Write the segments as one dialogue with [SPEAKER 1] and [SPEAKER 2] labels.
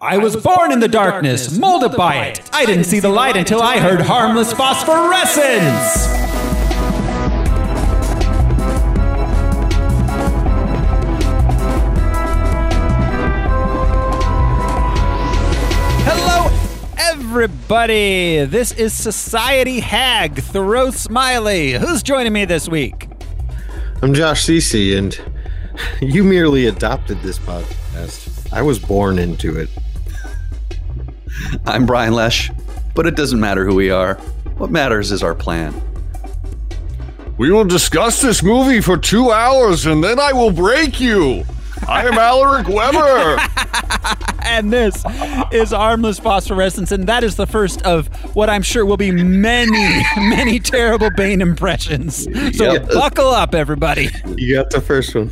[SPEAKER 1] I was born in the darkness, molded by it. I didn't see the light until I heard harmless phosphorescence. Hello, everybody. This is Society Hag Thoreau Smiley. Who's joining me this week?
[SPEAKER 2] I'm Josh Cece, and you merely adopted this podcast. I was born into it.
[SPEAKER 3] I'm Brian Lesh, but it doesn't matter who we are. What matters is our plan.
[SPEAKER 4] We will discuss this movie for two hours and then I will break you. I am Alaric Weber.
[SPEAKER 1] And this is Armless Phosphorescence, and that is the first of what I'm sure will be many, many terrible Bane impressions. So
[SPEAKER 2] Yep.
[SPEAKER 1] buckle up, everybody.
[SPEAKER 2] You got the first one.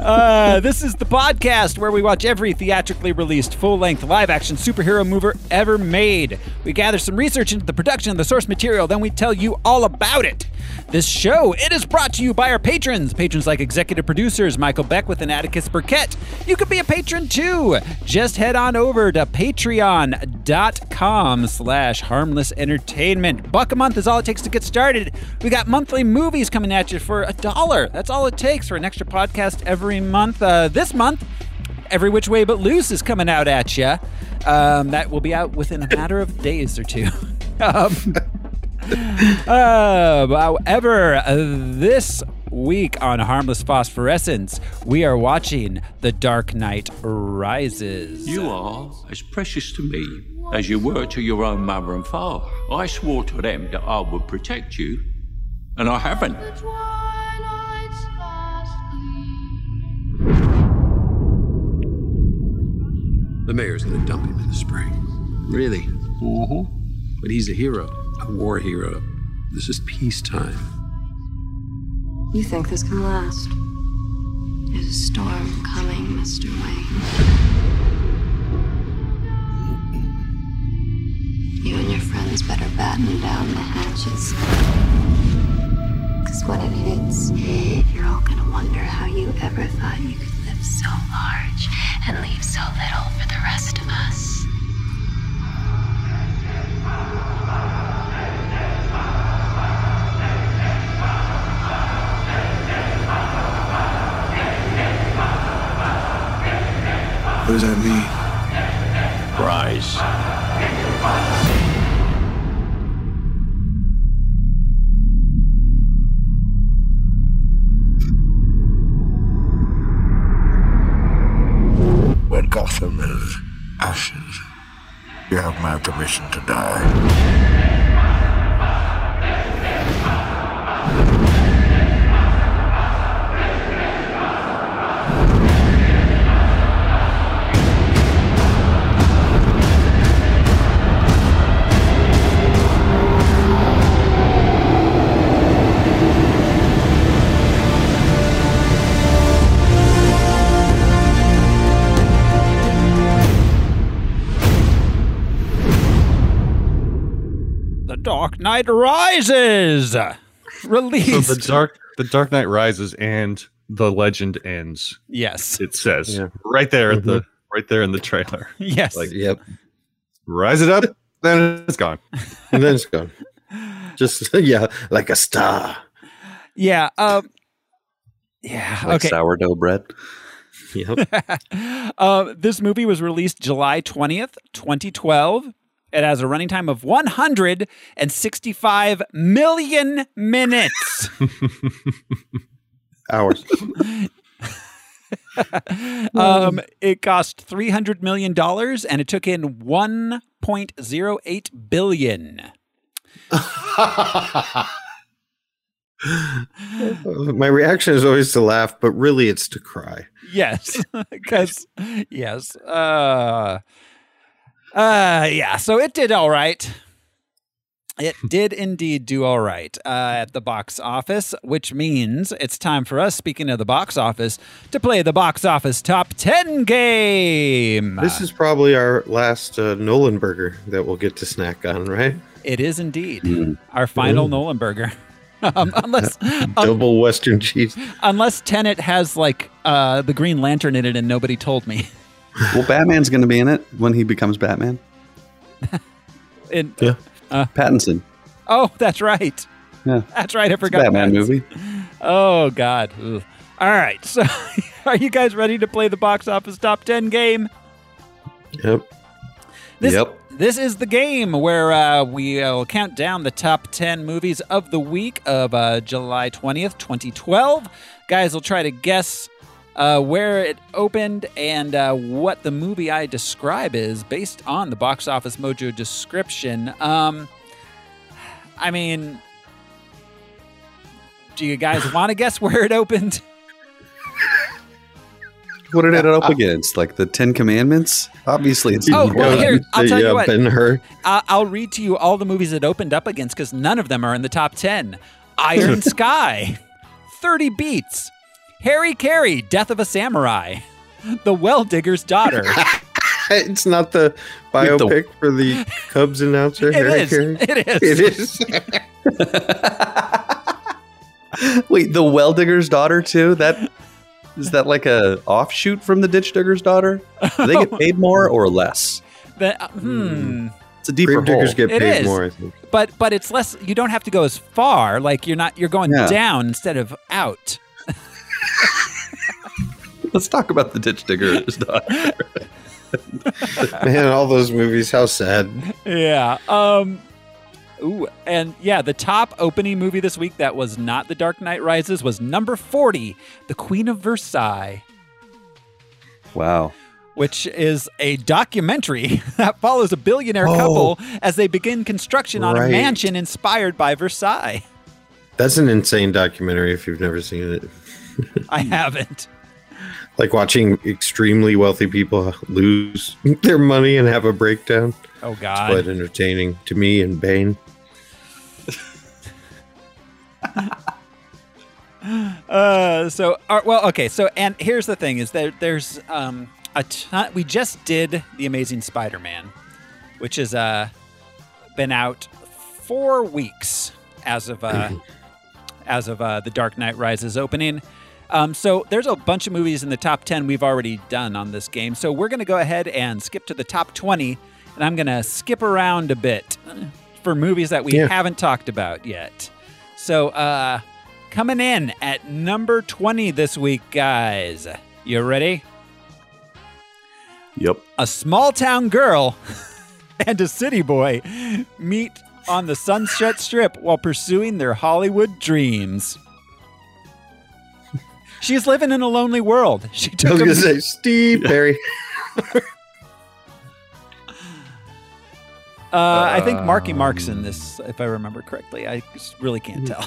[SPEAKER 1] Uh, this is the podcast where we watch every theatrically released full length live action superhero mover ever made. We gather some research into the production of the source material, then we tell you all about it. This show, it is brought to you by our patrons, patrons like executive producers Michael Beckwith and Atticus Burkett. You could be a patron too. Just head on over to patreon.com slash harmless entertainment. Buck a month is all it takes to get started. We got monthly movies coming at you for a dollar. That's all it takes for an extra podcast every month. Uh, this month, Every Which Way But Loose is coming out at you. Um, that will be out within a matter of days or two. um, uh, however, uh, this week on Harmless Phosphorescence, we are watching The Dark Knight Rises.
[SPEAKER 5] You are as precious to me as you were to your own mother and father. I swore to them that I would protect you, and I haven't.
[SPEAKER 6] Twilight's fast
[SPEAKER 7] The mayor's gonna dump him in the spring. Really? Mm-hmm. But he's a hero, a war hero. This is peacetime.
[SPEAKER 8] You think this can last?
[SPEAKER 6] There's a storm coming, Mr. Wayne. You and your friends better batten down the hatches. Cause when it hits, you're all gonna wonder how you ever thought you could live so large and leave so little for the rest of us.
[SPEAKER 7] What does that mean?
[SPEAKER 5] Rise.
[SPEAKER 9] When Gotham is ashes, you have my permission to die.
[SPEAKER 1] The Dark Knight Rises!
[SPEAKER 4] so
[SPEAKER 1] Released.
[SPEAKER 4] the dark the Dark Knight rises and the legend ends.
[SPEAKER 1] yes.
[SPEAKER 4] It says
[SPEAKER 2] Yeah.
[SPEAKER 4] right there at the right there in the trailer.
[SPEAKER 1] Yes.
[SPEAKER 4] like-
[SPEAKER 2] Yep.
[SPEAKER 4] Rise it up, then it's gone.
[SPEAKER 2] And then it's gone. Just, yeah, like a star.
[SPEAKER 1] yeah. Um, yeah.
[SPEAKER 3] Like
[SPEAKER 1] okay.
[SPEAKER 3] sourdough bread.
[SPEAKER 2] Yep.
[SPEAKER 1] Uh, this movie was released July 20th, 2012. It has a running time of 165 million minutes.
[SPEAKER 2] Hours.
[SPEAKER 1] um, it cost 300 million dollars and it took in 1.08 billion.
[SPEAKER 2] Uh, My reaction is always to laugh, but really it's to cry.
[SPEAKER 1] Yes, because yes, uh, uh, yeah. So it did all right. It did indeed do all right uh, at the box office, which means it's time for us, speaking of the box office, to play the box office top 10 game.
[SPEAKER 2] This is probably our last uh, Nolan burger that we'll get to snack on, right?
[SPEAKER 1] it is indeed our final Nolan burger. um, unless
[SPEAKER 2] Double Western cheese.
[SPEAKER 1] unless Tenet has like uh, the Green Lantern in it and nobody told me.
[SPEAKER 3] Well, Batman's going to be in it when he becomes Batman.
[SPEAKER 1] And
[SPEAKER 2] Yeah.
[SPEAKER 3] Pattinson.
[SPEAKER 1] oh, that's right.
[SPEAKER 3] Yeah.
[SPEAKER 1] That's right. I
[SPEAKER 3] It's a
[SPEAKER 1] forgot.
[SPEAKER 3] Batman
[SPEAKER 1] that.
[SPEAKER 3] movie.
[SPEAKER 1] Oh God. Ugh. All right. So, are you guys ready to play the box office top ten game?
[SPEAKER 2] Yep.
[SPEAKER 1] This,
[SPEAKER 3] Yep.
[SPEAKER 1] This is the game where uh, we uh, will count down the top 10 movies of the week of uh, July 20th, 2012. Guys will try to guess uh, where it opened and uh, what the movie I describe is based on the box office mojo description. Um, I mean, do you guys want to guess where it opened?
[SPEAKER 3] What did it up against? Like the Ten Commandments? Obviously, it's
[SPEAKER 1] Oh, well, here, I'll tell you what.
[SPEAKER 2] Uh, Ben Hur.
[SPEAKER 1] I- I'll read to you all the movies it opened up against because none of them are in the top 10. Iron Sky, 30 Beats, Harry Carey, Death of a Samurai, The Well Digger's Daughter.
[SPEAKER 2] It's not the
[SPEAKER 3] With the-
[SPEAKER 2] biopic for the Cubs announcer.
[SPEAKER 1] it,
[SPEAKER 2] Harry
[SPEAKER 1] is,
[SPEAKER 2] Carey?
[SPEAKER 1] it is.
[SPEAKER 2] It is.
[SPEAKER 3] Wait, the well digger's daughter too? That is that like a offshoot from the ditch digger's daughter? Do they get paid more or less?
[SPEAKER 1] The- uh, hmm.
[SPEAKER 3] It's a deeper
[SPEAKER 2] Grave
[SPEAKER 3] hole.
[SPEAKER 2] diggers get
[SPEAKER 1] It
[SPEAKER 2] paid
[SPEAKER 1] is.
[SPEAKER 2] more. I think.
[SPEAKER 1] But but it's less. You don't have to go as far. Like you're not. You're going
[SPEAKER 3] Yeah.
[SPEAKER 1] down instead of out.
[SPEAKER 3] Let's talk about the ditch digger's daughter.
[SPEAKER 2] Man, all those movies. How sad.
[SPEAKER 1] Yeah. Um. Ooh, and yeah, the top opening movie this week that was not The Dark Knight Rises was number forty, The Queen of Versailles.
[SPEAKER 3] Wow.
[SPEAKER 1] which is a documentary that follows a billionaire couple as they begin construction on a
[SPEAKER 2] Right.
[SPEAKER 1] mansion inspired by Versailles.
[SPEAKER 2] That's an insane documentary. If you've never seen it,
[SPEAKER 1] I haven't.
[SPEAKER 2] like watching extremely wealthy people lose their money and have a breakdown.
[SPEAKER 1] Oh
[SPEAKER 2] Quite
[SPEAKER 1] God.
[SPEAKER 2] entertaining to me and Bane.
[SPEAKER 1] Uh, so, are, well, okay. So, and here's the thing: is that there's um, a ton. We just did the Amazing Spider-Man, which has uh, been out four weeks as of uh, as of uh, the Dark Knight Rises opening. Um, so there's a bunch of movies in the top 10 we've already done on this game. So we're going to go ahead and skip to the top 20, and I'm going to skip around a bit for movies that we
[SPEAKER 2] Yeah.
[SPEAKER 1] haven't talked about yet. So uh, coming in at number 20 this week, guys. You ready?
[SPEAKER 3] Yep.
[SPEAKER 1] a small town girl and a city boy meet on the Sunset Strip while pursuing their Hollywood dreams. She's living in a lonely world. She
[SPEAKER 2] I
[SPEAKER 1] took
[SPEAKER 2] was gonna
[SPEAKER 1] a,
[SPEAKER 2] say Steve Perry.
[SPEAKER 1] uh, I think Marky Mark's in this, if I remember correctly. I just really can't tell.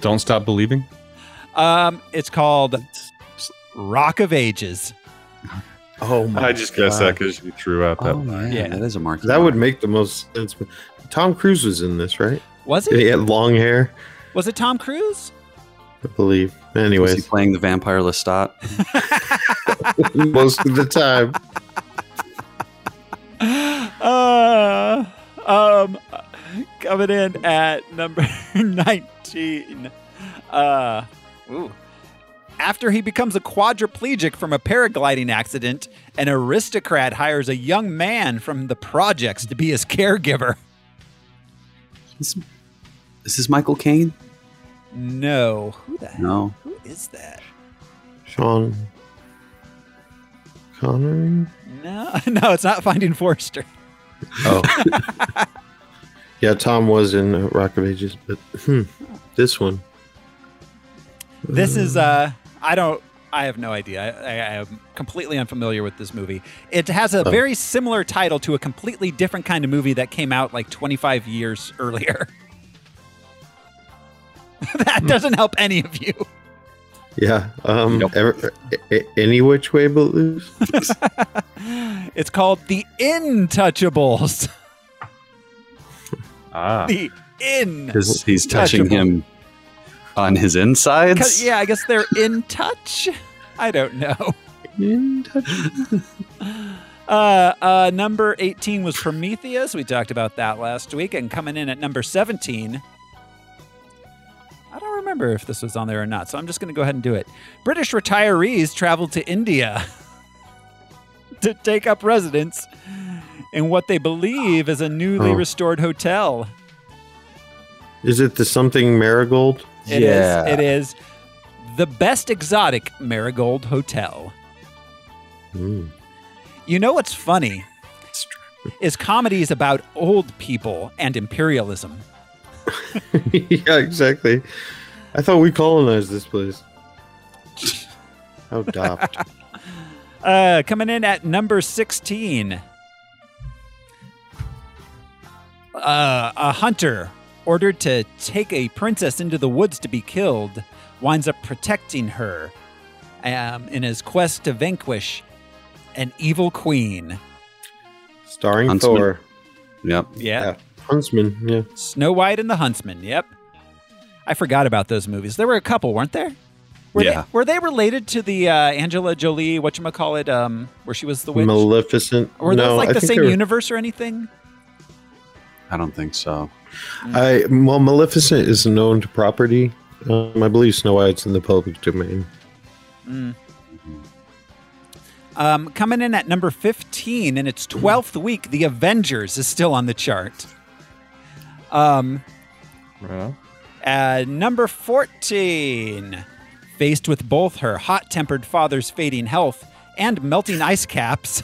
[SPEAKER 10] Don't stop believing.
[SPEAKER 1] Um, it's called Rock of Ages.
[SPEAKER 2] Oh
[SPEAKER 10] I just guessed that because you threw out that.
[SPEAKER 3] Oh yeah,
[SPEAKER 1] Yeah.
[SPEAKER 3] that is a mark.
[SPEAKER 2] That would make the most sense. Tom Cruise was in this, right?
[SPEAKER 1] Was
[SPEAKER 2] He
[SPEAKER 1] it?
[SPEAKER 2] had long hair,
[SPEAKER 1] Was it Tom Cruise?
[SPEAKER 2] I believe.
[SPEAKER 3] Was he
[SPEAKER 2] Anyways,
[SPEAKER 3] playing the vampire Lestat?
[SPEAKER 2] most of the time.
[SPEAKER 1] uh, um, coming in at number 19. Uh, ooh. After he becomes a quadriplegic from a paragliding accident, an aristocrat hires a young man from the projects to be his caregiver.
[SPEAKER 3] Is, is this Michael Caine?
[SPEAKER 1] No. Who the hell?
[SPEAKER 3] No.
[SPEAKER 1] Who is that?
[SPEAKER 2] Sean Connery.
[SPEAKER 1] No, no, it's not Finding Forrester.
[SPEAKER 2] Oh, yeah. Tom was in uh, Rock of Ages, but hmm, this one.
[SPEAKER 1] This is uh I don't I have no idea. I, I, I am completely unfamiliar with this movie. It has a very similar title to a completely different kind of movie that came out like 25 years earlier. that doesn't help any of you.
[SPEAKER 2] Yeah. Um. ever- a- a- any which way but loose.
[SPEAKER 1] It's called The Intouchables.
[SPEAKER 10] Ah.
[SPEAKER 1] The In.
[SPEAKER 3] Because he's touching
[SPEAKER 1] Touchable.
[SPEAKER 3] him on his insides.
[SPEAKER 1] 'Cause- Yeah, I guess they're in touch. I don't know. Uh, uh, number 18 was Prometheus. We talked about that last week. And coming in at number 17, I don't remember if this was on there or not, so I'm just going to go ahead and do it. British retirees traveled to India to take up residence in what they believe is a newly
[SPEAKER 2] Oh.
[SPEAKER 1] restored hotel.
[SPEAKER 2] Is it the something marigold?
[SPEAKER 1] It is. It is the best exotic Marigold Hotel.
[SPEAKER 2] Mm.
[SPEAKER 1] You know what's funny is comedies about old people and imperialism.
[SPEAKER 2] yeah, exactly. I thought we colonized this place. How daft.
[SPEAKER 1] Uh, coming in at number 16. Uh, a hunter ordered to take a princess into the woods to be killed winds up protecting her um, in his quest to vanquish an evil queen.
[SPEAKER 2] Starring
[SPEAKER 3] Huntsman.
[SPEAKER 2] Thor.
[SPEAKER 3] Yep.
[SPEAKER 1] Yeah.
[SPEAKER 2] Huntsman, yeah.
[SPEAKER 1] Snow White and the Huntsman. Yep. I forgot about those movies. There were a couple, weren't there? Were
[SPEAKER 3] Yeah.
[SPEAKER 1] They, were they related to the uh, Angela Jolie, whatchamacallit, um, where she was the witch?
[SPEAKER 2] Maleficent.
[SPEAKER 1] were
[SPEAKER 2] no,
[SPEAKER 1] those like
[SPEAKER 2] I
[SPEAKER 1] the
[SPEAKER 2] think
[SPEAKER 1] same
[SPEAKER 2] they were-
[SPEAKER 1] universe or anything?
[SPEAKER 3] I don't think so.
[SPEAKER 2] I well, Maleficent is an owned property. Um, I believe Snow White's in the public domain.
[SPEAKER 1] Um, coming in at number 15 in its 12th week, The Avengers is still on the chart. Um, uh, number 14, faced with both her hot tempered father's fading health and melting ice caps.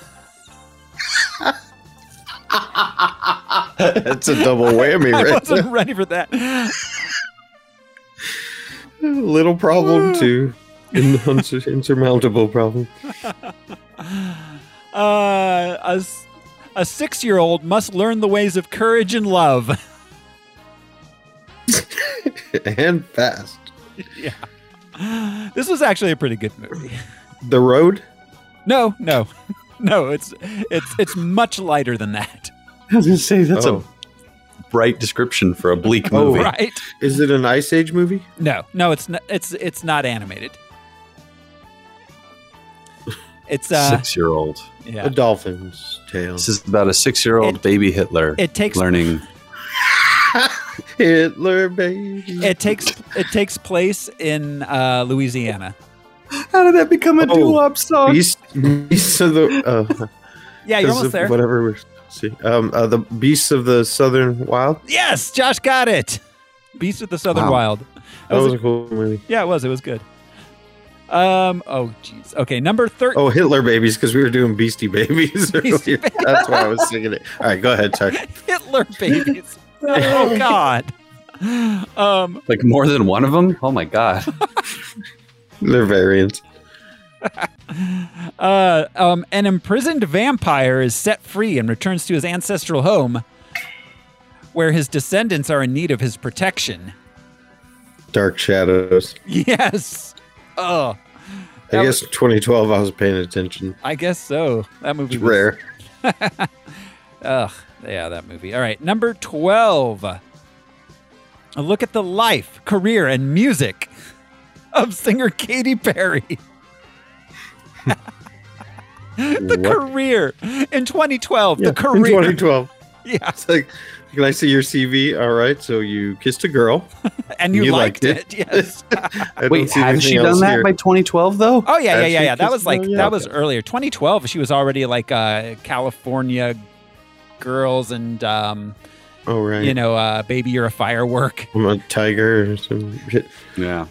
[SPEAKER 2] That's a double whammy,
[SPEAKER 1] I
[SPEAKER 2] right?
[SPEAKER 1] wasn't ready for that.
[SPEAKER 2] Little problem too, in insurmountable problem.
[SPEAKER 1] Uh, a s- a six year old must learn the ways of courage and love.
[SPEAKER 2] and fast.
[SPEAKER 1] This was actually a pretty good movie.
[SPEAKER 2] The road.
[SPEAKER 1] No, no, no. It's it's it's much lighter than that,
[SPEAKER 3] I was gonna say that's
[SPEAKER 2] Oh.
[SPEAKER 3] a bright description for a bleak
[SPEAKER 2] Oh,
[SPEAKER 3] movie.
[SPEAKER 1] right?
[SPEAKER 2] Is it an Ice Age movie?
[SPEAKER 1] No, no. It's not. It's it's not animated. It's uh,
[SPEAKER 3] Six year old.
[SPEAKER 1] yeah.
[SPEAKER 2] A dolphin's tail.
[SPEAKER 3] This is about a six year old baby Hitler
[SPEAKER 1] It takes
[SPEAKER 3] learning.
[SPEAKER 2] Hitler baby.
[SPEAKER 1] it takes it takes place in uh, Louisiana.
[SPEAKER 3] How did that become a
[SPEAKER 2] Oh.
[SPEAKER 3] doo-wop song?
[SPEAKER 2] Beast, beast of the uh,
[SPEAKER 1] Yeah, you're almost
[SPEAKER 2] of
[SPEAKER 1] there.
[SPEAKER 2] whatever we're see. Um, uh, the beasts of the southern wild.
[SPEAKER 1] Yes, Josh got it. Beast of the Southern
[SPEAKER 3] Wow.
[SPEAKER 1] Wild.
[SPEAKER 2] That was a cool movie.
[SPEAKER 1] Yeah, it was. It was good. Um. Oh, jeez. Okay, number thirteen.
[SPEAKER 2] Oh, Hitler babies, because we were doing Beastie Babies earlier. That's why I was singing it. All right, go ahead, sorry.
[SPEAKER 1] Hitler babies. oh God. Um.
[SPEAKER 3] Like more than one of them? Oh my god!
[SPEAKER 2] They're variants.
[SPEAKER 1] Uh. Um. An imprisoned vampire is set free and returns to his ancestral home, where his descendants are in need of his protection.
[SPEAKER 2] Dark Shadows.
[SPEAKER 1] Yes. Oh,
[SPEAKER 2] I guess 2012, I was paying attention.
[SPEAKER 1] I guess so. That movie.
[SPEAKER 2] It's
[SPEAKER 1] was-
[SPEAKER 2] rare.
[SPEAKER 1] Ugh, yeah, that movie. All right, number 12. A look at the life, career, and music of singer Katy Perry. the
[SPEAKER 2] What?
[SPEAKER 1] career in 2012. the
[SPEAKER 2] Yeah, in
[SPEAKER 1] career.
[SPEAKER 2] 2012.
[SPEAKER 1] Yeah,
[SPEAKER 2] It's like, can I see your CV? All right, so you kissed a girl.
[SPEAKER 1] and you,
[SPEAKER 2] You
[SPEAKER 1] liked,
[SPEAKER 2] liked
[SPEAKER 1] it. Yes.
[SPEAKER 2] I don't
[SPEAKER 3] Wait,
[SPEAKER 2] see
[SPEAKER 3] hadn't she
[SPEAKER 2] anything
[SPEAKER 3] done
[SPEAKER 2] else
[SPEAKER 3] that
[SPEAKER 2] here.
[SPEAKER 3] by 2012 though?
[SPEAKER 1] Oh yeah, yeah, yeah,
[SPEAKER 2] Actually,
[SPEAKER 1] yeah. That
[SPEAKER 2] kissed
[SPEAKER 1] was like
[SPEAKER 2] her? Yeah,
[SPEAKER 1] that was
[SPEAKER 2] okay.
[SPEAKER 1] earlier. 2012. She was already like uh, California girls and um,
[SPEAKER 2] Oh, right.
[SPEAKER 1] you know, uh, baby, you're a firework.
[SPEAKER 2] I'm a tiger or some shit.
[SPEAKER 3] Yeah.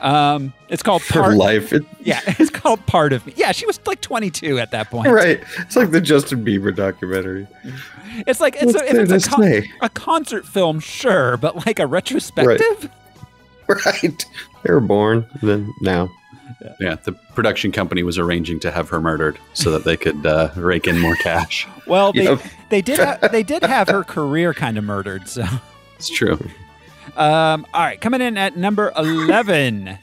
[SPEAKER 1] Um, it's called
[SPEAKER 2] Her
[SPEAKER 1] Part-
[SPEAKER 2] life. It,
[SPEAKER 1] Yeah, it's called Part of Me. Yeah, she was like 22 at that point.
[SPEAKER 2] right. It's like the Justin Bieber documentary.
[SPEAKER 1] It's like it's a,
[SPEAKER 2] What's
[SPEAKER 1] if
[SPEAKER 2] there
[SPEAKER 1] it's a,
[SPEAKER 2] to
[SPEAKER 1] con-
[SPEAKER 2] say?
[SPEAKER 1] a concert film, sure, but like a retrospective.
[SPEAKER 2] Right. They were born then now.
[SPEAKER 3] Yeah, the production company was arranging to have her murdered so that they could uh, rake in more cash.
[SPEAKER 1] Well, they
[SPEAKER 2] Yep.
[SPEAKER 1] they did ha- they did have her career kind of murdered. So,
[SPEAKER 3] It's true.
[SPEAKER 1] um, all right, coming in at number 11,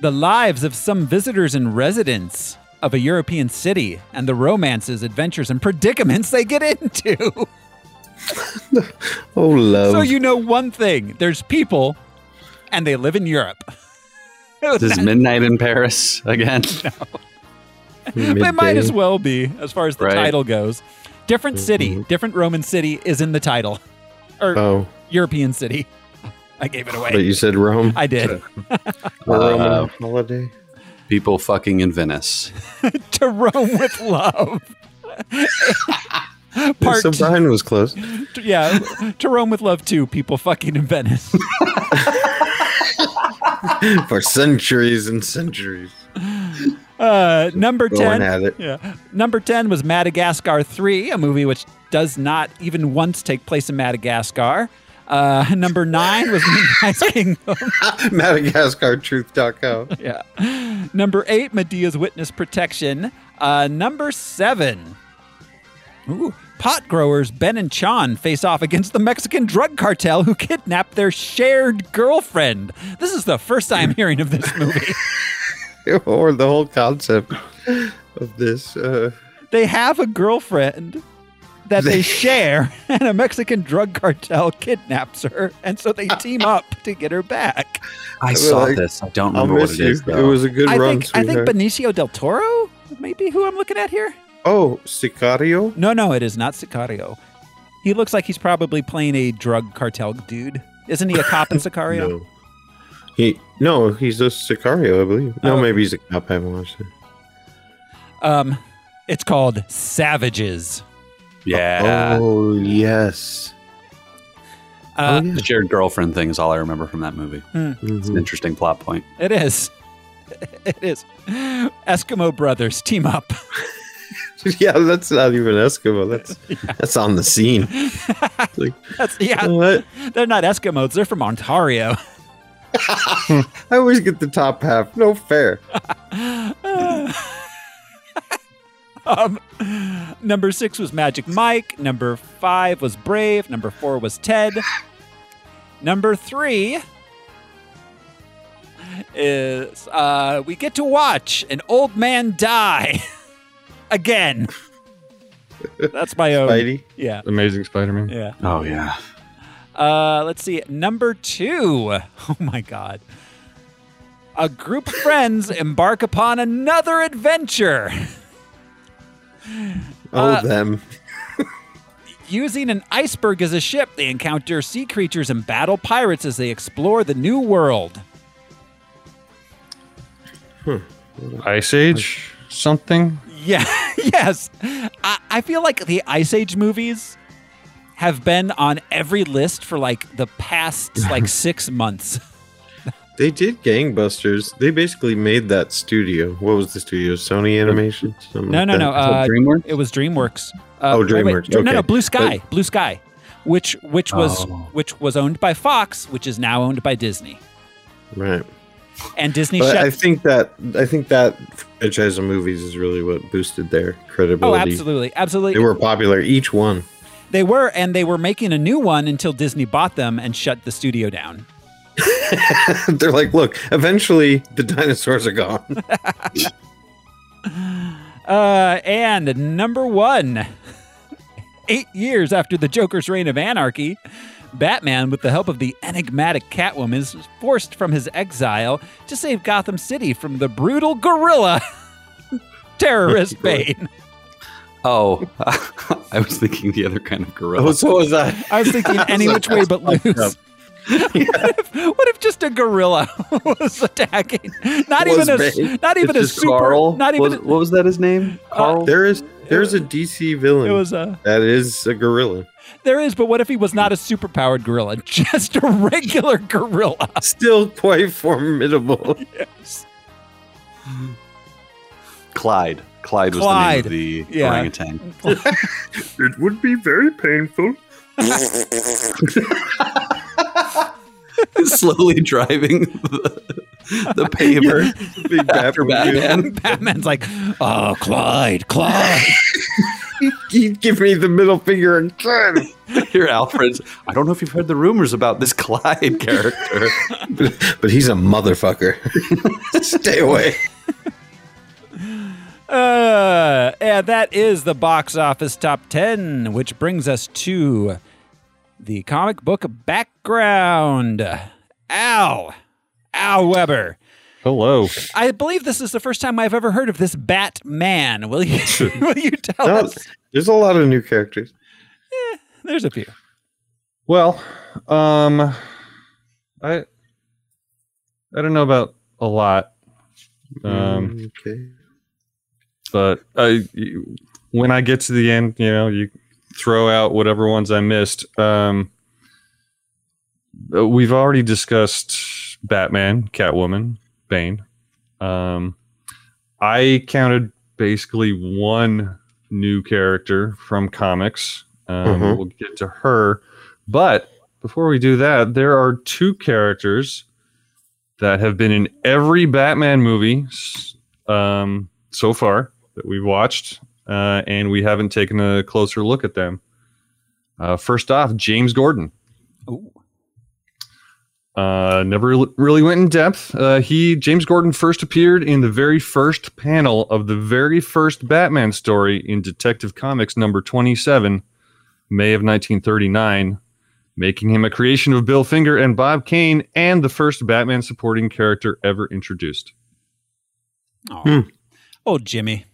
[SPEAKER 1] the lives of some visitors and residents of a European city and the romances, adventures, and predicaments they get into.
[SPEAKER 2] Oh, love.
[SPEAKER 1] So you know one thing: there's people, and they live in Europe.
[SPEAKER 3] This is midnight in Paris again.
[SPEAKER 1] They might as well be, as far as the
[SPEAKER 3] Right.
[SPEAKER 1] title goes.
[SPEAKER 2] Mm-hmm.
[SPEAKER 1] Different city, different Roman city is in the title, or
[SPEAKER 2] Oh.
[SPEAKER 1] European city. I gave it away.
[SPEAKER 2] But you said Rome.
[SPEAKER 1] I did.
[SPEAKER 2] Or Roman
[SPEAKER 3] Uh,
[SPEAKER 2] holiday.
[SPEAKER 3] People fucking in Venice.
[SPEAKER 1] to Rome with love. Part
[SPEAKER 2] So Brian was close.
[SPEAKER 1] t- yeah, to Rome with love too. People fucking in Venice.
[SPEAKER 2] For centuries and centuries.
[SPEAKER 1] Uh, number
[SPEAKER 2] Going
[SPEAKER 1] ten.
[SPEAKER 2] at it.
[SPEAKER 1] Yeah. Number 10 was Madagascar 3, a movie which does not even once take place in Madagascar. Uh, number 9 was Moonrise Kingdom.
[SPEAKER 2] MadagascarTruth.com.
[SPEAKER 1] Yeah. Number 8, Medea's Witness Protection. Uh, number 7, ooh, pot growers Ben and Chan face off against the Mexican drug cartel who kidnapped their shared girlfriend. This is the first time hearing of this movie.
[SPEAKER 2] or the whole concept of this. Uh,
[SPEAKER 1] they have a girlfriend that they share, and a Mexican drug cartel kidnaps her, and so they team up to get her back.
[SPEAKER 3] I saw this. I don't
[SPEAKER 2] I'll
[SPEAKER 3] remember what
[SPEAKER 2] miss
[SPEAKER 3] it
[SPEAKER 2] you.
[SPEAKER 3] is.
[SPEAKER 2] it
[SPEAKER 3] though.
[SPEAKER 2] was a good
[SPEAKER 1] I
[SPEAKER 2] run.
[SPEAKER 1] think I think
[SPEAKER 2] sweetheart.
[SPEAKER 1] Benicio del Toro might be who I'm looking at here.
[SPEAKER 2] oh, Sicario.
[SPEAKER 1] No, no, it is not Sicario. He looks like he's probably playing a drug cartel dude. Isn't he a cop in Sicario?
[SPEAKER 2] No. He no, he's a Sicario, I believe. No,
[SPEAKER 1] Oh.
[SPEAKER 2] maybe he's a cop. I haven't watched it.
[SPEAKER 1] Um, it's called Savages. Ah.
[SPEAKER 3] yeah.
[SPEAKER 2] Oh yes.
[SPEAKER 1] Uh,
[SPEAKER 2] oh, yeah. Mm-hmm.
[SPEAKER 3] The shared girlfriend thing is all I remember from that movie.
[SPEAKER 1] Hmm.
[SPEAKER 3] It's an interesting plot point.
[SPEAKER 1] It is. It is. Eskimo brothers team up.
[SPEAKER 2] yeah, that's not even Eskimo. That's that's on the scene. It's like,
[SPEAKER 1] That's yeah.
[SPEAKER 2] what?
[SPEAKER 1] They're not Eskimos. They're from Ontario.
[SPEAKER 2] I always get the top half. No fair.
[SPEAKER 1] Um, number six was Magic Mike. Number five was Brave. Number four was Ted. Number three is uh, we get to watch an old man die again. That's my own.
[SPEAKER 2] Spidey.
[SPEAKER 1] Yeah,
[SPEAKER 10] Amazing Spider-Man.
[SPEAKER 1] yeah.
[SPEAKER 3] Oh yeah.
[SPEAKER 1] Uh, let's see. Number two. Oh my God. A group of friends embark upon another adventure.
[SPEAKER 2] Oh
[SPEAKER 1] Uh,
[SPEAKER 2] them.
[SPEAKER 1] Using an iceberg as a ship, they encounter sea creatures and battle pirates as they explore the new world.
[SPEAKER 10] Ice Age something.
[SPEAKER 1] Yeah, yes. I, I feel like the Ice Age movies have been on every list for like the past like six months.
[SPEAKER 2] They did Gangbusters. They basically made that studio. What was the studio? Sony Animation? Something
[SPEAKER 1] No,
[SPEAKER 2] like
[SPEAKER 1] no,
[SPEAKER 2] that.
[SPEAKER 1] no. Uh,
[SPEAKER 3] DreamWorks?
[SPEAKER 1] It was DreamWorks. Uh, wait,
[SPEAKER 2] Oh,
[SPEAKER 1] wait,
[SPEAKER 2] DreamWorks,
[SPEAKER 1] No, no,
[SPEAKER 2] okay.
[SPEAKER 1] Blue Sky. Blue Sky, which which was
[SPEAKER 3] Oh.
[SPEAKER 1] which was owned by Fox, which is now owned by Disney,
[SPEAKER 2] Right.
[SPEAKER 1] and Disney
[SPEAKER 2] But
[SPEAKER 1] shut.
[SPEAKER 2] I think that I think that franchise of movies is really what boosted their
[SPEAKER 1] oh,
[SPEAKER 2] credibility.
[SPEAKER 1] absolutely, absolutely.
[SPEAKER 2] They were popular, each one.
[SPEAKER 1] They were, and they were making a new one until Disney bought them and shut the studio down.
[SPEAKER 2] They're like, look, eventually the dinosaurs are gone.
[SPEAKER 1] Uh, and number one, eight years after the Joker's reign of anarchy, Batman, with the help of the enigmatic Catwoman, is forced from his exile to save Gotham City from the brutal gorilla terrorist Bane.
[SPEAKER 3] Oh, I was thinking the other kind of gorilla.
[SPEAKER 2] so was I.
[SPEAKER 1] I was thinking any which way but loose. What, if, what if just a gorilla was attacking? Not
[SPEAKER 2] Was
[SPEAKER 1] even a
[SPEAKER 2] Bane.
[SPEAKER 1] not even a
[SPEAKER 3] It's just
[SPEAKER 1] super.
[SPEAKER 3] Carl.
[SPEAKER 1] Not even Uh,
[SPEAKER 3] what, what was that his name? Carl.
[SPEAKER 2] There is there's a DC villain
[SPEAKER 1] it was a.
[SPEAKER 2] that is a gorilla.
[SPEAKER 1] There is, but what if he was not a superpowered gorilla, just a regular gorilla?
[SPEAKER 2] Still quite formidable.
[SPEAKER 3] Clyde. Clyde was
[SPEAKER 1] Clyde.
[SPEAKER 3] the name of the
[SPEAKER 1] Yeah.
[SPEAKER 3] orangutan.
[SPEAKER 2] It would be very painful.
[SPEAKER 3] Slowly driving the, the paver
[SPEAKER 2] Big
[SPEAKER 3] after Batman.
[SPEAKER 1] Batman's like, oh, Clyde, Clyde.
[SPEAKER 2] He'd give me the middle finger and
[SPEAKER 3] Here, Alfred's. I don't know if you've heard the rumors about this Clyde character.
[SPEAKER 2] But he's a motherfucker. Stay away.
[SPEAKER 1] Uh, yeah, that is the box office top 10, which brings us to the comic book background. Al, Al Weber.
[SPEAKER 10] Hello.
[SPEAKER 1] I believe this is the first time I've ever heard of this Batman. Will you, will you tell
[SPEAKER 2] No,
[SPEAKER 1] us?
[SPEAKER 2] there's a lot of new characters.
[SPEAKER 1] There's a few.
[SPEAKER 10] Well, um, I I don't know about a lot.
[SPEAKER 2] Mm.
[SPEAKER 10] Um,
[SPEAKER 2] okay.
[SPEAKER 10] but I you- when I get to the end, you know, you throw out whatever ones I missed. Um, uh, we've already discussed Batman, Catwoman, Bane. Um, I counted basically one new character from comics. Um,
[SPEAKER 2] Mhm.
[SPEAKER 10] We'll get to her, but before we do that, there are two characters that have been in every Batman movie s- um, so far that we've watched, uh, and we haven't taken a closer look at them. Uh, first off, James Gordon.
[SPEAKER 1] Ooh.
[SPEAKER 10] Uh, never re- really went in depth. Uh, he James Gordon first appeared in the very first panel of the very first Batman story in Detective Comics number twenty-seven, May of nineteen thirty-nine, making him a creation of Bill Finger and Bob Kane, and the first Batman supporting character ever introduced.
[SPEAKER 1] Oh, Jimmy.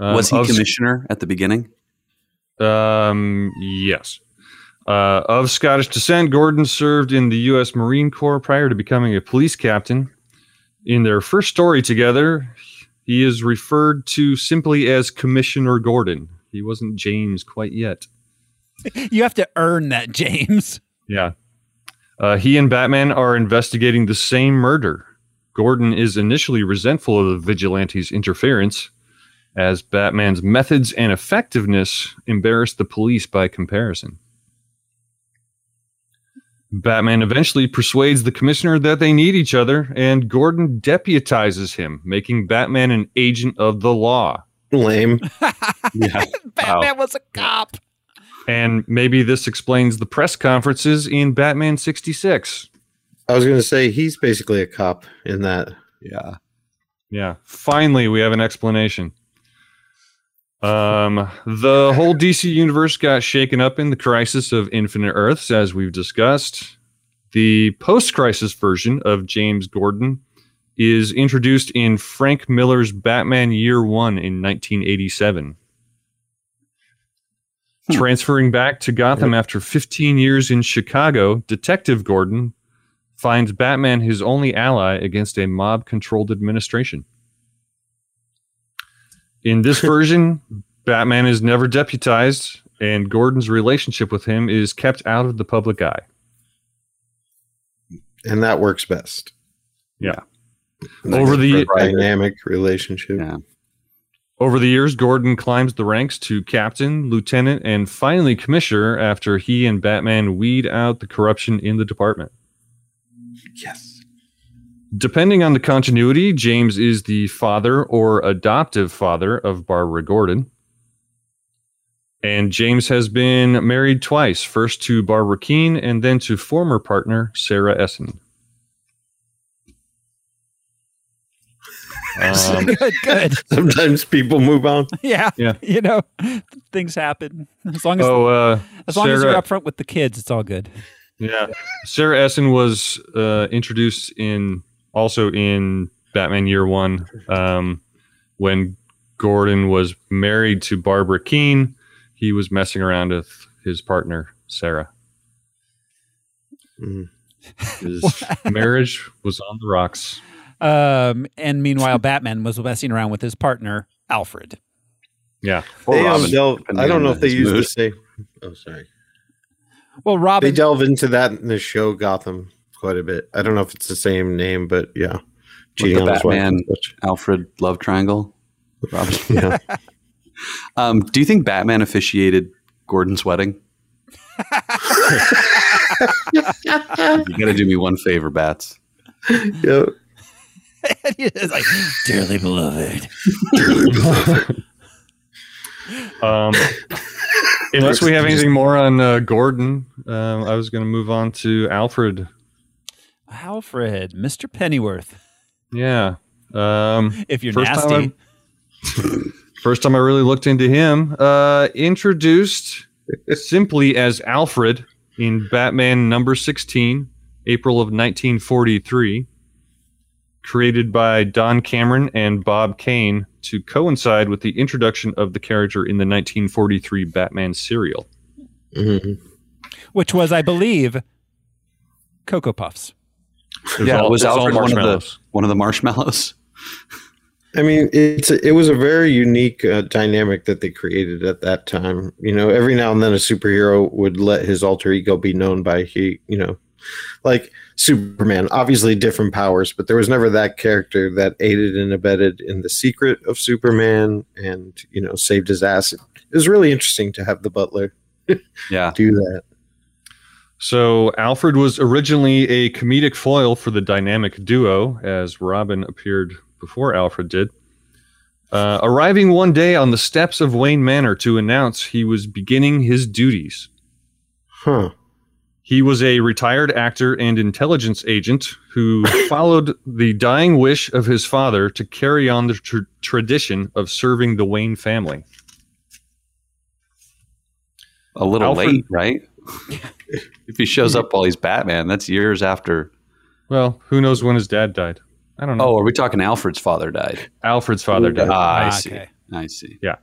[SPEAKER 10] Um,
[SPEAKER 3] was he
[SPEAKER 10] of-
[SPEAKER 3] commissioner at the beginning?
[SPEAKER 10] Um, yes. Uh, of Scottish descent, Gordon served in the U.S. Marine Corps prior to becoming a police captain. In their first story together, he is referred to simply as Commissioner Gordon. He wasn't James quite yet.
[SPEAKER 1] You have to earn that, James.
[SPEAKER 10] Yeah. Uh, he and Batman are investigating the same murder. Gordon is initially resentful of the vigilante's interference, as Batman's methods and effectiveness embarrass the police by comparison. Batman eventually persuades the commissioner that they need each other, and Gordon deputizes him, making Batman an agent of the law.
[SPEAKER 2] Lame.
[SPEAKER 10] Yeah.
[SPEAKER 1] Batman was a cop.
[SPEAKER 10] And maybe this explains the press conferences in Batman 66.
[SPEAKER 2] I was going to say he's basically a cop in that.
[SPEAKER 3] Yeah.
[SPEAKER 10] Yeah. Finally, we have an explanation. Um, the whole DC universe got shaken up in the crisis of Infinite Earths, as we've discussed. The post-crisis version of James Gordon is introduced in Frank Miller's Batman Year One in 1987. Transferring back to Gotham after 15 years in Chicago, Detective Gordon finds Batman his only ally against a mob controlled administration. In this version, Batman is never deputized, and Gordon's relationship with him is kept out of the public eye.
[SPEAKER 2] And that works best.
[SPEAKER 10] Yeah.
[SPEAKER 2] Like
[SPEAKER 10] Over
[SPEAKER 2] a
[SPEAKER 10] the-
[SPEAKER 2] dynamic relationship.
[SPEAKER 3] Yeah.
[SPEAKER 10] Over the years, Gordon climbs the ranks to captain, lieutenant, and finally commissioner after he and Batman weed out the corruption in the department.
[SPEAKER 3] Yes.
[SPEAKER 10] Depending on the continuity, James is the father or adoptive father of Barbara Gordon. And James has been married twice, first to Barbara Keene and then to former partner Sarah Essen. Um,
[SPEAKER 1] good, good.
[SPEAKER 2] Sometimes people move on.
[SPEAKER 1] Yeah,
[SPEAKER 10] Yeah.
[SPEAKER 1] You know, things happen. As long as
[SPEAKER 10] oh, uh,
[SPEAKER 1] as long as you're
[SPEAKER 10] Sarah- E,
[SPEAKER 1] upfront with the kids, it's all good.
[SPEAKER 10] Yeah. Sarah Essen was uh, introduced in also in Batman Year One um, when Gordon was married to Barbara Keene. He was messing around with his partner, Sarah.
[SPEAKER 2] Mm.
[SPEAKER 10] His marriage was on the rocks.
[SPEAKER 1] Um, and meanwhile, Batman was messing around with his partner Alfred.
[SPEAKER 10] Yeah.
[SPEAKER 3] Or
[SPEAKER 2] They, um,
[SPEAKER 3] Robin,
[SPEAKER 2] delve-
[SPEAKER 3] depending
[SPEAKER 2] I don't
[SPEAKER 3] on
[SPEAKER 2] know if they
[SPEAKER 3] his
[SPEAKER 2] use the
[SPEAKER 3] mood.
[SPEAKER 2] same. Oh, sorry.
[SPEAKER 1] Well,
[SPEAKER 2] They
[SPEAKER 1] Robin.
[SPEAKER 2] delve into that in the show Gotham quite a bit. I don't know if it's the same name, but yeah. Cheating
[SPEAKER 3] the
[SPEAKER 2] on his wife and
[SPEAKER 3] Batman-
[SPEAKER 2] such.
[SPEAKER 3] Alfred love triangle. Robin.
[SPEAKER 2] Yeah.
[SPEAKER 3] Um, do you think Batman officiated Gordon's wedding? you gotta do me one favor, Bats.
[SPEAKER 2] yeah.
[SPEAKER 1] It's like, dearly beloved.
[SPEAKER 10] Um, unless we have anything more on uh, Gordon, um, I was going to move on to Alfred.
[SPEAKER 1] Alfred, Mr. Pennyworth.
[SPEAKER 10] Yeah. Um,
[SPEAKER 1] If you're
[SPEAKER 10] First
[SPEAKER 1] nasty,
[SPEAKER 10] time I'm- First time I really looked into him, uh, introduced simply as Alfred in Batman number 16, April of 1943, created by Don Cameron and Bob Kane to coincide with the introduction of the character in the 1943 Batman serial.
[SPEAKER 2] Mhm.
[SPEAKER 1] which was, I believe, Cocoa Puffs.
[SPEAKER 3] yeah,
[SPEAKER 10] all-
[SPEAKER 3] was
[SPEAKER 10] it was all
[SPEAKER 3] Alfred one of the
[SPEAKER 10] marshmallows.
[SPEAKER 3] one of the marshmallows?
[SPEAKER 2] I mean, it's it was a very unique uh, dynamic that they created at that time. You know, every now and then a superhero would let his alter ego be known by he, you know, like Superman, obviously different powers, but there was never that character that aided and abetted in the secret of Superman and, you know, saved his ass. It was really interesting to have the butler
[SPEAKER 3] Yeah.
[SPEAKER 2] do that.
[SPEAKER 10] So Alfred was originally a comedic foil for the dynamic duo, as Robin appeared before Alfred did. Uh, arriving one day on the steps of Wayne Manor to announce he was beginning his duties.
[SPEAKER 2] Huh.
[SPEAKER 10] He was a retired actor and intelligence agent who followed the dying wish of his father to carry on the tr- tradition of serving the Wayne family.
[SPEAKER 3] A little
[SPEAKER 10] Alfred-
[SPEAKER 3] late, right? if he shows up while he's Batman, that's years after.
[SPEAKER 10] Well, who knows when his dad died? I don't know.
[SPEAKER 3] Oh, are we talking Alfred's father died?
[SPEAKER 10] Alfred's father died.
[SPEAKER 3] Ah, I
[SPEAKER 1] Ah,
[SPEAKER 3] see.
[SPEAKER 1] okay.
[SPEAKER 3] I see.
[SPEAKER 10] Yeah.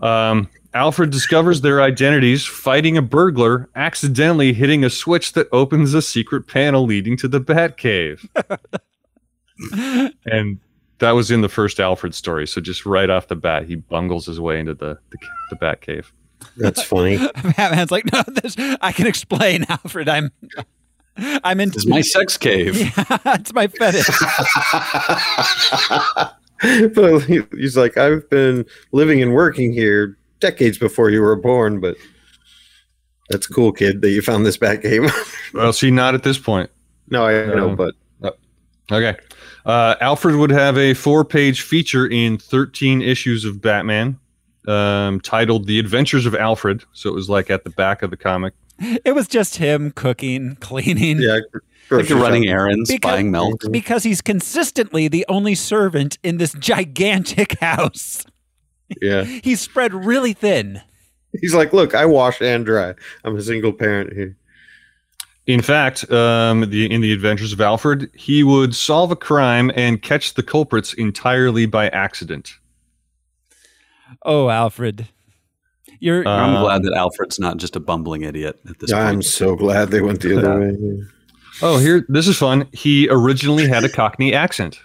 [SPEAKER 10] Um, Alfred discovers their identities fighting a burglar, accidentally hitting a switch that opens a secret panel leading to the Batcave. and that was in the first Alfred story. So just right off the bat, he bungles his way into the the, the Batcave.
[SPEAKER 2] That's funny.
[SPEAKER 1] Batman's like, no, this I can explain, Alfred. I'm I'm into
[SPEAKER 3] It's my sex cave.
[SPEAKER 1] it's my fetish.
[SPEAKER 2] but he- he's like, I've been living and working here decades before you were born, but that's cool, kid, that you found this back game.
[SPEAKER 10] Well, see, not at this point.
[SPEAKER 2] no, I know,
[SPEAKER 3] Oh.
[SPEAKER 10] No.
[SPEAKER 2] but
[SPEAKER 10] Okay. Uh, Alfred would have a four page feature in 13 issues of Batman um, titled The Adventures of Alfred. So it was like at the back of the comic.
[SPEAKER 1] It was just him cooking, cleaning.
[SPEAKER 2] yeah,
[SPEAKER 3] like you're running errands,
[SPEAKER 1] Because-
[SPEAKER 3] buying milk.
[SPEAKER 1] Because he's consistently the only servant in this gigantic house.
[SPEAKER 2] Yeah,
[SPEAKER 1] He's spread really thin.
[SPEAKER 2] he's like, look, I wash and dry. I'm a single parent here.
[SPEAKER 10] In fact, um, the, in the Adventures of Alfred, he would solve a crime and catch the culprits entirely by accident.
[SPEAKER 1] Oh, Alfred. You're
[SPEAKER 2] Oh,
[SPEAKER 3] I'm
[SPEAKER 10] Um,
[SPEAKER 3] glad that Alfred's not just a bumbling idiot at this
[SPEAKER 2] I'm
[SPEAKER 3] point.
[SPEAKER 2] so glad they went the other way.
[SPEAKER 10] Oh, here, this is fun. He originally had a Cockney accent.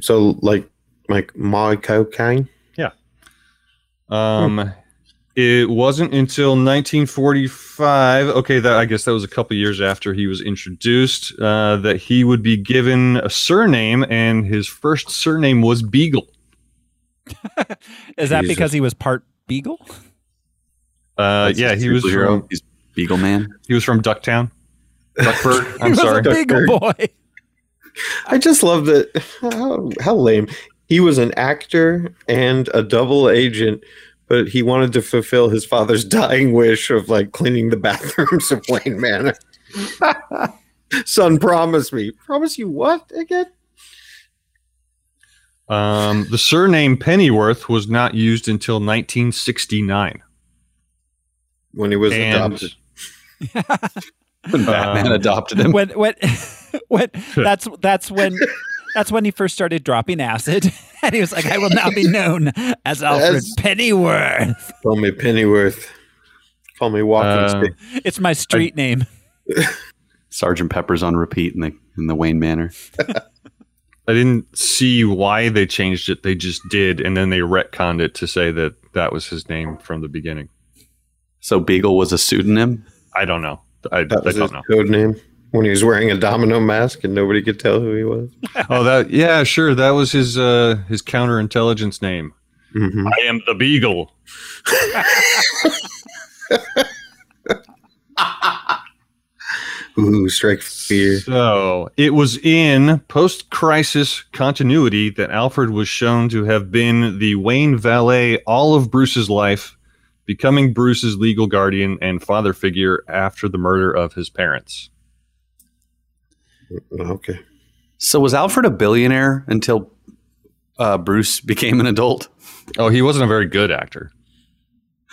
[SPEAKER 2] So, like, like my cocaine.
[SPEAKER 3] Hmm.
[SPEAKER 10] Um, It wasn't until 1945. Okay, that I guess that was a couple years after he was introduced uh, that he would be given a surname, and his first surname was Beagle.
[SPEAKER 1] is that
[SPEAKER 2] Jesus.
[SPEAKER 1] because he was part beagle?
[SPEAKER 10] Uh,
[SPEAKER 3] That's
[SPEAKER 10] yeah,
[SPEAKER 3] his
[SPEAKER 10] he was
[SPEAKER 3] superhero.
[SPEAKER 10] from
[SPEAKER 3] He's Beagle Man.
[SPEAKER 10] he was from Ducktown. Duckburg.
[SPEAKER 1] he
[SPEAKER 10] I'm
[SPEAKER 1] was a
[SPEAKER 10] sorry.
[SPEAKER 1] beagle boy.
[SPEAKER 2] I just love that. How, how lame. He was an actor and a double agent, but he wanted to fulfill his father's dying wish of like cleaning the bathrooms of Wayne Manor. Son, promise me. Promise you what again?
[SPEAKER 10] Um, the surname Pennyworth was not used until 1969.
[SPEAKER 2] When he was
[SPEAKER 10] And- um,
[SPEAKER 2] adopted.
[SPEAKER 3] When Batman
[SPEAKER 10] Uh,
[SPEAKER 3] adopted him.
[SPEAKER 1] When when when that's that's when that's when he first started dropping acid, and he was like, "I will now be known as Alfred
[SPEAKER 2] As-
[SPEAKER 1] Pennyworth.
[SPEAKER 2] Call me Pennyworth. Call me
[SPEAKER 10] Uh,
[SPEAKER 2] Walking Stick.
[SPEAKER 1] It's my street name."
[SPEAKER 3] Sergeant Pepper's on repeat in the in the Wayne Manor.
[SPEAKER 10] I didn't see why they changed it. They just did, and then they retconned it to say that that was his name from the beginning.
[SPEAKER 3] So Beagle was a pseudonym.
[SPEAKER 10] I don't know. I, I
[SPEAKER 2] That was his
[SPEAKER 10] don't know.
[SPEAKER 2] code name when he was wearing a domino mask and nobody could tell who he was.
[SPEAKER 10] Oh, that yeah, sure. That was his uh his counterintelligence name.
[SPEAKER 2] Mm-hmm.
[SPEAKER 10] I am the Beagle.
[SPEAKER 2] Ooh, strike fear.
[SPEAKER 10] So it was in post-crisis continuity that Alfred was shown to have been the Wayne valet all of Bruce's life, becoming Bruce's legal guardian and father figure after the murder of his parents.
[SPEAKER 2] Oh, Okay.
[SPEAKER 3] So was Alfred a billionaire until uh, Bruce became an adult?
[SPEAKER 10] Oh, he wasn't a very good actor.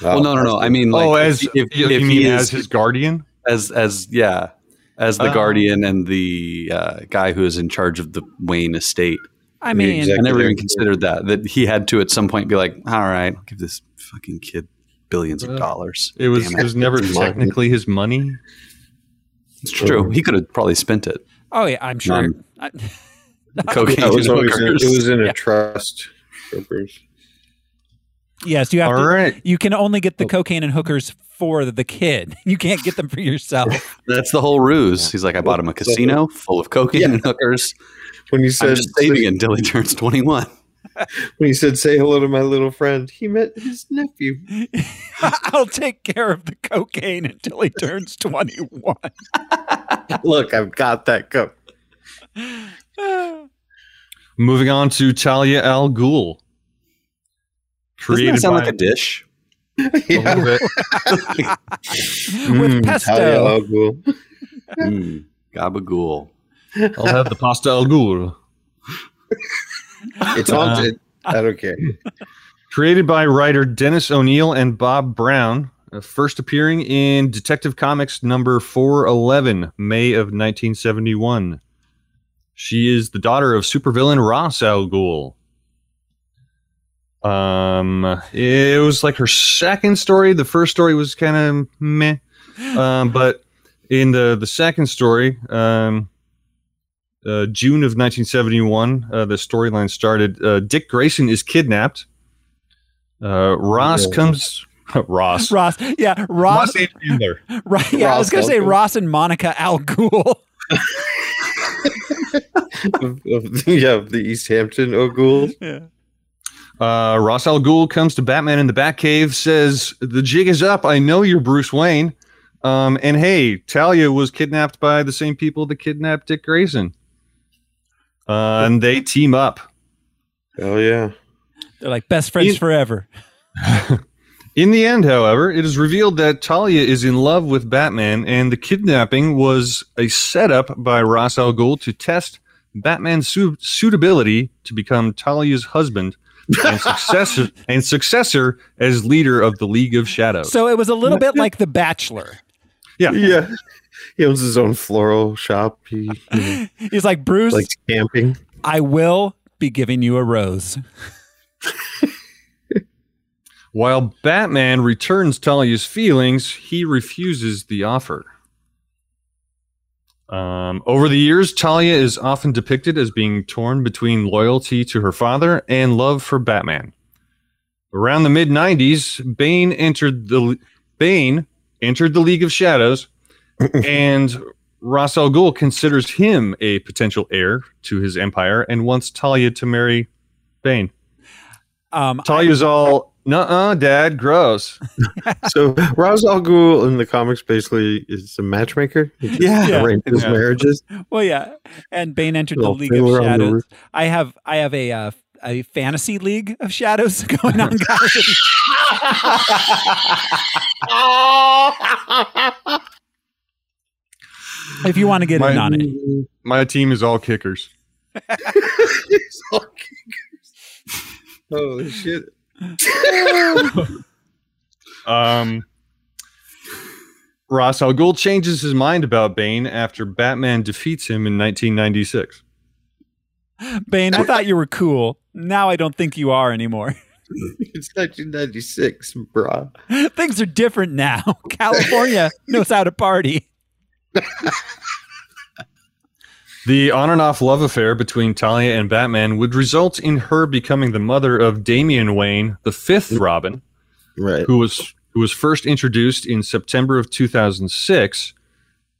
[SPEAKER 3] well, no, no, no. I mean, like,
[SPEAKER 10] oh, as
[SPEAKER 3] if, if,
[SPEAKER 10] you,
[SPEAKER 3] if
[SPEAKER 10] you
[SPEAKER 3] he
[SPEAKER 10] mean
[SPEAKER 3] is
[SPEAKER 10] as his guardian?
[SPEAKER 3] as as yeah, as the
[SPEAKER 10] Uh,
[SPEAKER 3] guardian and the uh, guy who is in charge of the Wayne estate.
[SPEAKER 1] I mean,
[SPEAKER 3] I never even
[SPEAKER 2] Executive.
[SPEAKER 3] considered that that he had to at some point be like, all right, I'll give this fucking kid billions of dollars.
[SPEAKER 10] It was
[SPEAKER 3] Damn
[SPEAKER 10] it was never
[SPEAKER 2] It's mine.
[SPEAKER 10] technically his money.
[SPEAKER 3] It's true. He could have probably spent it.
[SPEAKER 1] Oh yeah, I'm sure.
[SPEAKER 3] Um,
[SPEAKER 1] I-
[SPEAKER 3] cocaine
[SPEAKER 2] Yeah, it, was
[SPEAKER 3] and
[SPEAKER 2] always in,
[SPEAKER 3] hookers.
[SPEAKER 2] it was in a
[SPEAKER 1] Yeah.
[SPEAKER 2] trust. Troopers.
[SPEAKER 1] yes, you have.
[SPEAKER 10] All
[SPEAKER 1] to,
[SPEAKER 10] right.
[SPEAKER 1] You can only get the cocaine and hookers for the kid. You can't get them for yourself.
[SPEAKER 3] That's the whole ruse. He's like, I bought him a casino full of cocaine and hookers.
[SPEAKER 2] When you
[SPEAKER 3] I'm
[SPEAKER 2] said
[SPEAKER 3] just saving it until he turns 21.
[SPEAKER 2] when you said say hello to my little friend, he met his nephew.
[SPEAKER 1] I'll take care of the cocaine until he turns 21.
[SPEAKER 2] Look, I've got that cup.
[SPEAKER 10] Moving on to Talia Al Ghul.
[SPEAKER 3] Doesn't
[SPEAKER 10] Created
[SPEAKER 3] that sound
[SPEAKER 10] by
[SPEAKER 3] like a dish?
[SPEAKER 10] a little bit.
[SPEAKER 1] With pesto.
[SPEAKER 3] Mm, gabagool.
[SPEAKER 10] I'll have the pasta Al Ghul.
[SPEAKER 2] It's haunted. I don't care.
[SPEAKER 10] Created by writer Dennis O'Neill and Bob Brown. uh, First appearing in Detective Comics number 411, May of 1971. She is the daughter of supervillain Ross Al Ghul. Um, it was like her second story. The first story was kind of meh, um, but in the the second story, um, uh, June of 1971, uh, the storyline started. Uh, Dick Grayson is kidnapped. Uh, Ross
[SPEAKER 2] Yeah.
[SPEAKER 10] comes. Ross.
[SPEAKER 1] Ross. Yeah, Ross.
[SPEAKER 10] Ross Chandler.
[SPEAKER 1] Right, yeah, I was
[SPEAKER 2] Ross
[SPEAKER 1] going to say
[SPEAKER 2] Elton.
[SPEAKER 1] Ross and Monica Al Ghul.
[SPEAKER 2] Of- of- yeah, of the East Hampton O'Ghouls.
[SPEAKER 10] Uh, Ross Al Ghul comes to Batman in the Batcave, says, The jig is up. I know you're Bruce Wayne. Um, and hey, Talia was kidnapped by the same people that kidnapped Dick Grayson. Uh, and they team up.
[SPEAKER 2] Oh yeah.
[SPEAKER 1] They're like best friends
[SPEAKER 10] You-
[SPEAKER 1] forever.
[SPEAKER 10] In the end, however, it is revealed that Talia is in love with Batman, and the kidnapping was a setup by Ra's al Ghul to test Batman's su- suitability to become Talia's husband and successor, and successor as leader of the League of Shadows.
[SPEAKER 1] So it was a little bit like The Bachelor.
[SPEAKER 2] Yeah. He owns his own floral shop. He you know,
[SPEAKER 1] He's like, Bruce,
[SPEAKER 2] likes camping.
[SPEAKER 1] I will be giving you a rose.
[SPEAKER 10] While Batman returns Talia's feelings, he refuses the offer. Um, over the years, Talia is often depicted as being torn between loyalty to her father and love for Batman. Around the mid '90s, Bane entered the Bane entered the League of Shadows, and Ra's al Ghul considers him a potential heir to his empire and wants Talia to marry Bane.
[SPEAKER 1] Um,
[SPEAKER 10] Talia's all, nuh-uh, dad, gross.
[SPEAKER 2] So Ra's al Ghul in the comics basically is a matchmaker. He just
[SPEAKER 1] Yeah.
[SPEAKER 2] arranges
[SPEAKER 10] Yeah.
[SPEAKER 2] marriges.
[SPEAKER 1] well, yeah. And Bane entered the
[SPEAKER 2] Little
[SPEAKER 1] League of
[SPEAKER 2] fiddler on the
[SPEAKER 1] Shadows.
[SPEAKER 2] roof.
[SPEAKER 1] I have I have a uh, a fantasy league of shadows going on, guys. if you want to get in on it.
[SPEAKER 10] My team is all kickers.
[SPEAKER 2] It's all kickers. Holy shit.
[SPEAKER 10] Um, Ross Al Ghul changes his mind about Bane after Batman defeats him in 1996.
[SPEAKER 1] Bane, I thought you were cool. Now I don't think you are anymore.
[SPEAKER 2] It's 1996, brah.
[SPEAKER 1] Things are different now. California knows how to party.
[SPEAKER 10] The on and off love affair between Talia and Batman would result in her becoming the mother of Damian Wayne, the fifth Robin,
[SPEAKER 2] Right.
[SPEAKER 10] who was who was first introduced in September of 2006,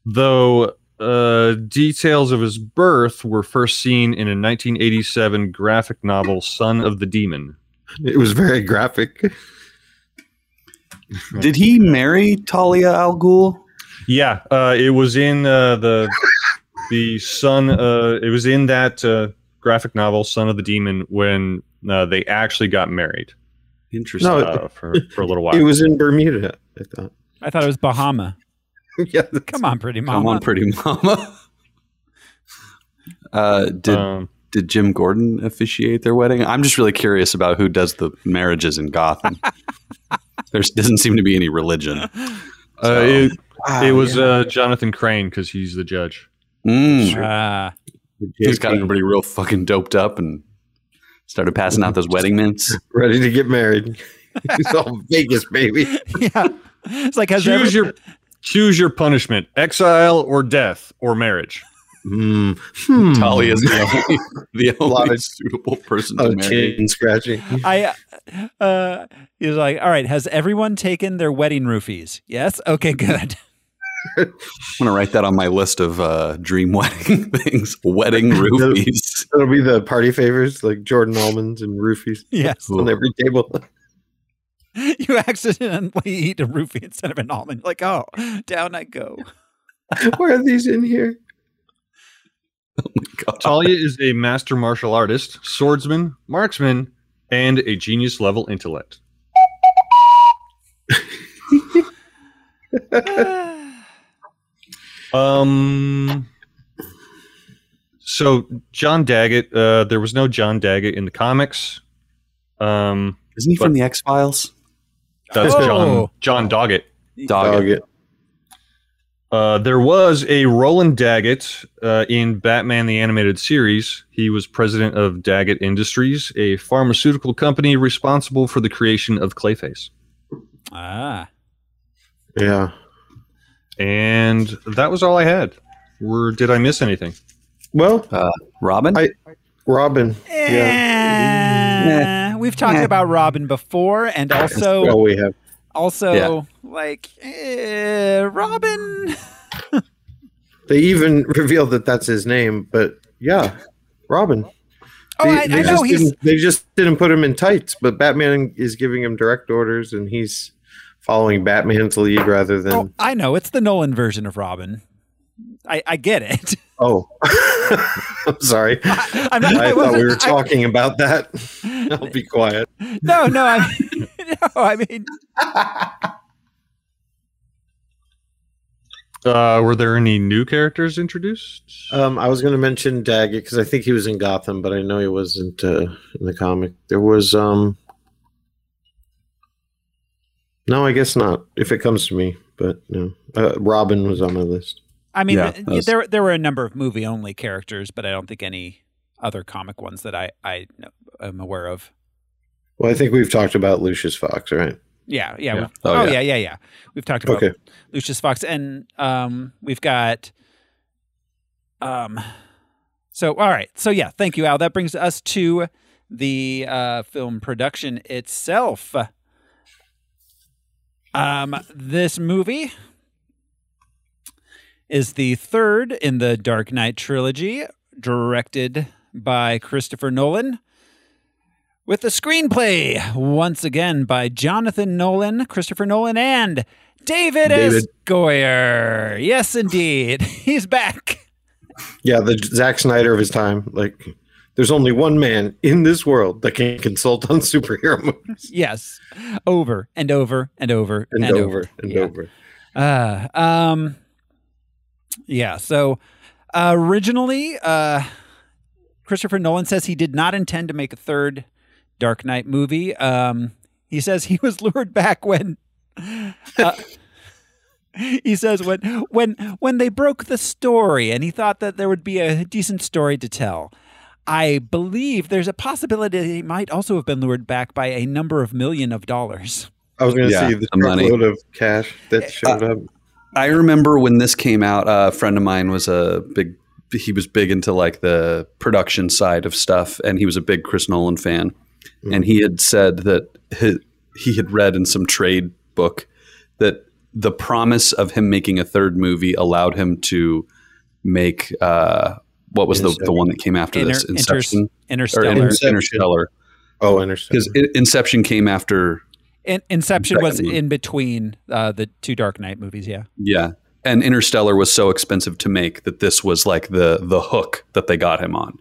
[SPEAKER 10] though uh, details of his birth were first seen in a 1987 graphic novel, Son of the Demon.
[SPEAKER 2] It was very graphic.
[SPEAKER 3] Did he marry Talia Al Ghul?
[SPEAKER 10] Yeah, uh, it was in uh, the the son. Uh, it was in that uh, graphic novel, Son of the Demon, when uh, they actually got married
[SPEAKER 3] Interesting.
[SPEAKER 2] No,
[SPEAKER 10] uh, for for a little while.
[SPEAKER 2] it was in Bermuda, I thought.
[SPEAKER 1] I thought it was Bahama.
[SPEAKER 2] yeah, that's-
[SPEAKER 1] Come on, pretty mama.
[SPEAKER 3] Come on, pretty mama. Uh, did
[SPEAKER 10] Um,
[SPEAKER 3] did Jim Gordon officiate their wedding? I'm just really curious about who does the marriages in Gotham. there doesn't seem to be any religion.
[SPEAKER 10] uh, it,
[SPEAKER 2] ah,
[SPEAKER 10] it was uh, Jonathan Crane because he's the judge.
[SPEAKER 3] Mm.
[SPEAKER 1] Ah,
[SPEAKER 3] He's got everybody real fucking doped up and started passing out those wedding mints.
[SPEAKER 2] ready to get married. it's all Vegas, baby.
[SPEAKER 1] yeah. It's like has
[SPEAKER 10] Choose
[SPEAKER 1] every-
[SPEAKER 10] your Choose your punishment: exile or death or marriage.
[SPEAKER 2] Mm.
[SPEAKER 3] Talia is the only, the
[SPEAKER 2] A lot
[SPEAKER 3] only
[SPEAKER 2] of-
[SPEAKER 3] suitable person
[SPEAKER 2] Oh,
[SPEAKER 3] to marry.
[SPEAKER 2] chin scratching.
[SPEAKER 1] I uh he's like, all right, has everyone taken their wedding roofies? Yes? Okay, good.
[SPEAKER 3] I'm gonna write that on my list of uh, dream wedding things. Wedding roofies.
[SPEAKER 2] It'll be the party favors like Jordan almonds and roofies
[SPEAKER 1] Yes.
[SPEAKER 2] on every table.
[SPEAKER 1] You accidentally eat a roofie instead of an almond. Like, oh, down I go.
[SPEAKER 2] Where are these in here?
[SPEAKER 10] Talia is a master martial artist, swordsman, marksman, and a genius level intellect. um. So John Daggett, uh, there was no John Daggett in the comics. Um,
[SPEAKER 3] Isn't he from the X Files?
[SPEAKER 10] that's
[SPEAKER 1] Oh.
[SPEAKER 10] John John Doggett.
[SPEAKER 3] Dog.
[SPEAKER 2] Dog it.
[SPEAKER 10] Uh, there was a Roland Daggett uh, in Batman the Animated Series. He was president of Daggett Industries, a pharmaceutical company responsible for the creation of Clayface.
[SPEAKER 1] Ah.
[SPEAKER 2] Yeah.
[SPEAKER 10] And that was all I had. Were did I miss anything?
[SPEAKER 2] Well,
[SPEAKER 3] Robin.
[SPEAKER 2] I- Robin.
[SPEAKER 1] Eh, We've talked about Robin before and also
[SPEAKER 2] Well, we have.
[SPEAKER 1] also
[SPEAKER 3] Yeah.
[SPEAKER 1] like eh, Robin.
[SPEAKER 2] They even revealed that that's his name, but yeah, Robin.
[SPEAKER 1] Oh,
[SPEAKER 2] they,
[SPEAKER 1] I,
[SPEAKER 2] they
[SPEAKER 1] I know
[SPEAKER 2] just
[SPEAKER 1] he's
[SPEAKER 2] didn't, they just didn't put him in tights, but Batman is giving him direct orders, and he's following Batman's lead rather
[SPEAKER 1] oh,
[SPEAKER 2] than
[SPEAKER 1] I know, it's the Nolan version of Robin. I, I get it.
[SPEAKER 2] oh. I'm sorry. I,
[SPEAKER 1] I'm not, I
[SPEAKER 2] thought we
[SPEAKER 1] wasn't-
[SPEAKER 2] were
[SPEAKER 1] I-
[SPEAKER 2] talking about that. I'll be quiet.
[SPEAKER 1] No, no, I mean, no, I mean,
[SPEAKER 10] Uh, were there any new characters introduced?
[SPEAKER 2] Um, I was going to mention Daggett because I think he was in Gotham, but I know he wasn't uh, in the comic. There was um, no, I guess not. If it comes to me, but no, uh, Robin was on my list.
[SPEAKER 1] I mean,
[SPEAKER 3] Yeah,
[SPEAKER 1] th-
[SPEAKER 3] that's-
[SPEAKER 1] there there were a number of movie only characters, but I don't think any other comic ones that I I know, am aware of.
[SPEAKER 2] Well, I think we've talked about Lucius Fox, right?
[SPEAKER 1] Yeah, yeah.
[SPEAKER 10] Yeah.
[SPEAKER 1] we've-
[SPEAKER 3] Oh,
[SPEAKER 1] Oh,
[SPEAKER 3] yeah.
[SPEAKER 1] yeah, yeah, yeah. We've talked about
[SPEAKER 2] Okay.
[SPEAKER 1] Lucius Fox, and um, we've got um. So all right, so yeah, thank you, Al. That brings us to the uh, film production itself. Um, this movie is the third in the Dark Knight trilogy, directed by Christopher Nolan. With the screenplay, once again by Jonathan Nolan, Christopher Nolan, and David,
[SPEAKER 2] David.
[SPEAKER 1] S. Goyer. Yes, indeed. He's back.
[SPEAKER 2] Yeah, the Zack Snyder of his time. Like, there's only one man in this world that can consult on superhero movies
[SPEAKER 1] Yes. Over and over and over
[SPEAKER 2] and, over, and
[SPEAKER 1] Yeah.
[SPEAKER 2] over.
[SPEAKER 1] Uh, um, yeah. So uh, originally, uh, Christopher Nolan says he did not intend to make a third Dark Knight movie. Um, he says he was lured back when. uh, He says when when when they broke the story and he thought that there would be a decent story to tell. I believe there's a possibility that he might also have been lured back by a number of million of dollars.
[SPEAKER 2] I was going to
[SPEAKER 3] Yeah,
[SPEAKER 2] see the
[SPEAKER 3] the money.
[SPEAKER 2] truckload of cash that showed up.
[SPEAKER 3] I remember when this came out. a friend of mine was a big. He was big into like the production side of stuff, and he was a big Chris Nolan fan. And he had said that he, he had read in some trade book that the promise of him making a third movie allowed him to make uh, what was the, the one that came after this
[SPEAKER 1] Inter-
[SPEAKER 3] Inception
[SPEAKER 1] inters-
[SPEAKER 3] or
[SPEAKER 1] interstellar.
[SPEAKER 3] Inter-
[SPEAKER 2] Inception.
[SPEAKER 3] Interstellar
[SPEAKER 2] Oh, understand.
[SPEAKER 3] because Inception came after
[SPEAKER 1] In- Inception was
[SPEAKER 3] Second one.
[SPEAKER 1] in between uh, the two Dark Knight movies. Yeah,
[SPEAKER 3] Yeah. And Interstellar was so expensive to make that this was like the the hook that they got him on,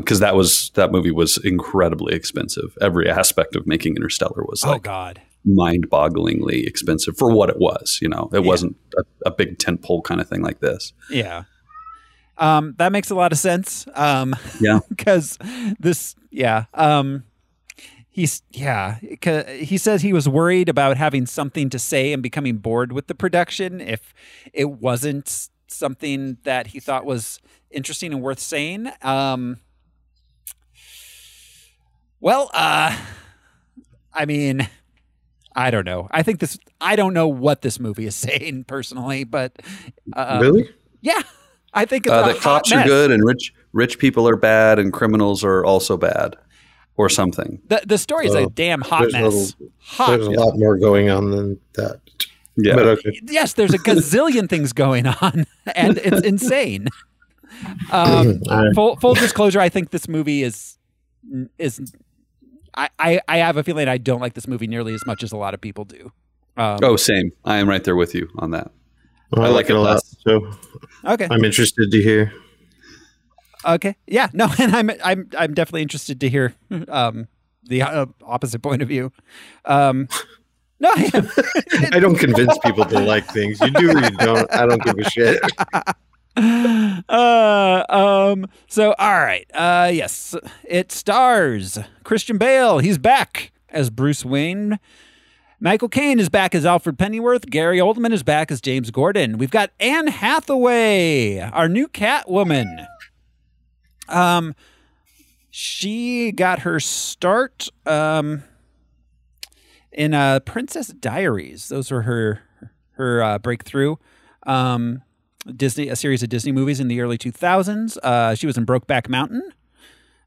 [SPEAKER 3] because that was that movie was incredibly expensive. Every aspect of making Interstellar was
[SPEAKER 1] oh
[SPEAKER 3] like
[SPEAKER 1] god,
[SPEAKER 3] mind-bogglingly expensive for what it was. You know, it wasn't a, a big tentpole kind of thing like this.
[SPEAKER 1] yeah. Um, that makes a lot of sense. Um,
[SPEAKER 3] Yeah.
[SPEAKER 1] because this, yeah. Um, he's yeah. 'ca- He says he was worried about having something to say and becoming bored with the production if it wasn't something that he thought was interesting and worth saying. Um, well, uh, I mean. I don't know. I think this. I don't know what this movie is saying personally, but uh,
[SPEAKER 2] Really?
[SPEAKER 1] yeah, I think it's
[SPEAKER 3] Uh,
[SPEAKER 1] a
[SPEAKER 3] that
[SPEAKER 1] hot
[SPEAKER 3] cops
[SPEAKER 1] mess.
[SPEAKER 3] are good and rich rich people are bad and criminals are also bad, or something.
[SPEAKER 1] The the story is a
[SPEAKER 2] Oh,
[SPEAKER 1] damn hot
[SPEAKER 2] there's a
[SPEAKER 1] mess.
[SPEAKER 2] little-
[SPEAKER 1] hot.
[SPEAKER 2] There's a lot more going on than that.
[SPEAKER 3] Yeah.
[SPEAKER 1] uh,
[SPEAKER 2] But okay.
[SPEAKER 1] Yes, there's a gazillion things going on, and it's insane. Um,
[SPEAKER 2] All right.
[SPEAKER 1] full, full disclosure, I think this movie is is. I, I, I have a feeling I don't like this movie nearly as much as a lot of people do. Um,
[SPEAKER 3] Oh, same. I am right there with you on that.
[SPEAKER 2] Well,
[SPEAKER 3] I like it
[SPEAKER 2] a lot.
[SPEAKER 3] less.
[SPEAKER 2] So
[SPEAKER 3] Oh,
[SPEAKER 1] okay.
[SPEAKER 2] I'm interested to hear.
[SPEAKER 1] Okay. Yeah. No. And I'm I'm I'm definitely interested to hear um, the uh, opposite point of view. Um, no, I am.
[SPEAKER 2] I don't convince people to like things. You do or you don't. I don't give a shit.
[SPEAKER 1] uh, um, so all right. Uh, yes, it stars Christian Bale. He's back as Bruce Wayne. Michael Caine is back as Alfred Pennyworth. Gary Oldman is back as James Gordon. We've got Anne Hathaway, our new Catwoman. Um, she got her start um in uh Princess Diaries. Those were her her uh, breakthrough. Um, Disney, a series of Disney movies in the early 2000s. Uh, she was in Brokeback Mountain.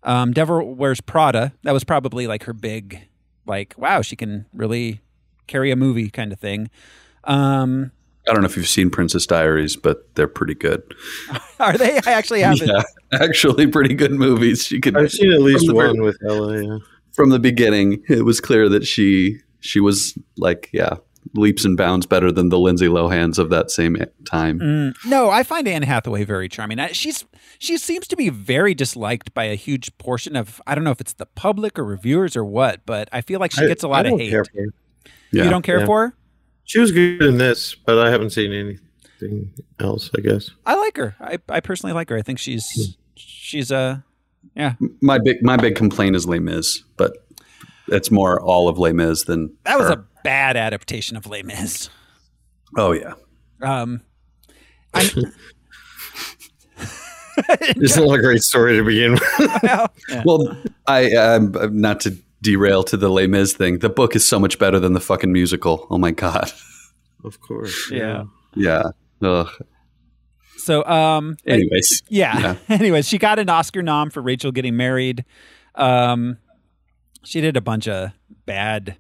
[SPEAKER 1] Um, Devil Wears Prada. That was probably like her big, like, wow, she can really carry a movie kind of thing. Um,
[SPEAKER 3] I don't know if you've seen Princess Diaries, but they're pretty good.
[SPEAKER 1] are they? I actually haven't.
[SPEAKER 3] Yeah, actually, pretty good movies. She could
[SPEAKER 2] I've seen at least
[SPEAKER 3] from the-
[SPEAKER 2] one with Ella. Yeah.
[SPEAKER 3] from the beginning. It was clear that she she was like yeah leaps and bounds better than the Lindsay Lohan's of that same time.
[SPEAKER 1] Mm, no, I find Anne Hathaway very charming. I, she's she seems to be very disliked by a huge portion of I don't know if it's the public or reviewers or what, but I feel like she
[SPEAKER 2] I-
[SPEAKER 1] gets a lot of
[SPEAKER 2] I don't
[SPEAKER 1] hate.
[SPEAKER 2] care for her.
[SPEAKER 3] Yeah.
[SPEAKER 1] You don't care
[SPEAKER 2] Yeah.
[SPEAKER 1] for her?
[SPEAKER 2] She was good in this, but I haven't seen anything else. I guess.
[SPEAKER 1] I like her. I, I personally like her. I think she's she's uh yeah.
[SPEAKER 3] my big my big complaint is Les Mis, but it's more all of Les Mis than
[SPEAKER 1] That was
[SPEAKER 3] her.
[SPEAKER 1] a bad adaptation of Les Mis.
[SPEAKER 3] oh yeah.
[SPEAKER 1] Um, I,
[SPEAKER 2] It's not a great story to begin with.
[SPEAKER 3] Well, I um, not to derail to the Les Mis thing. The book is so much better than the fucking musical. Oh my god.
[SPEAKER 2] Of course.
[SPEAKER 1] Yeah.
[SPEAKER 3] Yeah. Ugh.
[SPEAKER 1] so um but-
[SPEAKER 3] Anyways,
[SPEAKER 1] yeah. Anyways, she got an Oscar nom for Rachel getting married. Um, she did a bunch of bad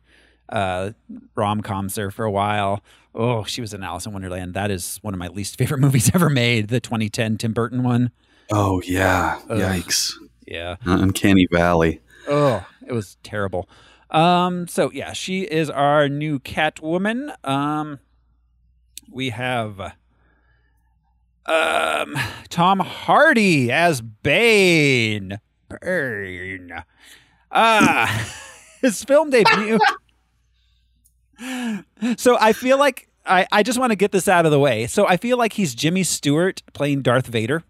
[SPEAKER 1] uh rom coms there for a while. Oh, she was in Alice in Wonderland. That is one of my least favorite movies ever made. The 2010 Tim Burton one.
[SPEAKER 3] Oh yeah.
[SPEAKER 1] Ugh.
[SPEAKER 3] Yikes. Uh,
[SPEAKER 1] Yeah.
[SPEAKER 3] Uncanny Valley.
[SPEAKER 1] Oh, it was terrible. Um, so yeah, she is our new Catwoman. Um, we have um Tom Hardy as Bane. Bane. Ah, his film debut. so I feel like I, I just want to get this out of the way. So I feel like he's Jimmy Stewart playing Darth Vader.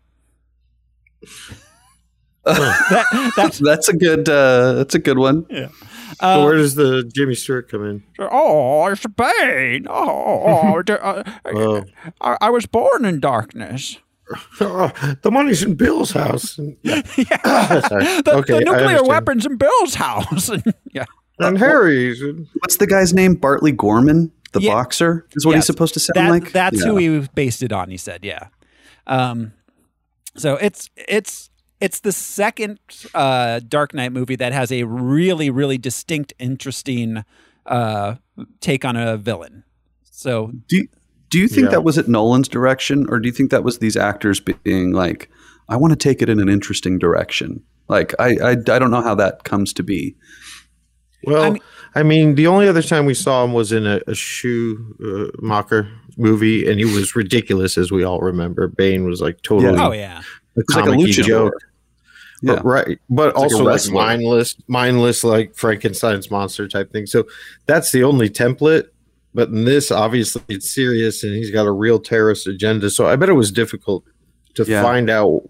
[SPEAKER 1] that, that's
[SPEAKER 3] That's a good. Uh, that's a good one.
[SPEAKER 2] So where does the Jimmy Stewart come in?
[SPEAKER 1] Oh, it's Bane. Oh, I,
[SPEAKER 2] Oh,
[SPEAKER 1] I, I was born in darkness.
[SPEAKER 2] Oh, the money's in Bill's house. Yeah. Sorry.
[SPEAKER 1] The,
[SPEAKER 2] okay,
[SPEAKER 1] the
[SPEAKER 2] I
[SPEAKER 1] nuclear
[SPEAKER 2] understand.
[SPEAKER 1] weapons in Bill's house. And- yeah.
[SPEAKER 2] and Harry's. and-
[SPEAKER 3] What's the guy's name? Bartley Gorman, the
[SPEAKER 1] Yeah.
[SPEAKER 3] boxer, is what
[SPEAKER 1] Yes.
[SPEAKER 3] he's supposed to sound
[SPEAKER 1] That,
[SPEAKER 3] like.
[SPEAKER 1] that's
[SPEAKER 3] yeah.
[SPEAKER 1] who he based it on, he said, yeah. Um, so it's it's it's the second uh, Dark Knight movie that has a really, really distinct, interesting uh, take on a villain. So
[SPEAKER 3] Do you, do you think
[SPEAKER 2] Yeah.
[SPEAKER 3] that was at Nolan's direction, or do you think that was these actors being like, "I want to take it in an interesting direction"? Like, I I, I don't know how that comes to be.
[SPEAKER 2] Well,
[SPEAKER 1] I
[SPEAKER 2] I
[SPEAKER 1] mean-
[SPEAKER 2] mean, the only other time we saw him was in a, a shoe uh, mocker movie, and he was ridiculous, as we all remember. Bane was like totally
[SPEAKER 1] oh yeah.
[SPEAKER 2] a
[SPEAKER 3] It's like a
[SPEAKER 2] comic
[SPEAKER 3] luchador.
[SPEAKER 2] joke,
[SPEAKER 3] Yeah.
[SPEAKER 2] but, right? But
[SPEAKER 3] like a
[SPEAKER 2] also like,
[SPEAKER 3] wrestler.
[SPEAKER 2] mindless, mindless, like Frankenstein's monster type thing. So that's the only template. But in this, obviously, it's serious, and he's got a real terrorist agenda. So I bet it was difficult to
[SPEAKER 3] Yeah.
[SPEAKER 2] find out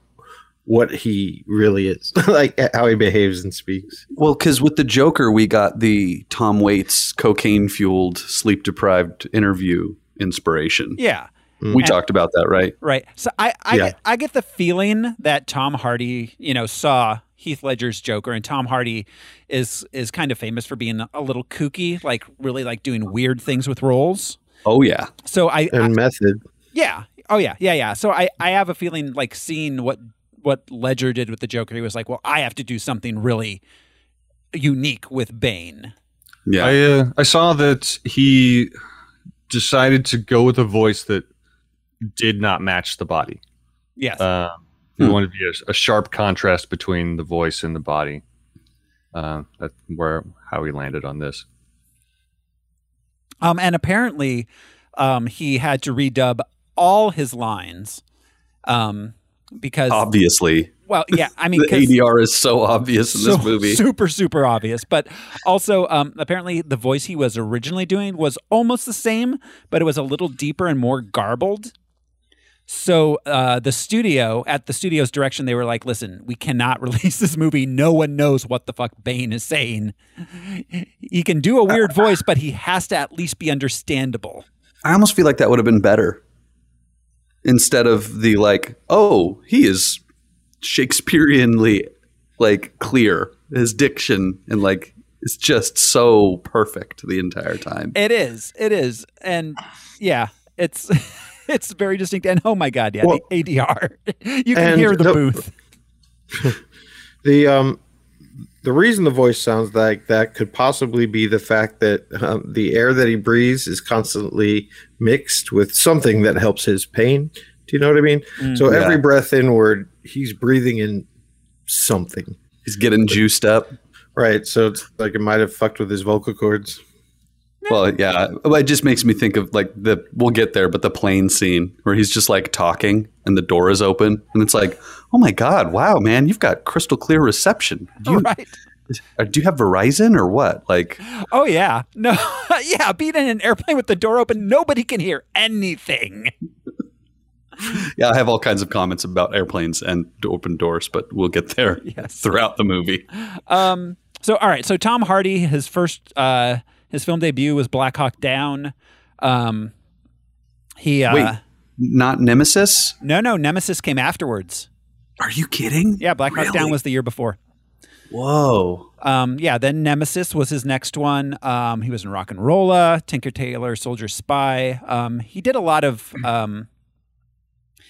[SPEAKER 2] what he really is, like how he behaves and speaks.
[SPEAKER 3] Well, because with the Joker, we got the Tom Waits cocaine fueled, sleep deprived interview inspiration.
[SPEAKER 1] Yeah.
[SPEAKER 3] We talked about that, right?
[SPEAKER 1] Right. So I I,
[SPEAKER 2] Yeah.
[SPEAKER 1] get, I get the feeling that Tom Hardy, you know, saw Heath Ledger's Joker, and Tom Hardy is is kind of famous for being a little kooky, like really like doing weird things with roles.
[SPEAKER 3] Oh yeah.
[SPEAKER 1] So I
[SPEAKER 2] and
[SPEAKER 1] I-
[SPEAKER 2] method.
[SPEAKER 1] yeah. Oh yeah. Yeah yeah. So I I have a feeling like seeing what what Ledger did with the Joker, he was like, well, I have to do something really unique with Bane.
[SPEAKER 3] Yeah.
[SPEAKER 10] I uh, I saw that he decided to go with a voice that did not match the body.
[SPEAKER 1] Yes.
[SPEAKER 2] Uh.
[SPEAKER 10] Um,
[SPEAKER 2] Hmm.
[SPEAKER 10] He wanted to be a, a sharp contrast between the voice and the body. Uh, that's where how he landed on this.
[SPEAKER 1] Um, and apparently, um, he had to redub all his lines, um, because
[SPEAKER 3] Obviously.
[SPEAKER 1] well, yeah, I mean,
[SPEAKER 3] the
[SPEAKER 1] 'cause-
[SPEAKER 3] ADR is so obvious in
[SPEAKER 1] so
[SPEAKER 3] this movie.
[SPEAKER 1] super super obvious. But also, um, apparently, the voice he was originally doing was almost the same, but it was a little deeper and more garbled. So uh, the studio, at the studio's direction, they were like, "Listen, we cannot release this movie. No one knows what the fuck Bane is saying. He can do a weird voice, but he has to at least be understandable."
[SPEAKER 3] I almost feel like that would have been better instead of the like, oh, he is Shakespeareanly like clear his diction and like it's just so perfect the entire time.
[SPEAKER 1] It is. It is. And yeah, it's it's very distinct. And oh my god, yeah,
[SPEAKER 2] Well-
[SPEAKER 1] the ADR. You can
[SPEAKER 2] And
[SPEAKER 1] hear the
[SPEAKER 2] the-
[SPEAKER 1] booth.
[SPEAKER 2] The um the reason the voice sounds like that could possibly be the fact that um, the air that he breathes is constantly mixed with something that helps his pain. Do you know what I mean? so
[SPEAKER 3] Yeah.
[SPEAKER 2] every breath inward, he's breathing in something.
[SPEAKER 3] He's getting juiced up.
[SPEAKER 2] Right. So it's like it might have fucked with his vocal cords.
[SPEAKER 3] Well, yeah, well, it just makes me think of like the we'll get there, but the plane scene where he's just like talking and the door is open and it's like, oh my god, wow, man, you've got crystal clear reception. Do you,
[SPEAKER 1] Right.
[SPEAKER 3] uh, do you have Verizon or what? Like,
[SPEAKER 1] Oh yeah. No. yeah, being in an airplane with the door open, nobody can hear anything.
[SPEAKER 3] yeah, I have all kinds of comments about airplanes and open doors, but we'll get there
[SPEAKER 1] Yes.
[SPEAKER 3] throughout the movie.
[SPEAKER 1] Um so all right, so Tom Hardy his first uh his film debut was Black Hawk Down. Um he uh
[SPEAKER 3] Wait. Not Nemesis?
[SPEAKER 1] no no Nemesis came afterwards.
[SPEAKER 3] Are you kidding?
[SPEAKER 1] Yeah, Black Hawk Down
[SPEAKER 3] Really?
[SPEAKER 1] was the year before.
[SPEAKER 3] Whoa.
[SPEAKER 1] Um, yeah, then Nemesis was his next one. Um, he was in Rock and Rolla, Tinker Tailor, Soldier Spy. Um, he did a lot of. Um,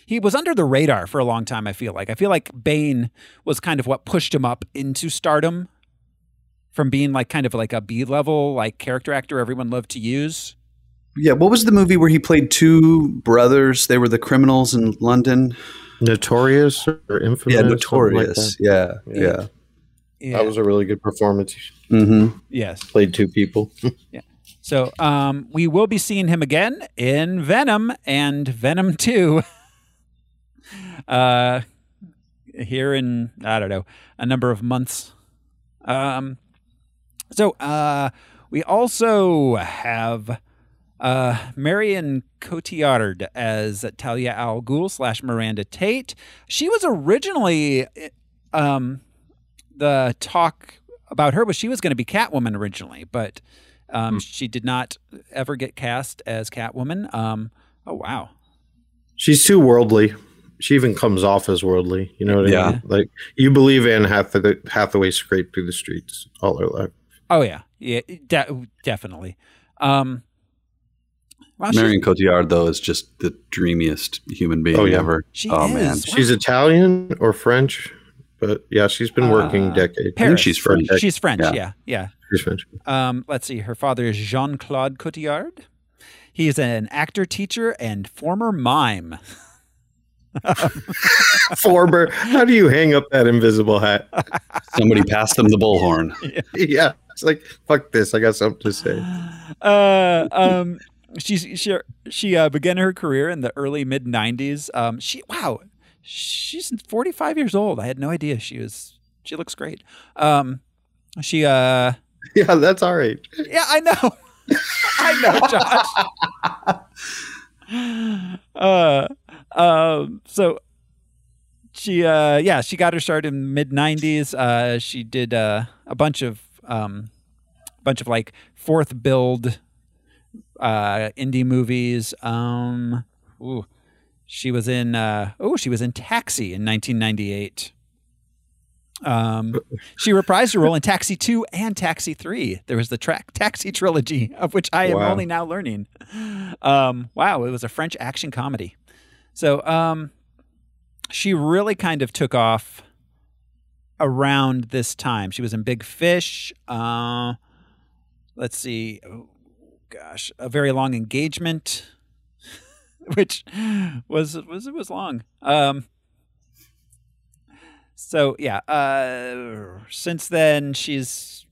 [SPEAKER 1] he was under the radar for a long time. I feel like I feel like Bane was kind of what pushed him up into stardom, from being like kind of like a B level like character actor everyone loved to use.
[SPEAKER 3] Yeah, what was the movie where he played two brothers? They were the criminals in London.
[SPEAKER 2] Notorious or infamous?
[SPEAKER 3] yeah,
[SPEAKER 2] something like
[SPEAKER 3] notorious.
[SPEAKER 2] that.
[SPEAKER 3] yeah, yeah.
[SPEAKER 1] Yeah.
[SPEAKER 2] That was a really good performance.
[SPEAKER 3] hmm
[SPEAKER 1] yes.
[SPEAKER 2] Played two people.
[SPEAKER 1] So um, we will be seeing him again in Venom and Venom 2. uh, here in, I don't know, a number of months. Um, so uh, we also have uh, Marion Cotillard as Talia Al Ghul slash Miranda Tate. She was originally um, the talk about her was she was going to be Catwoman originally, but
[SPEAKER 3] Hmm.
[SPEAKER 1] um, she did not ever get cast as Catwoman. Um, oh wow,
[SPEAKER 2] She's too worldly. She even comes off as worldly. You know what I
[SPEAKER 3] Yeah.
[SPEAKER 2] mean? Like you believe Anne Hathaway, Hathaway scraped through the streets all her life.
[SPEAKER 1] oh yeah, yeah, de- definitely. Um, wow, she's-
[SPEAKER 3] Marion Cotillard, though, is just the dreamiest human being
[SPEAKER 2] Oh, yeah.
[SPEAKER 3] ever.
[SPEAKER 1] She
[SPEAKER 3] oh,
[SPEAKER 1] is.
[SPEAKER 3] man.
[SPEAKER 2] She's Italian or French, but yeah, she's been working decades.
[SPEAKER 1] Paris.
[SPEAKER 3] she's French.
[SPEAKER 1] she's French.
[SPEAKER 3] Yeah.
[SPEAKER 1] yeah, yeah.
[SPEAKER 2] She's French.
[SPEAKER 1] Um, let's see. Her father is Jean Claude Cotillard. He is an actor, teacher, and former mime.
[SPEAKER 2] Forber, how do you hang up that invisible hat?
[SPEAKER 3] Somebody passed them the bullhorn.
[SPEAKER 2] yeah, it's like fuck this. I got something to say.
[SPEAKER 1] uh, um, she's she she uh, began her career in the early mid '90s. Um, she wow, she's 45 years old. I had no idea she was. She looks great. Um, she uh,
[SPEAKER 2] Yeah, that's all right.
[SPEAKER 1] yeah, I know, I know, Josh. uh, um, so she uh, yeah, she got her start in mid '90s. Uh, she did uh, a bunch of um, bunch of like fourth build uh, indie movies. Um, ooh, she was in uh, oh, she was in Taxi in 1998. Um, she reprised her role in Taxi 2 and Taxi 3. There was the track Taxi trilogy, of which I am
[SPEAKER 11] Wow.
[SPEAKER 1] only now learning. Um, wow, it was a French action comedy. So um, she really kind of took off around this time. She was in Big Fish. Uh, let's see. Oh, gosh, a very long engagement, which was was it was long. Um, so yeah, uh, since then she's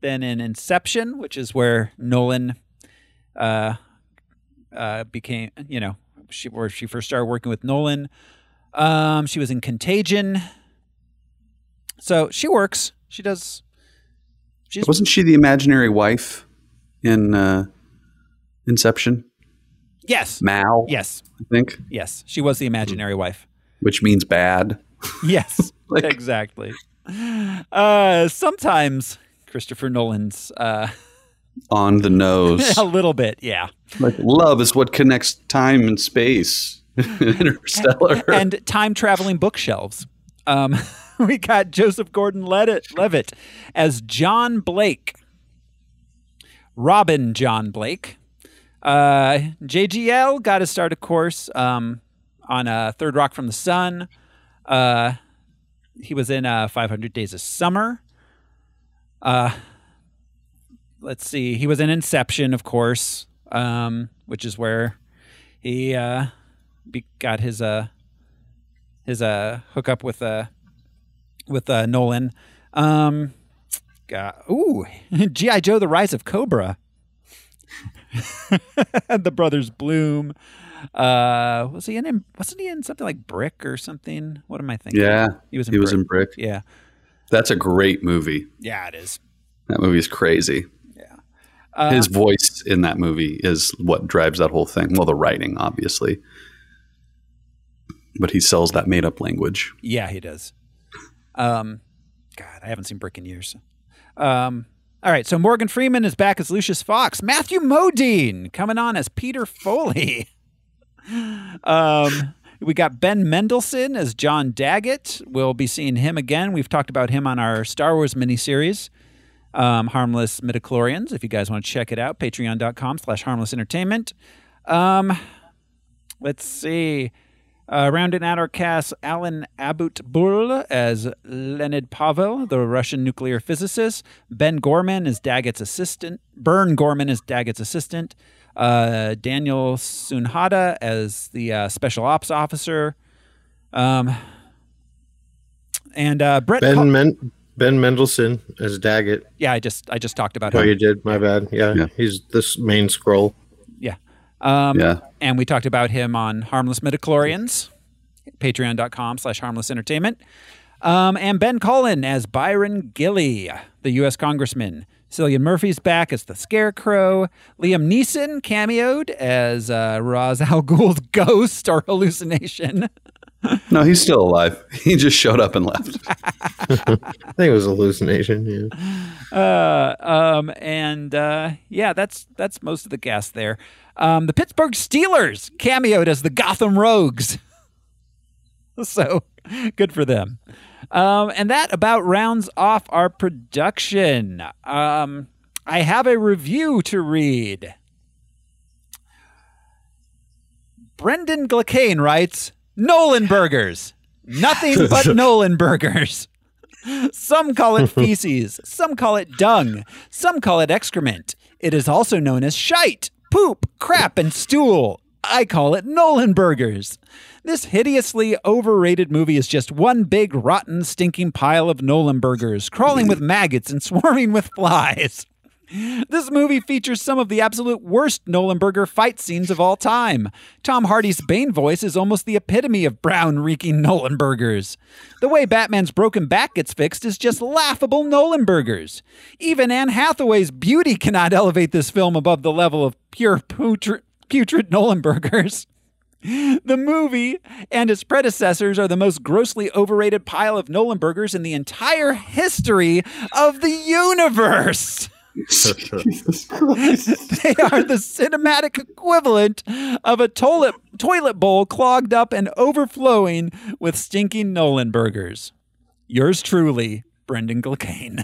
[SPEAKER 1] been in Inception, which is where Nolan uh, uh, became, you know, she where she first started working with Nolan. Um, she was in Contagion, so she works. She does. She's
[SPEAKER 3] Wasn't she the imaginary wife in uh, Inception?
[SPEAKER 1] yes,
[SPEAKER 3] Mal.
[SPEAKER 1] Yes.
[SPEAKER 3] I think,
[SPEAKER 1] yes. She was the imaginary wife.
[SPEAKER 3] which means bad.
[SPEAKER 1] Yes, exactly. Uh, sometimes Christopher Nolan's uh,
[SPEAKER 3] On the nose.
[SPEAKER 1] a little bit, yeah.
[SPEAKER 3] like love is what connects time and space. Interstellar.
[SPEAKER 1] and time traveling bookshelves. Um, we got Joseph Gordon Levitt as John Blake, Robin John Blake. Uh, JGL got his start, of course, um, on uh, Third Rock from the Sun. Uh, he was in uh, 500 Days of Summer. Uh, let's see. He was in Inception, of course, um, which is where he uh, be- got his uh, his uh, hookup with uh, with uh, Nolan. Um, got, ooh, GI Joe: The Rise of Cobra. the brothers Bloom. Uh, was he in? Wasn't he in something like Brick or something? What am I thinking?
[SPEAKER 3] yeah.
[SPEAKER 1] he was. In
[SPEAKER 3] he
[SPEAKER 1] Brick.
[SPEAKER 3] was in Brick.
[SPEAKER 1] Yeah.
[SPEAKER 3] That's a great movie.
[SPEAKER 1] Yeah, it is.
[SPEAKER 3] That movie is crazy.
[SPEAKER 1] Uh,
[SPEAKER 3] His voice in that movie is what drives that whole thing. Well, the writing, obviously. But he sells that made up language.
[SPEAKER 1] Yeah, he does. Um, God, I haven't seen Brick in years. Um, all right, so Morgan Freeman is back as Lucius Fox. Matthew Modine coming on as Peter Foley. Um, we got Ben Mendelsohn as John Daggett. We'll be seeing him again. We've talked about him on our Star Wars miniseries, um, Harmless Midichlorians. If you guys want to check it out, patreon.com slash harmless entertainment. Um, let's see. Uh, rounding out our cast, Alan Abutbul as Leonid Pavel, the Russian nuclear physicist. Ben Gorman is Daggett's assistant. Bern Gorman is Daggett's assistant. Uh, Daniel Sunhada as the uh, special ops officer. Um, and uh, Brett.
[SPEAKER 2] Ben
[SPEAKER 1] Har-
[SPEAKER 2] Men- Ben Mendelsohn as Daggett.
[SPEAKER 1] yeah, I just I just talked about
[SPEAKER 2] Oh,
[SPEAKER 1] him.
[SPEAKER 2] you did. My bad. Yeah, he's this main scroll.
[SPEAKER 1] Yeah. Um,
[SPEAKER 2] Yeah.
[SPEAKER 1] And we talked about him on Harmless Midichlorians, patreon.com slash harmless entertainment. Um, and Ben Cullen as Byron Gilly, the U.S. Congressman. Cillian Murphy's back as the Scarecrow. Liam Neeson cameoed as uh, Ra's al Ghul's ghost or hallucination.
[SPEAKER 3] No, he's still alive. He just showed up and left.
[SPEAKER 2] I think it was hallucination. Yeah.
[SPEAKER 1] Uh, um, and uh, yeah, that's that's most of the cast there. Um, the Pittsburgh Steelers cameoed as the Gotham Rogues, so good for them. Um, and that about rounds off our production. Um, I have a review to read. Brendan Glacane writes Nolan burgers. Nothing but Nolan burgers. Some call it feces, some call it dung, some call it excrement. It is also known as shite, poop, crap, and stool. I call it Nolan burgers. This hideously overrated movie is just one big, rotten, stinking pile of Nolan burgers, crawling with maggots and swarming with flies. This movie features some of the absolute worst Nolenberger fight scenes of all time. Tom Hardy's Bane voice is almost the epitome of brown reeking Nolenbergers. The way Batman's broken back gets fixed is just laughable Nolenbergers. Even Anne Hathaway's beauty cannot elevate this film above the level of pure putrid, putrid Nolenbergers. The movie and its predecessors are the most grossly overrated pile of Nolenbergers in the entire history of the universe. they are the cinematic equivalent of a toilet toilet bowl clogged up and overflowing with stinking Nolan burgers. Yours truly, Brendan Gilcane.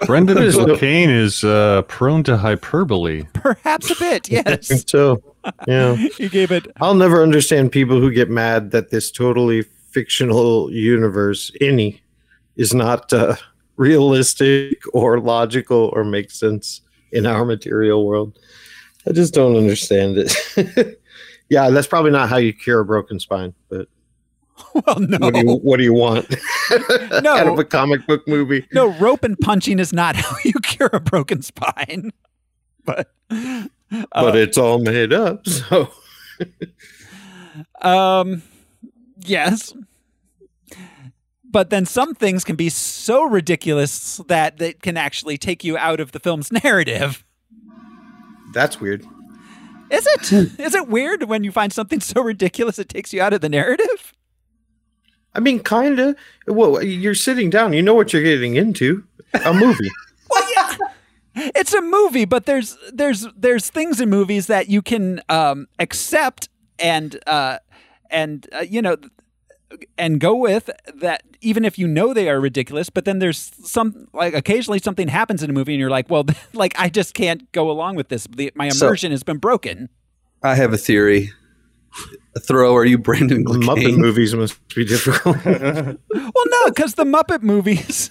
[SPEAKER 10] Brendan Gilcane is uh, prone to hyperbole.
[SPEAKER 1] Perhaps a bit, yes.
[SPEAKER 2] so, yeah.
[SPEAKER 1] he gave it.
[SPEAKER 2] I'll never understand people who get mad that this totally fictional universe, any, is not uh, realistic or logical or makes sense in our material world. I just don't understand it. yeah, that's probably not how you cure a broken spine, but
[SPEAKER 1] Well, no.
[SPEAKER 2] what, do you, what do you want
[SPEAKER 1] No.
[SPEAKER 2] out of a comic book movie?
[SPEAKER 1] No, rope and punching is not how you cure a broken spine. But
[SPEAKER 2] but it's all made up. So
[SPEAKER 1] Um, yes. But then some things can be so ridiculous that that can actually take you out of the film's narrative.
[SPEAKER 2] that's weird.
[SPEAKER 1] Is
[SPEAKER 2] Hmm.
[SPEAKER 1] it? Is it weird when you find something so ridiculous it takes you out of the narrative?
[SPEAKER 2] I mean, kinda. Well, you're sitting down. You know what you're getting into. A movie.
[SPEAKER 1] It's a movie, but there's there's there's things in movies that you can um, accept and uh, and uh, you know and go with that even if you know they are ridiculous but then there's some like occasionally something happens in a movie and you're like well like i just can't go along with this the, my
[SPEAKER 3] So-
[SPEAKER 1] immersion has been broken
[SPEAKER 3] I have a theory. Throw, are you Brandon
[SPEAKER 2] Muppet
[SPEAKER 3] Gilcane?
[SPEAKER 2] movies must be difficult.
[SPEAKER 1] well no because the muppet movies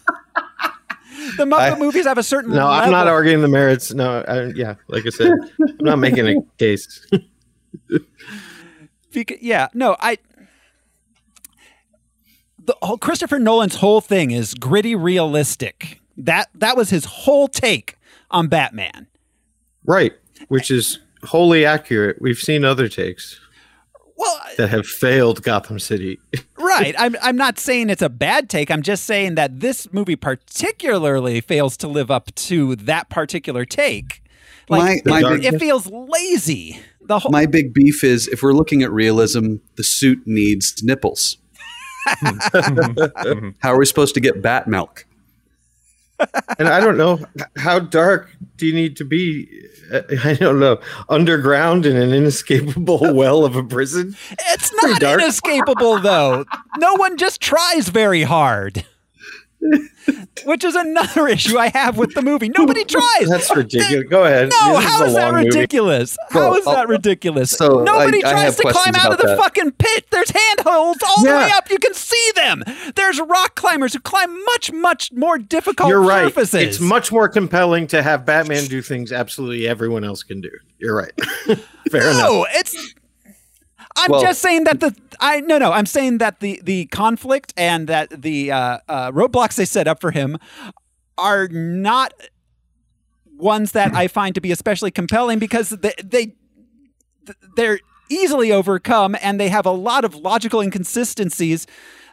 [SPEAKER 1] the muppet movies have a certain
[SPEAKER 2] no, I'm not
[SPEAKER 1] level-
[SPEAKER 2] arguing the merits. No, I, yeah, like I said, I'm not making a case.
[SPEAKER 1] Beca- yeah, no, I. The whole, Christopher Nolan's whole thing is gritty, realistic. That that was his whole take on Batman.
[SPEAKER 2] Right, which is wholly accurate. We've seen other takes
[SPEAKER 1] Well,
[SPEAKER 2] that have failed Gotham City.
[SPEAKER 1] right. I'm I'm not saying it's a bad take. I'm just saying that this movie particularly fails to live up to that particular take. Like
[SPEAKER 3] My- my
[SPEAKER 1] it,
[SPEAKER 3] big-
[SPEAKER 1] it feels lazy. The whole
[SPEAKER 3] My big beef is if we're looking at realism, the suit needs nipples.
[SPEAKER 2] Mm-hmm.
[SPEAKER 3] How are we supposed to get bat milk?
[SPEAKER 2] And I don't know how dark do you need to be? uh, I don't know. Underground in an inescapable well of a prison?
[SPEAKER 1] it's not
[SPEAKER 2] dark.
[SPEAKER 1] inescapable though. No one just tries very hard. Which is another issue I have with the movie. Nobody tries.
[SPEAKER 2] That's ridiculous. Go ahead.
[SPEAKER 1] No,
[SPEAKER 2] This
[SPEAKER 1] how
[SPEAKER 2] a
[SPEAKER 1] is that
[SPEAKER 2] long movie. uh,
[SPEAKER 1] ridiculous? how
[SPEAKER 3] Well,
[SPEAKER 1] is that
[SPEAKER 3] I'll-
[SPEAKER 1] ridiculous?
[SPEAKER 3] so I-
[SPEAKER 1] Nobody
[SPEAKER 3] I
[SPEAKER 1] tries
[SPEAKER 3] have
[SPEAKER 1] to climb
[SPEAKER 3] questions
[SPEAKER 1] out of
[SPEAKER 3] about
[SPEAKER 1] the
[SPEAKER 3] that.
[SPEAKER 1] fucking pit. There's handholds all the
[SPEAKER 2] Yeah.
[SPEAKER 1] way up. You can see them. There's rock climbers who climb much, much more difficult
[SPEAKER 2] You're right.
[SPEAKER 1] surfaces.
[SPEAKER 2] It's much more compelling to have Batman do things absolutely everyone else can do. You're right. Fair enough.
[SPEAKER 1] no, it's. I'm
[SPEAKER 3] Well-
[SPEAKER 1] just saying that the I no no I'm saying that the the conflict and that the uh, uh, roadblocks they set up for him are not ones that I find to be especially compelling because they, they they're easily overcome and they have a lot of logical inconsistencies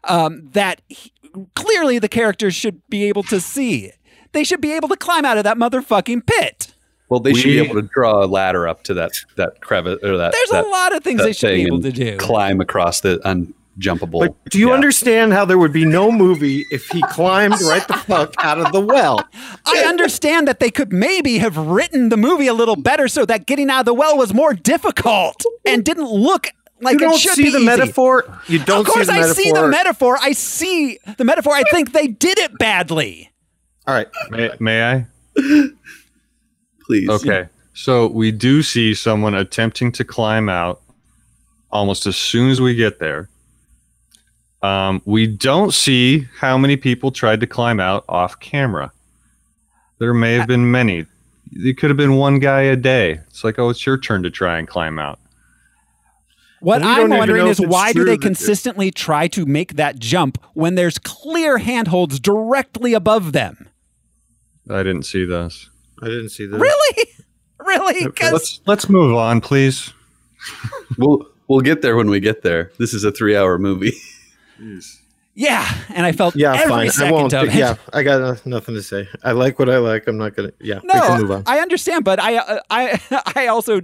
[SPEAKER 1] um, that he- clearly the characters should be able to see. They should be able to climb out of that motherfucking pit.
[SPEAKER 3] Well, they should be
[SPEAKER 2] We-
[SPEAKER 3] able to draw a ladder up to that that crevice or that.
[SPEAKER 1] There's
[SPEAKER 3] that,
[SPEAKER 1] a lot of things
[SPEAKER 3] that
[SPEAKER 1] they should be
[SPEAKER 3] thing
[SPEAKER 1] able
[SPEAKER 3] and
[SPEAKER 1] to do.
[SPEAKER 3] Climb across the unjumpable.
[SPEAKER 2] But do you
[SPEAKER 3] Oh, Yeah.
[SPEAKER 2] understand how there would be no movie if he climbed right the fuck out of the well?
[SPEAKER 1] I understand that they could maybe have written the movie a little better so that getting out of the well was more difficult and didn't look like
[SPEAKER 2] you
[SPEAKER 1] it
[SPEAKER 2] don't
[SPEAKER 1] should
[SPEAKER 2] see
[SPEAKER 1] be
[SPEAKER 2] the
[SPEAKER 1] easy.
[SPEAKER 2] metaphor. You don't
[SPEAKER 1] Of course,
[SPEAKER 2] see the
[SPEAKER 1] I
[SPEAKER 2] metaphor.
[SPEAKER 1] see the metaphor. I see the metaphor. I think they did it badly.
[SPEAKER 2] All right.
[SPEAKER 10] May, may I?
[SPEAKER 3] please?
[SPEAKER 10] Okay. So we do see someone attempting to climb out almost as soon as we get there. Um, we don't see how many people tried to climb out off camera. There may have been many. It could have been one guy a day. It's like, oh, it's your turn to try and climb out.
[SPEAKER 1] What
[SPEAKER 2] We don't
[SPEAKER 1] I'm
[SPEAKER 2] even
[SPEAKER 1] wondering
[SPEAKER 2] know
[SPEAKER 1] is
[SPEAKER 2] if it's
[SPEAKER 1] why do
[SPEAKER 2] true
[SPEAKER 1] they
[SPEAKER 2] that-
[SPEAKER 1] consistently try to make that jump when there's clear handholds directly above them?
[SPEAKER 10] I didn't see those.
[SPEAKER 2] I didn't see the
[SPEAKER 1] Really? Really? 'Cause-
[SPEAKER 10] Let's let's move on, please.
[SPEAKER 3] We'll we'll get there when we get there. This is a three-hour movie.
[SPEAKER 1] yeah, and I felt
[SPEAKER 2] Yeah,
[SPEAKER 1] every
[SPEAKER 2] fine. I
[SPEAKER 1] second
[SPEAKER 2] won't.
[SPEAKER 1] of it.
[SPEAKER 2] Yeah, I got uh, nothing to say. I like what I like. I'm not gonna. Yeah, we can move
[SPEAKER 1] No,
[SPEAKER 2] on. I,
[SPEAKER 1] I understand, but I uh, I I also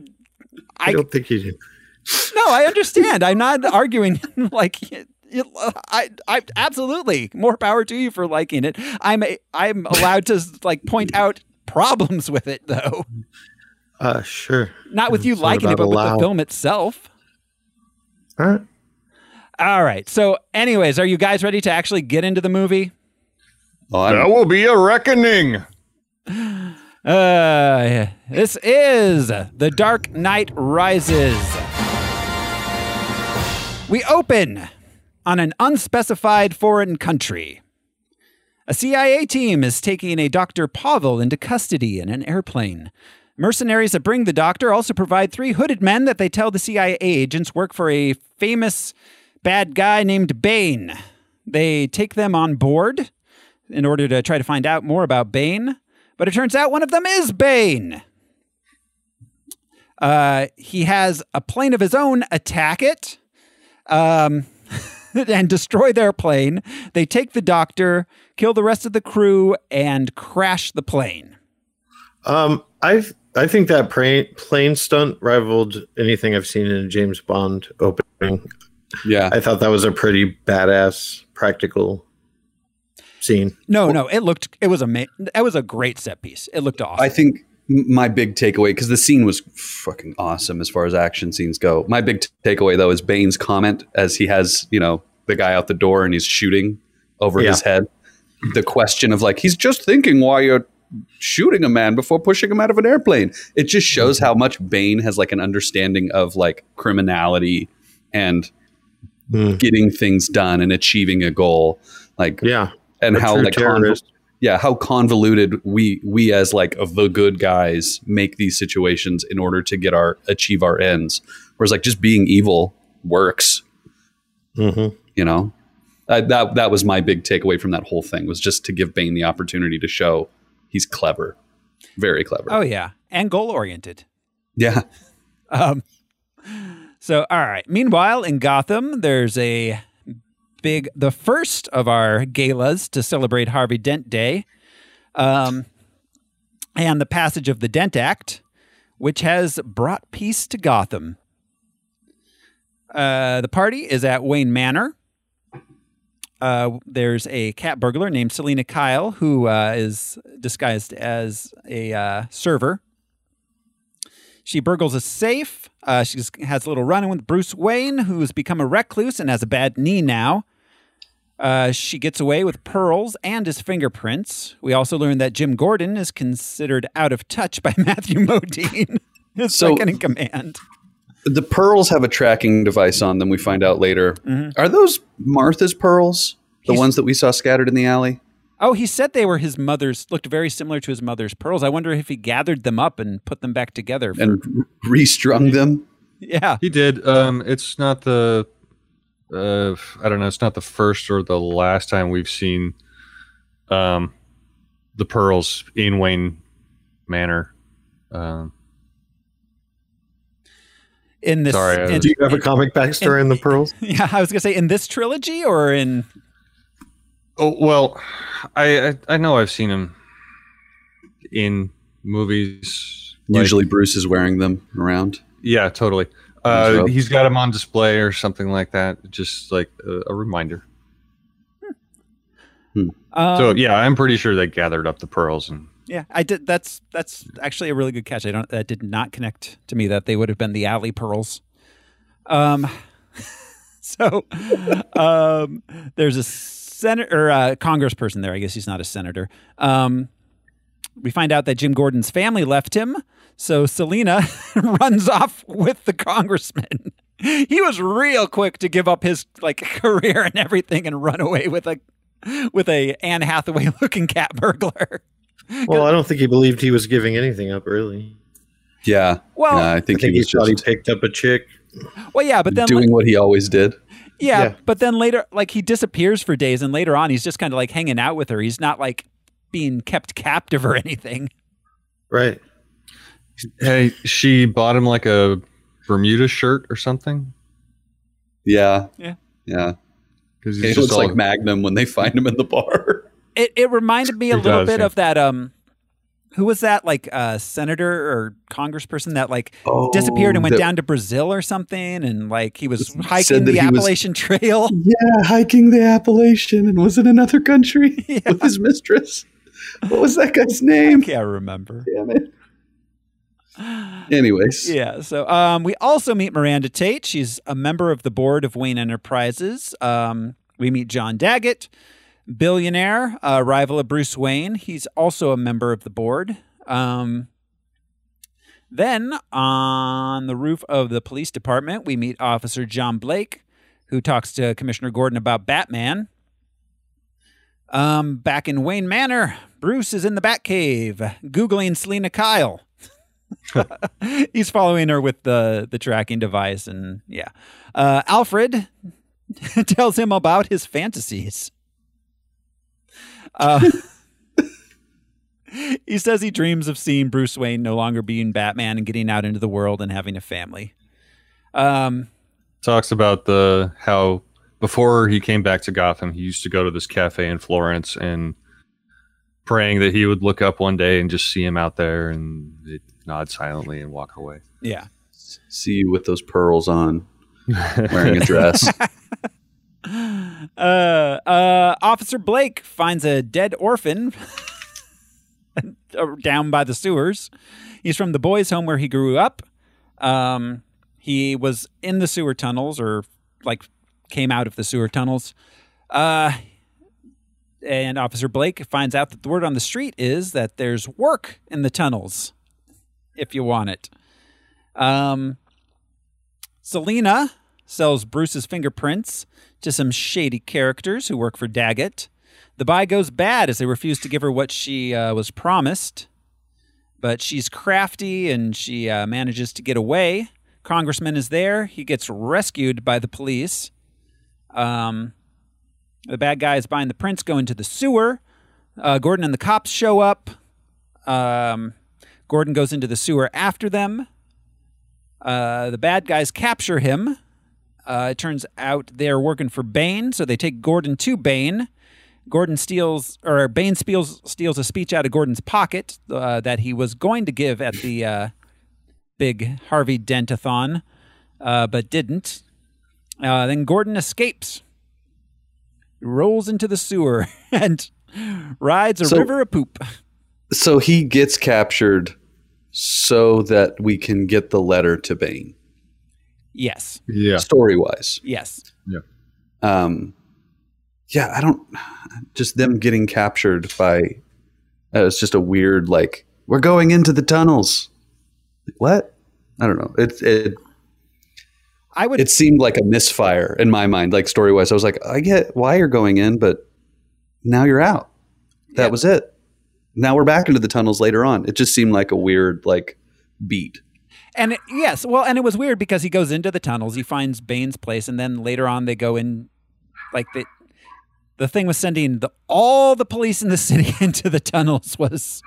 [SPEAKER 1] I
[SPEAKER 2] don't think you did.
[SPEAKER 1] no, I understand. I'm not arguing like you- you- I I absolutely more power to you for liking it. I'm a, I'm allowed to like point out problems with it, though.
[SPEAKER 2] Uh, sure.
[SPEAKER 1] Not with you
[SPEAKER 2] It's not
[SPEAKER 1] liking it, but
[SPEAKER 2] about
[SPEAKER 1] with
[SPEAKER 2] allow.
[SPEAKER 1] the film itself.
[SPEAKER 2] All right.
[SPEAKER 1] All right. So, anyways, are you guys ready to actually get into the movie?
[SPEAKER 3] Oh,
[SPEAKER 4] That will be a reckoning.
[SPEAKER 1] Uh, this is The Dark Knight Rises. We open on an unspecified foreign country. A CIA team is taking a Dr. Pavel into custody in an airplane. Mercenaries that bring the doctor also provide three hooded men that they tell the CIA agents work for a famous bad guy named Bane. They take them on board in order to try to find out more about Bane, but it turns out one of them is Bane. Uh, he has a plane of his own attack it um, and destroy their plane. They take the doctor, kill the rest of the crew, and crash the plane.
[SPEAKER 2] Um, I I think that plane plane stunt rivaled anything I've seen in a James Bond opening.
[SPEAKER 3] Yeah,
[SPEAKER 2] I thought that was a pretty badass practical scene.
[SPEAKER 1] No, no, it looked it was a it was a great set piece. It looked awesome.
[SPEAKER 3] I think m- my big takeaway because the scene was fucking awesome as far as action scenes go. My big t- takeaway though is Bane's comment as he has you know the guy out the door and he's shooting over
[SPEAKER 2] Yeah.
[SPEAKER 3] his head. The question of like he's just thinking why you're shooting a man before pushing him out of an airplane. It just shows how much Bane has like an understanding of like criminality and getting things done and achieving a goal. Like
[SPEAKER 2] yeah,
[SPEAKER 3] and
[SPEAKER 2] A
[SPEAKER 3] how
[SPEAKER 2] true
[SPEAKER 3] like conv-
[SPEAKER 2] terrorist.
[SPEAKER 3] yeah how convoluted we we as like of the good guys make these situations in order to get our achieve our ends. Whereas like just being evil works,
[SPEAKER 2] Mm-hmm.
[SPEAKER 3] you know. Uh, that that was my big takeaway from that whole thing was just to give Bane the opportunity to show he's clever, very clever.
[SPEAKER 1] Oh yeah, and goal oriented.
[SPEAKER 3] Yeah,
[SPEAKER 1] Um, so, all right. Meanwhile, in Gotham, there's a big, the first of our galas to celebrate Harvey Dent Day um, and the passage of the Dent Act, which has brought peace to Gotham. Uh, the party is at Wayne Manor. Uh, there's a cat burglar named Selena Kyle who uh, is disguised as a uh, server she burgles a safe. Uh, she has a little run in with Bruce Wayne, who's become a recluse and has a bad knee now. Uh, she gets away with pearls and his fingerprints. We also learn that Jim Gordon is considered out of touch by Matthew Modine, his
[SPEAKER 3] So-
[SPEAKER 1] second in command.
[SPEAKER 3] the pearls have a tracking device on them. We find out later.
[SPEAKER 1] Mhm.
[SPEAKER 3] Are those Martha's pearls? The
[SPEAKER 1] He's-
[SPEAKER 3] ones that we saw scattered in the alley.
[SPEAKER 1] Oh, he said they were his mother's, looked very similar to his mother's pearls. I wonder if he gathered them up and put them back together. for-
[SPEAKER 3] and restrung them.
[SPEAKER 1] yeah.
[SPEAKER 10] He did. Um, it's not the, uh, I don't know. It's not the first or the last time we've seen, um, the pearls in Wayne Manor. Um,
[SPEAKER 1] in this.
[SPEAKER 10] Sorry, I
[SPEAKER 1] in-
[SPEAKER 10] was-
[SPEAKER 2] Do you have a comic backstory in the pearls?
[SPEAKER 1] yeah, I was going to say in this trilogy or in.
[SPEAKER 10] oh well, I, I I know I've seen him in movies. like-
[SPEAKER 3] Usually Bruce is wearing them around.
[SPEAKER 10] yeah, totally.
[SPEAKER 3] So-
[SPEAKER 10] Uh, he's got him on display or something like that. Just like a, a reminder.
[SPEAKER 1] Um,
[SPEAKER 10] so yeah, I'm pretty sure they gathered up the pearls and
[SPEAKER 1] Yeah, I did. That's that's actually a really good catch. I don't that did not connect to me that they would have been the alley pearls. Um, so um, there's a senator, or a congressperson there. I guess he's not a senator. Um, we find out that Jim Gordon's family left him, so Selena runs off with the congressman. he was real quick to give up his like career and everything and run away with a with a Anne Hathaway looking cat burglar.
[SPEAKER 2] Well, I don't think he believed he was giving anything up early.
[SPEAKER 3] Yeah.
[SPEAKER 1] Well-
[SPEAKER 3] Yeah, I
[SPEAKER 2] I
[SPEAKER 3] think
[SPEAKER 2] think
[SPEAKER 3] he
[SPEAKER 2] he,
[SPEAKER 3] was
[SPEAKER 2] thought he
[SPEAKER 3] just
[SPEAKER 2] picked up a chick.
[SPEAKER 1] Well, yeah, but then
[SPEAKER 3] doing what he always did.
[SPEAKER 1] Yeah,
[SPEAKER 2] Yeah.
[SPEAKER 1] but then later, like he disappears for days, and later on, he's just kind of like hanging out with her. He's not like being kept captive or anything.
[SPEAKER 2] Right.
[SPEAKER 10] Hey, she bought him like a Bermuda shirt or something
[SPEAKER 3] Yeah.
[SPEAKER 1] Yeah.
[SPEAKER 3] Yeah.
[SPEAKER 10] because
[SPEAKER 3] It looks like Magnum when they find him in the bar.
[SPEAKER 1] It it reminded me a
[SPEAKER 10] It
[SPEAKER 1] little
[SPEAKER 10] does,
[SPEAKER 1] bit
[SPEAKER 10] yeah.
[SPEAKER 1] of that. Um, who was that? Like uh, senator or congressperson that like disappeared and went
[SPEAKER 3] that-
[SPEAKER 1] down to Brazil or something, and like he was
[SPEAKER 3] said
[SPEAKER 1] hiking
[SPEAKER 3] that
[SPEAKER 1] the
[SPEAKER 3] he was-
[SPEAKER 1] Appalachian Trail.
[SPEAKER 3] Yeah, hiking the Appalachian and was in another country
[SPEAKER 1] Yeah.
[SPEAKER 3] with his mistress. What was that guy's name?
[SPEAKER 1] I can't remember.
[SPEAKER 3] Damn it. Anyways.
[SPEAKER 1] Yeah. So um, we also meet Miranda Tate. She's a member of the board of Wayne Enterprises. Um, we meet John Daggett, billionaire, uh, rival of Bruce Wayne. He's also a member of the board. Um, then on the roof of the police department, we meet Officer John Blake, who talks to Commissioner Gordon about Batman. Um, back in Wayne Manor, Bruce is in the Batcave, Googling Selena Kyle. He's following her with the, the tracking device, and yeah. Uh, Alfred tells him about his fantasies. Uh, he says he dreams of seeing Bruce Wayne no longer being Batman and getting out into the world and having a family. Um,
[SPEAKER 10] Talks about the how before he came back to Gotham, he used to go to this cafe in Florence and praying that he would look up one day and just see him out there and he'd nod silently and walk away.
[SPEAKER 1] yeah.
[SPEAKER 3] See you with those pearls on, wearing a dress.
[SPEAKER 1] Uh, uh, Officer Blake finds a dead orphan down by the sewers. He's from the boys' home where he grew up. Um, he was in the sewer tunnels, or like came out of the sewer tunnels. Uh, and Officer Blake finds out that the word on the street is that there's work in the tunnels if you want it. Um, Selena sells Bruce's fingerprints to some shady characters who work for Daggett. The buy goes bad as they refuse to give her what she uh, was promised. But she's crafty and she uh, manages to get away. Congressman is there. He gets rescued by the police. Um, the bad guy is buying the prints, going to the sewer. Uh, Gordon and the cops show up. Um, Gordon goes into the sewer after them. Uh, the bad guys capture him. Uh, it turns out they're working for Bane, so they take Gordon to Bane. Gordon steals, or Bane steals, steals a speech out of Gordon's pocket uh, that he was going to give at the uh, big Harvey Dentathon, uh, but didn't. Uh, then Gordon escapes, rolls into the sewer, and rides a
[SPEAKER 3] So-
[SPEAKER 1] river of poop.
[SPEAKER 3] so he gets captured so that we can get the letter to Bane,
[SPEAKER 1] Yes,
[SPEAKER 4] Yeah.
[SPEAKER 3] story wise.
[SPEAKER 1] yes.
[SPEAKER 3] Um, yeah, I don't. Just them getting captured by. Uh, it's just a weird like we're going into the tunnels. What? I don't know. It it
[SPEAKER 1] I would
[SPEAKER 3] it seemed like a misfire in my mind, like story wise. I was like, I get why you're going in, but now you're out. That was it. Now we're back into the tunnels later on. It just seemed like a weird like beat.
[SPEAKER 1] And it- yes, well, and it was weird because he goes into the tunnels, he finds Bane's place, and then later on they go in, like the the thing was sending the, all the police in the city into the tunnels was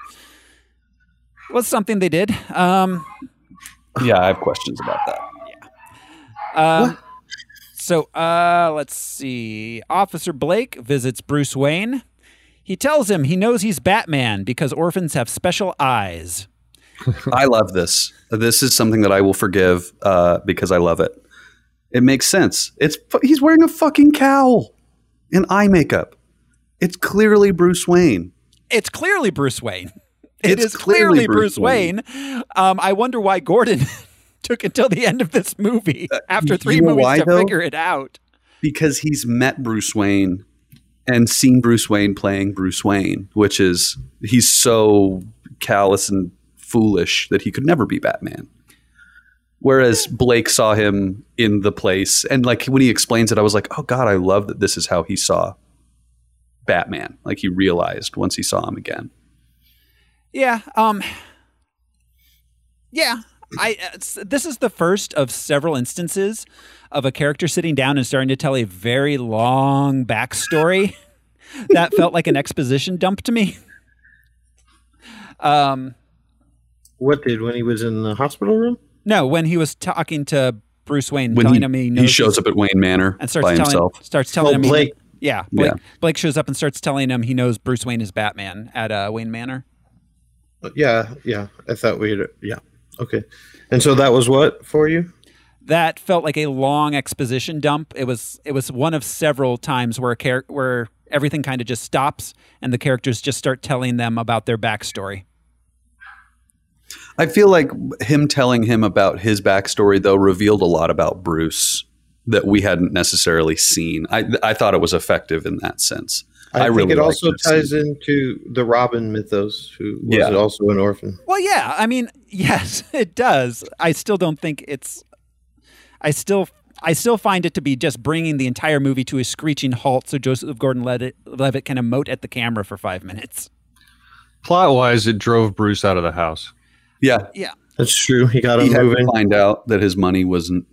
[SPEAKER 1] was something they did. Um,
[SPEAKER 3] Yeah, I have questions about that.
[SPEAKER 1] uh, so uh, let's see. Officer Blake visits Bruce Wayne. He tells him he knows he's Batman because orphans have special eyes.
[SPEAKER 3] I love this. This is something that I will forgive uh, because I love it. It makes sense. It's fu- he's wearing a fucking cowl and eye makeup. It's clearly Bruce Wayne.
[SPEAKER 1] it's clearly Bruce Wayne. It
[SPEAKER 3] It's
[SPEAKER 1] is clearly, Bruce, Wayne. Um, I wonder why Gordon took until the end of this movie, after
[SPEAKER 3] Uh, you
[SPEAKER 1] three
[SPEAKER 3] know
[SPEAKER 1] movies,
[SPEAKER 3] why,
[SPEAKER 1] to
[SPEAKER 3] though?
[SPEAKER 1] figure it out.
[SPEAKER 3] because he's met Bruce Wayne and seen Bruce Wayne playing Bruce Wayne, which is he's so callous and foolish that he could never be Batman. Whereas Blake saw him in the place, and like when he explains it, I was like, "Oh God, I love that this is how he saw Batman." Like he realized once he saw him again.
[SPEAKER 1] Yeah. Um, yeah. I it's- this is the first of several instances of a character sitting down and starting to tell a very long backstory that felt like an exposition dump to me. Um,
[SPEAKER 2] What did when he was in the hospital room?
[SPEAKER 1] no, when he was talking to Bruce Wayne,
[SPEAKER 3] When
[SPEAKER 1] telling
[SPEAKER 3] he,
[SPEAKER 1] him he,
[SPEAKER 3] he
[SPEAKER 1] knows
[SPEAKER 3] shows up at Wayne Manor
[SPEAKER 1] and starts
[SPEAKER 3] by
[SPEAKER 1] telling
[SPEAKER 3] himself.
[SPEAKER 1] starts telling
[SPEAKER 2] Oh,
[SPEAKER 1] him
[SPEAKER 2] Blake.
[SPEAKER 1] He, yeah, Blake,
[SPEAKER 3] Yeah.
[SPEAKER 1] Blake shows up and starts telling him he knows Bruce Wayne is Batman at uh, Wayne Manor.
[SPEAKER 2] Yeah, yeah. I thought we had. Yeah. Okay. And so that was what for you?
[SPEAKER 1] That felt like a long exposition dump. It was it was one of several times where a char- where everything kind of just stops and the characters just start telling them about their backstory.
[SPEAKER 3] I feel like him telling him about his backstory though revealed a lot about Bruce that we hadn't necessarily seen. I I thought it was effective in that sense.
[SPEAKER 2] I, think it also ties into the Robin mythos, who was
[SPEAKER 3] Yeah.
[SPEAKER 2] also an orphan.
[SPEAKER 1] Well, yeah. I mean, yes, it does. I still don't think it's. I still. I still find it to be just bringing the entire movie to a screeching halt so Joseph Gordon-Levitt can emote at the camera for five minutes.
[SPEAKER 10] Plot wise, it drove Bruce out of the house.
[SPEAKER 3] Yeah,
[SPEAKER 1] Yeah.
[SPEAKER 2] That's true. He got
[SPEAKER 3] he
[SPEAKER 2] him
[SPEAKER 3] had
[SPEAKER 2] moving.
[SPEAKER 3] to find out that his money wasn't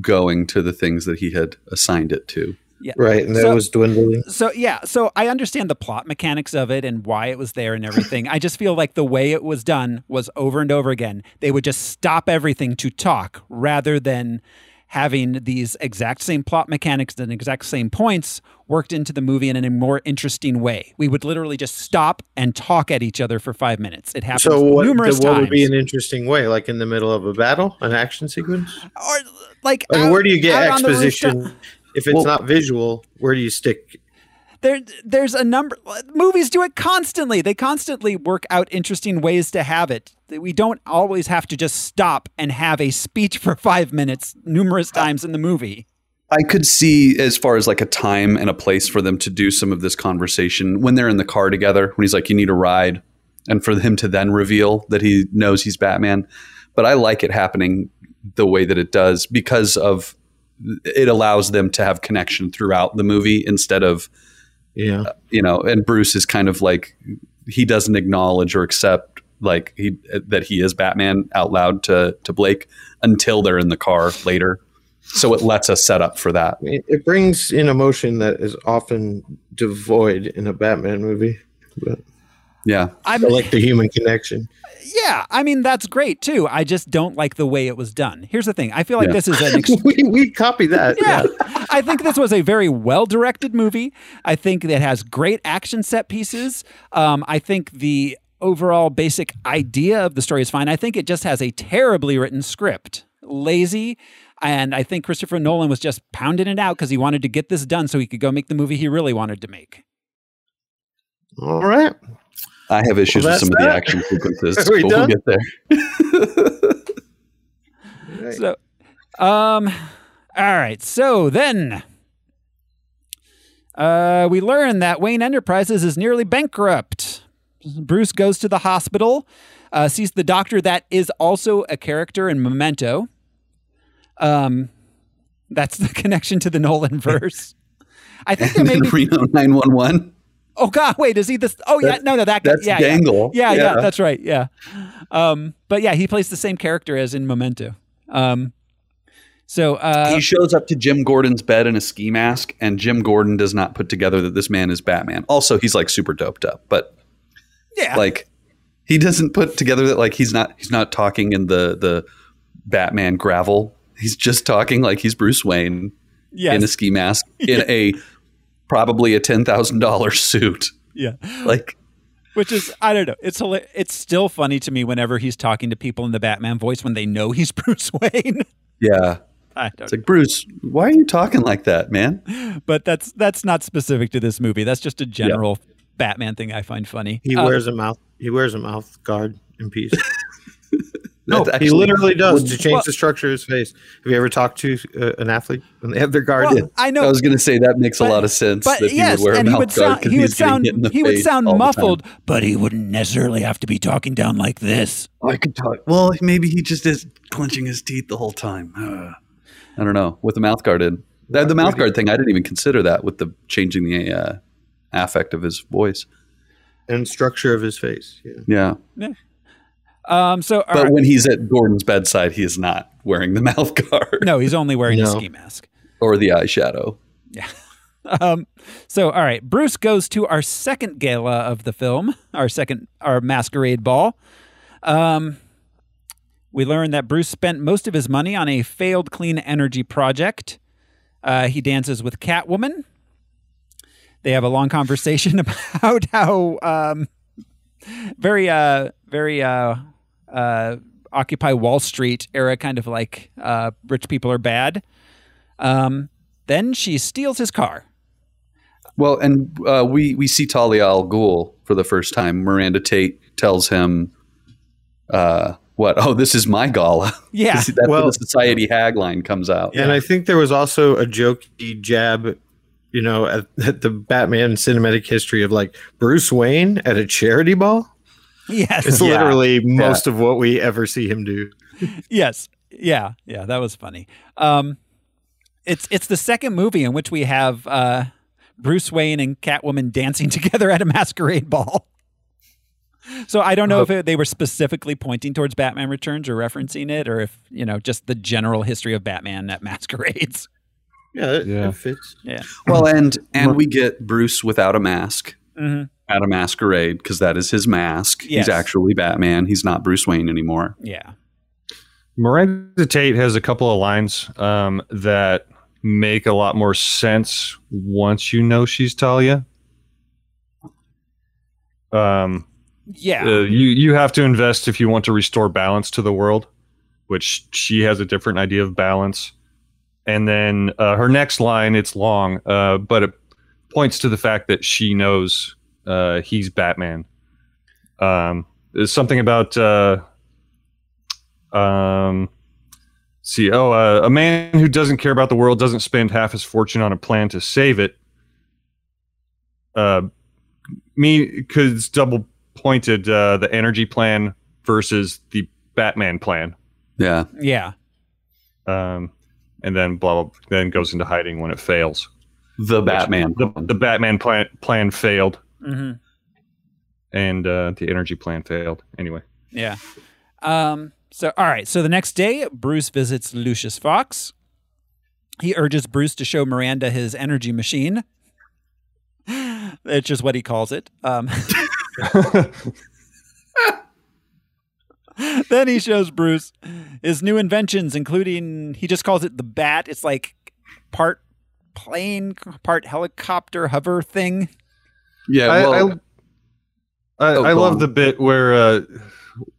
[SPEAKER 3] going to the things that he had assigned it to.
[SPEAKER 1] Yeah.
[SPEAKER 2] Right, and that
[SPEAKER 1] So-
[SPEAKER 2] was dwindling.
[SPEAKER 1] So yeah, so I understand the plot mechanics of it and why it was there and everything. I just feel like the way it was done was over and over again. They would just stop everything to talk rather than having these exact same plot mechanics and exact same points worked into the movie in a more interesting way. We would literally just stop and talk at each other for 5 minutes. It happens
[SPEAKER 2] So what,
[SPEAKER 1] numerous
[SPEAKER 2] the- what
[SPEAKER 1] times.
[SPEAKER 2] would be an interesting way, like in the middle of a battle, an action sequence?
[SPEAKER 1] or like
[SPEAKER 2] I mean,
[SPEAKER 1] out-
[SPEAKER 2] where do you get
[SPEAKER 1] out on the rooftop-
[SPEAKER 2] exposition if it's
[SPEAKER 3] Well-
[SPEAKER 2] not visual? Where do you stick?
[SPEAKER 1] there there's a number movies do it constantly they constantly work out interesting ways to have it we don't always have to just stop and have a speech for five minutes numerous times in the movie
[SPEAKER 3] I could see as far as like a time and a place for them to do some of this conversation when they're in the car together, when he's like, You need a ride, and for him to then reveal that he knows he's Batman. But I like it happening the way that it does because of it allows them to have connection throughout the movie instead of,
[SPEAKER 2] Yeah,
[SPEAKER 3] you know, and Bruce is kind of like he doesn't acknowledge or accept like he that he is Batman out loud to to Blake until they're in the car later. So it lets us set up for that.
[SPEAKER 2] it, it brings in emotion that is often devoid in a Batman movie. But
[SPEAKER 3] Yeah.
[SPEAKER 1] i'm
[SPEAKER 2] I like the human connection.
[SPEAKER 1] yeah i mean that's great too i just don't like the way it was done here's the thing i feel like
[SPEAKER 3] Yeah.
[SPEAKER 1] this is an ex-
[SPEAKER 2] we we copy that.
[SPEAKER 1] yeah. I think this was a very well directed movie. I think that has great action set pieces. Um, I think the overall basic idea of the story is fine. I think it just has a terribly written script, lazy. And I think Christopher Nolan was just pounding it out because he wanted to get this done so he could go make the movie he really wanted to make.
[SPEAKER 2] All right.
[SPEAKER 3] I have issues
[SPEAKER 2] Well,
[SPEAKER 3] with some
[SPEAKER 2] that's
[SPEAKER 3] of
[SPEAKER 2] that.
[SPEAKER 3] the action sequences.
[SPEAKER 2] Are we
[SPEAKER 3] but
[SPEAKER 2] done?
[SPEAKER 3] We'll get there.
[SPEAKER 1] So, um, all right. So then, uh, we learn that Wayne Enterprises is nearly bankrupt. Bruce goes to the hospital, uh, sees the doctor that is also a character in Memento. Um, that's the connection to the Nolan verse. I think there
[SPEAKER 3] And
[SPEAKER 1] may
[SPEAKER 3] then
[SPEAKER 1] be.
[SPEAKER 3] Reno 911.
[SPEAKER 1] Oh God, wait, is he this? Oh yeah, no, no, that guy.
[SPEAKER 3] That's
[SPEAKER 1] yeah, yeah.
[SPEAKER 3] Dangle.
[SPEAKER 1] Yeah, yeah,
[SPEAKER 3] Yeah.
[SPEAKER 1] that's right. Yeah. Um, but yeah, he plays the same character as in Memento. Um, so uh,
[SPEAKER 3] he shows up to Jim Gordon's bed in a ski mask, and Jim Gordon does not put together that this man is Batman. Also, he's like super doped up, but
[SPEAKER 1] yeah,
[SPEAKER 3] like he doesn't put together that like he's not he's not talking in the the Batman gravel. He's just talking like he's Bruce Wayne
[SPEAKER 1] yes,
[SPEAKER 3] in a ski mask in a probably a ten thousand dollar suit.
[SPEAKER 1] yeah.
[SPEAKER 3] Like
[SPEAKER 1] Which is I don't know. It's hila- it's still funny to me whenever he's talking to people in the Batman voice when they know he's Bruce Wayne.
[SPEAKER 3] yeah.
[SPEAKER 1] I don't
[SPEAKER 3] It's like Bruce, why are you talking like that, man?
[SPEAKER 1] know. But that's that's not specific to this movie. That's just a general Batman thing I find funny.
[SPEAKER 2] He
[SPEAKER 1] Uh,
[SPEAKER 2] wears a mouth. He wears a mouth guard in peace.
[SPEAKER 3] No,
[SPEAKER 2] he literally does to change
[SPEAKER 1] Well-
[SPEAKER 2] the structure of his face. Have you ever talked to uh, an athlete when they have their guard in?
[SPEAKER 1] well, Oh, I know
[SPEAKER 3] I was going to say that makes
[SPEAKER 1] But-
[SPEAKER 3] a lot of sense.
[SPEAKER 1] But
[SPEAKER 3] that
[SPEAKER 1] yes,
[SPEAKER 3] he would wear a
[SPEAKER 1] and he
[SPEAKER 3] mouth
[SPEAKER 1] would
[SPEAKER 3] guard
[SPEAKER 1] sound
[SPEAKER 3] 'cause
[SPEAKER 1] he would
[SPEAKER 3] he's getting
[SPEAKER 1] sound
[SPEAKER 3] hit in the
[SPEAKER 1] he would
[SPEAKER 3] face
[SPEAKER 1] sound
[SPEAKER 3] all the time.
[SPEAKER 1] muffled, but he wouldn't necessarily have to be talking down like this.
[SPEAKER 3] I could talk. Well, maybe he just is clenching his teeth the whole time. Uh, I don't know. With the mouth guard in, the, the mouth guard thing, I didn't even consider that with the changing the uh, affect of his voice.
[SPEAKER 2] and structure of his face. Yeah.
[SPEAKER 3] Yeah,
[SPEAKER 1] Um, so all
[SPEAKER 3] but
[SPEAKER 1] right.
[SPEAKER 3] when he's at Gordon's bedside, he is not wearing the mouth guard
[SPEAKER 1] no, he's only wearing a
[SPEAKER 2] No.
[SPEAKER 1] ski mask.
[SPEAKER 3] or the eyeshadow.
[SPEAKER 1] Um, so all right, Bruce goes to our second gala of the film, our second our masquerade ball. Um, we learn that Bruce spent most of his money on a failed clean energy project. Uh, he dances with Catwoman. They have a long conversation about how um, very uh, very uh, uh, Occupy Wall Street era kind of like uh, rich people are bad. Um, then she steals his car.
[SPEAKER 3] Well, and uh, we we see Talia al Ghul for the first time. Miranda Tate tells him, uh, "What? Oh, this is my gala."
[SPEAKER 1] Yeah.
[SPEAKER 3] that's well, the society hag line comes out.
[SPEAKER 2] And I think there was also a jokey jab, you know, at, at the Batman cinematic history of like Bruce Wayne at a charity ball.
[SPEAKER 1] Yes.
[SPEAKER 2] It's
[SPEAKER 1] Yeah.
[SPEAKER 2] literally most of what we ever see him do.
[SPEAKER 1] yes. Yeah. Yeah. That was funny. Um, it's it's the second movie in which we have uh, Bruce Wayne and Catwoman dancing together at a masquerade ball. So I don't know
[SPEAKER 2] Oh.
[SPEAKER 1] if it, they were specifically pointing towards Batman Returns or referencing it, or if you know just the general history of Batman at masquerades.
[SPEAKER 2] Yeah, it, it fits.
[SPEAKER 1] Yeah.
[SPEAKER 3] Well, and and we get Bruce without a mask
[SPEAKER 2] Mm-hmm.
[SPEAKER 1] Mhm.
[SPEAKER 3] at a masquerade because that is his mask.
[SPEAKER 1] Yes.
[SPEAKER 3] He's actually Batman. He's not Bruce Wayne anymore.
[SPEAKER 1] Yeah.
[SPEAKER 10] Miranda Tate has a couple of lines um, that make a lot more sense once you know she's Talia. Um,
[SPEAKER 1] Yeah.
[SPEAKER 10] uh, you you have to invest if you want to restore balance to the world, which she has a different idea of balance. And then uh, her next line, it's long, uh, but it points to the fact that she knows uh, he's Batman. Um, there's something about uh, um, see, oh, uh, a man who doesn't care about the world doesn't spend half his fortune on a plan to save it. Uh, me because double pointed uh, the energy plan versus the Batman plan.
[SPEAKER 3] Yeah.
[SPEAKER 1] Yeah.
[SPEAKER 10] Um, and then blah, blah then goes into hiding when it fails.
[SPEAKER 3] The Batman.
[SPEAKER 10] The, the Batman plan plan failed,
[SPEAKER 1] hmm
[SPEAKER 10] and uh, the energy plan failed. Anyway,
[SPEAKER 1] Yeah. Um, so, all right. So the next day, Bruce visits Lucius Fox. He urges Bruce to show Miranda his energy machine, which is what he calls it. Um, then he shows Bruce his new inventions, including, he just calls it the bat. It's like part plane, part helicopter hover thing.
[SPEAKER 3] Yeah.
[SPEAKER 10] I-
[SPEAKER 3] well,
[SPEAKER 10] I, I,
[SPEAKER 3] Oh,
[SPEAKER 10] I
[SPEAKER 3] go
[SPEAKER 10] love
[SPEAKER 3] on.
[SPEAKER 10] the bit where uh,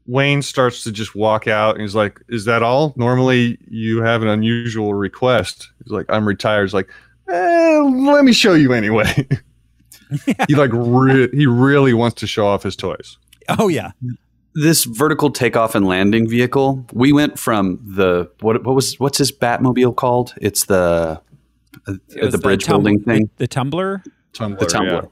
[SPEAKER 10] Wayne starts to just walk out and he's like, Is that all? Normally you have an unusual request. He's like, I'm retired. He's like, eh, Let me show you anyway. he like re- he really wants to show off his toys.
[SPEAKER 1] Oh, yeah.
[SPEAKER 3] this vertical takeoff and landing vehicle, we went from the what what was what's his Batmobile called? It's the uh,
[SPEAKER 1] It was
[SPEAKER 3] the bridge
[SPEAKER 1] tum-
[SPEAKER 3] building thing,
[SPEAKER 1] The, the tumbler.
[SPEAKER 10] Tumblr,
[SPEAKER 3] the tumbler,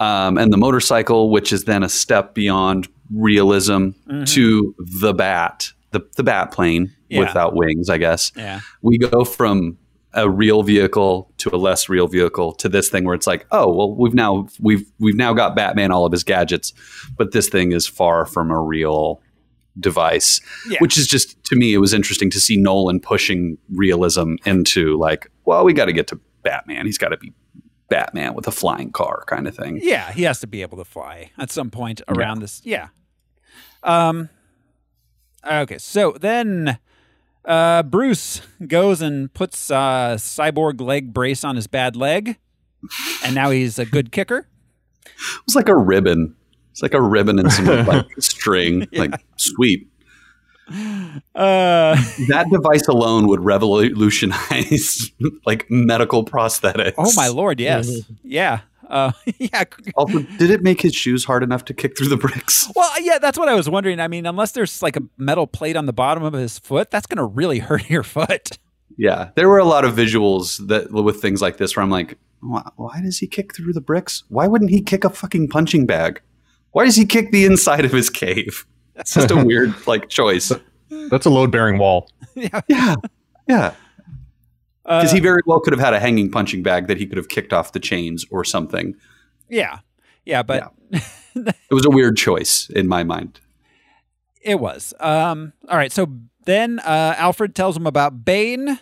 [SPEAKER 3] um, and the motorcycle, which is then a step beyond realism to the bat, the the bat plane
[SPEAKER 1] Mm-hmm. Yeah.
[SPEAKER 3] without wings, I guess.
[SPEAKER 1] Yeah.
[SPEAKER 3] We go from a real vehicle to a less real vehicle to this thing where it's like, oh well, we've now we've we've now got Batman all of his gadgets, but this thing is far from a real device
[SPEAKER 1] Yeah.
[SPEAKER 3] which is just to me it was interesting to see nolan pushing realism into like well we got to get to batman he's got to be batman with a flying car kind of thing
[SPEAKER 1] Yeah, he has to be able to fly at some point around this. Yeah. Um. Okay, so then uh, Bruce goes and puts uh, cyborg leg brace on his bad leg, and now he's a good kicker.
[SPEAKER 3] it was like a ribbon it's like a ribbon and some like string like sweet
[SPEAKER 1] Uh,
[SPEAKER 3] that device alone would revolutionize like medical prosthetics
[SPEAKER 1] oh my lord, yes, yeah, uh, yeah.
[SPEAKER 3] also did it make his shoes hard enough to kick through the bricks
[SPEAKER 1] Well, yeah, that's what I was wondering. I mean, unless there's like a metal plate on the bottom of his foot, that's gonna really hurt your foot.
[SPEAKER 3] Yeah, there were a lot of visuals that with things like this where I'm like, why, why does he kick through the bricks? Why wouldn't he kick a fucking punching bag? Why does he kick the inside of his cave? It's just a weird like choice.
[SPEAKER 10] That's a load bearing wall.
[SPEAKER 3] Yeah, yeah.
[SPEAKER 1] Uh,
[SPEAKER 3] Because he very well could have had a hanging punching bag that he could have kicked off the chains or something.
[SPEAKER 1] yeah, yeah, but
[SPEAKER 3] Yeah. It was a weird choice in my mind.
[SPEAKER 1] It was. Um, all right. So then uh, Alfred tells him about Bane.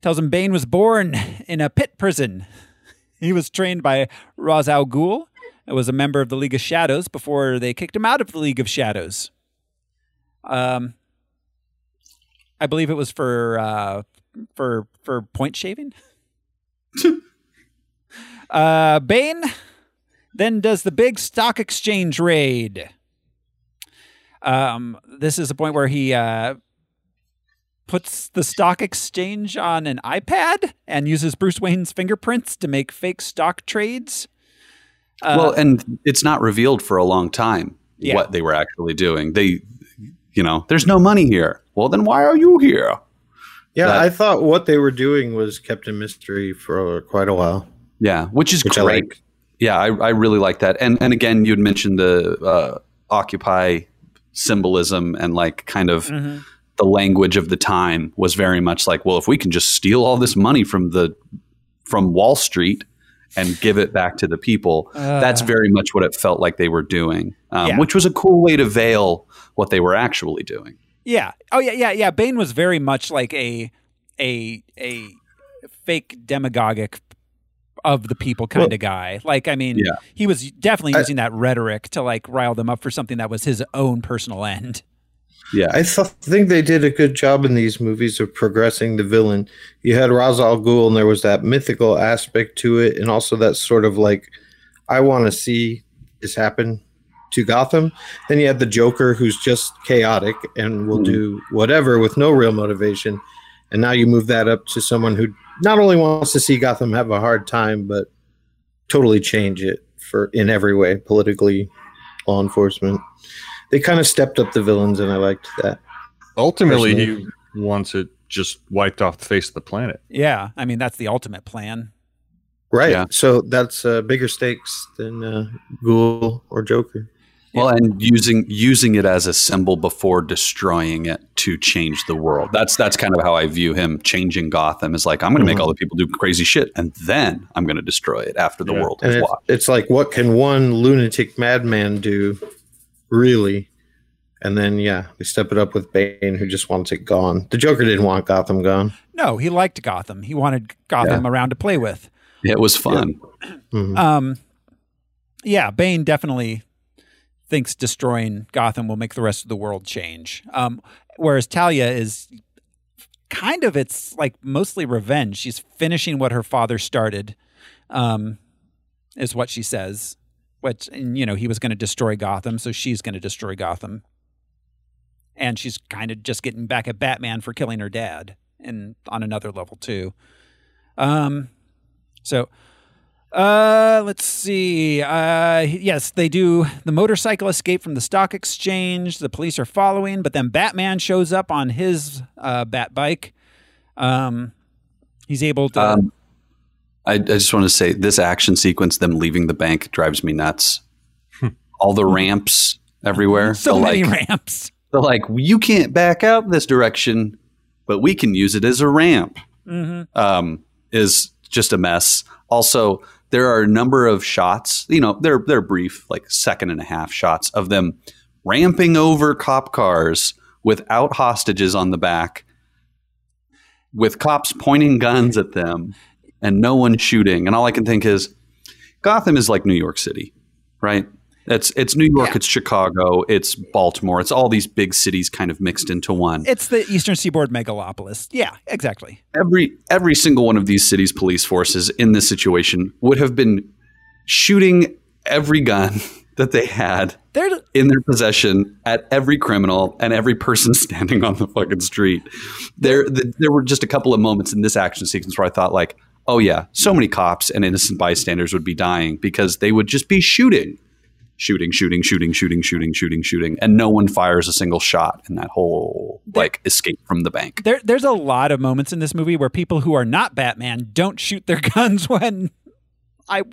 [SPEAKER 1] Tells him Bane was born in a pit prison. He was trained by Ra's al Ghul. and was a member of the League of Shadows before they kicked him out of the League of Shadows. Um, I believe it was for uh, for for point shaving. uh, Bane then does the big stock exchange raid. Um, this is the point where he uh, puts the stock exchange on an iPad and uses Bruce Wayne's fingerprints to make fake stock trades.
[SPEAKER 3] Uh, well, and it's not revealed for a long time
[SPEAKER 1] Yeah.
[SPEAKER 3] what they were actually doing. They, you know, there's no money here. Well, then why are you here?
[SPEAKER 2] Yeah,
[SPEAKER 3] That-
[SPEAKER 2] I thought what they were doing was kept a mystery for quite a while.
[SPEAKER 3] Yeah, which is
[SPEAKER 2] Which I
[SPEAKER 3] great. Yeah, I, I really like that. And and again, you'd mentioned the uh, Occupy symbolism and like kind of
[SPEAKER 1] Mhm.
[SPEAKER 3] the language of the time was very much like, well, if we can just steal all this money from the from Wall Street and give it back to the people, that's
[SPEAKER 1] Uh.
[SPEAKER 3] very much what it felt like they were doing, um,
[SPEAKER 1] Yeah.
[SPEAKER 3] which was a cool way to veil what they were actually doing.
[SPEAKER 1] Yeah. Oh yeah, yeah, yeah. Bane was very much like a a a fake demagogic of the people kind of
[SPEAKER 2] Well-
[SPEAKER 1] guy. Like I mean,
[SPEAKER 3] Yeah.
[SPEAKER 1] he was definitely
[SPEAKER 2] I-
[SPEAKER 1] using that rhetoric to like rile them up for something that was his own personal end.
[SPEAKER 3] Yeah,
[SPEAKER 2] I th- think they did a good job in these movies of progressing the villain. You had Ra's al Ghul, and there was that mythical aspect to it, and also that sort of like, I want to see this happen to Gotham. Then you had the Joker, who's just chaotic and will do whatever with no real motivation. And now you move that up to someone who not only wants to see Gotham have a hard time, but totally change it for in every way, politically, law enforcement. They kind of stepped up the villains, and I liked that.
[SPEAKER 10] Ultimately,
[SPEAKER 2] Personally.
[SPEAKER 10] he wants it just wiped off the face of the planet.
[SPEAKER 1] Yeah. I mean, that's the ultimate plan.
[SPEAKER 2] Right.
[SPEAKER 3] Yeah.
[SPEAKER 2] So that's uh, bigger stakes than uh, Ghoul or Joker.
[SPEAKER 3] Well, and using using it as a symbol before destroying it to change the world. That's that's kind of how I view him changing Gotham is like I'm going to make all the people do crazy shit and then I'm going to destroy it after the
[SPEAKER 10] Yeah.
[SPEAKER 3] world
[SPEAKER 2] And
[SPEAKER 3] is
[SPEAKER 2] it,
[SPEAKER 3] lost.
[SPEAKER 2] it's like, what can one lunatic madman do, really? And then, yeah, we step it up with Bane, who just wants it gone. The Joker didn't want Gotham gone.
[SPEAKER 1] No, he liked Gotham. He wanted Gotham around to play with.
[SPEAKER 3] It was fun.
[SPEAKER 2] Mm-hmm.
[SPEAKER 3] Uh,
[SPEAKER 1] Um yeah, Bane definitely thinks destroying Gotham will make the rest of the world change. Um whereas Talia is kind of it's like mostly revenge. She's finishing what her father started. Um is what she says. Which and, you know, he was going to destroy Gotham, so she's going to destroy Gotham. And she's kind of just getting back at Batman for killing her dad and on another level too. Um so uh, let's see. Uh, he- yes, they do. The motorcycle escape from the stock exchange. The police are following, but then Batman shows up on his uh, bat bike. Um, he's able to.
[SPEAKER 3] Um, I, I just want to say this action sequence, them leaving the bank, drives me nuts. all the ramps everywhere.
[SPEAKER 1] so
[SPEAKER 3] the,
[SPEAKER 1] many
[SPEAKER 3] like,
[SPEAKER 1] ramps.
[SPEAKER 3] the like you can't back out this direction, but we can use it as a ramp.
[SPEAKER 1] hmm
[SPEAKER 3] um, is just a mess. Also, there are a number of shots. You know, they're they're brief, like second and a half shots of them ramping over cop cars without hostages on the back, with cops pointing guns at them, and no one shooting. And all I can think is, Gotham is like New York City, right? It's it's New York, it's Chicago, it's Baltimore, it's all these big cities kind of mixed into one
[SPEAKER 1] It's the Eastern Seaboard megalopolis. Yeah, exactly.
[SPEAKER 3] every every single one of these cities' police forces in this situation would have been shooting every gun that they had
[SPEAKER 1] They're
[SPEAKER 3] in their possession at every criminal and every person standing on the fucking street. There th- there were just a couple of moments in this action sequence where I thought like, "Oh yeah, so many cops and innocent bystanders would be dying because they would just be shooting." Shooting, shooting, shooting, shooting, shooting, shooting, shooting, and no one fires a single shot in that whole like escape from the bank.
[SPEAKER 1] there. There's a lot of moments in this movie where people who are not Batman don't shoot their guns when I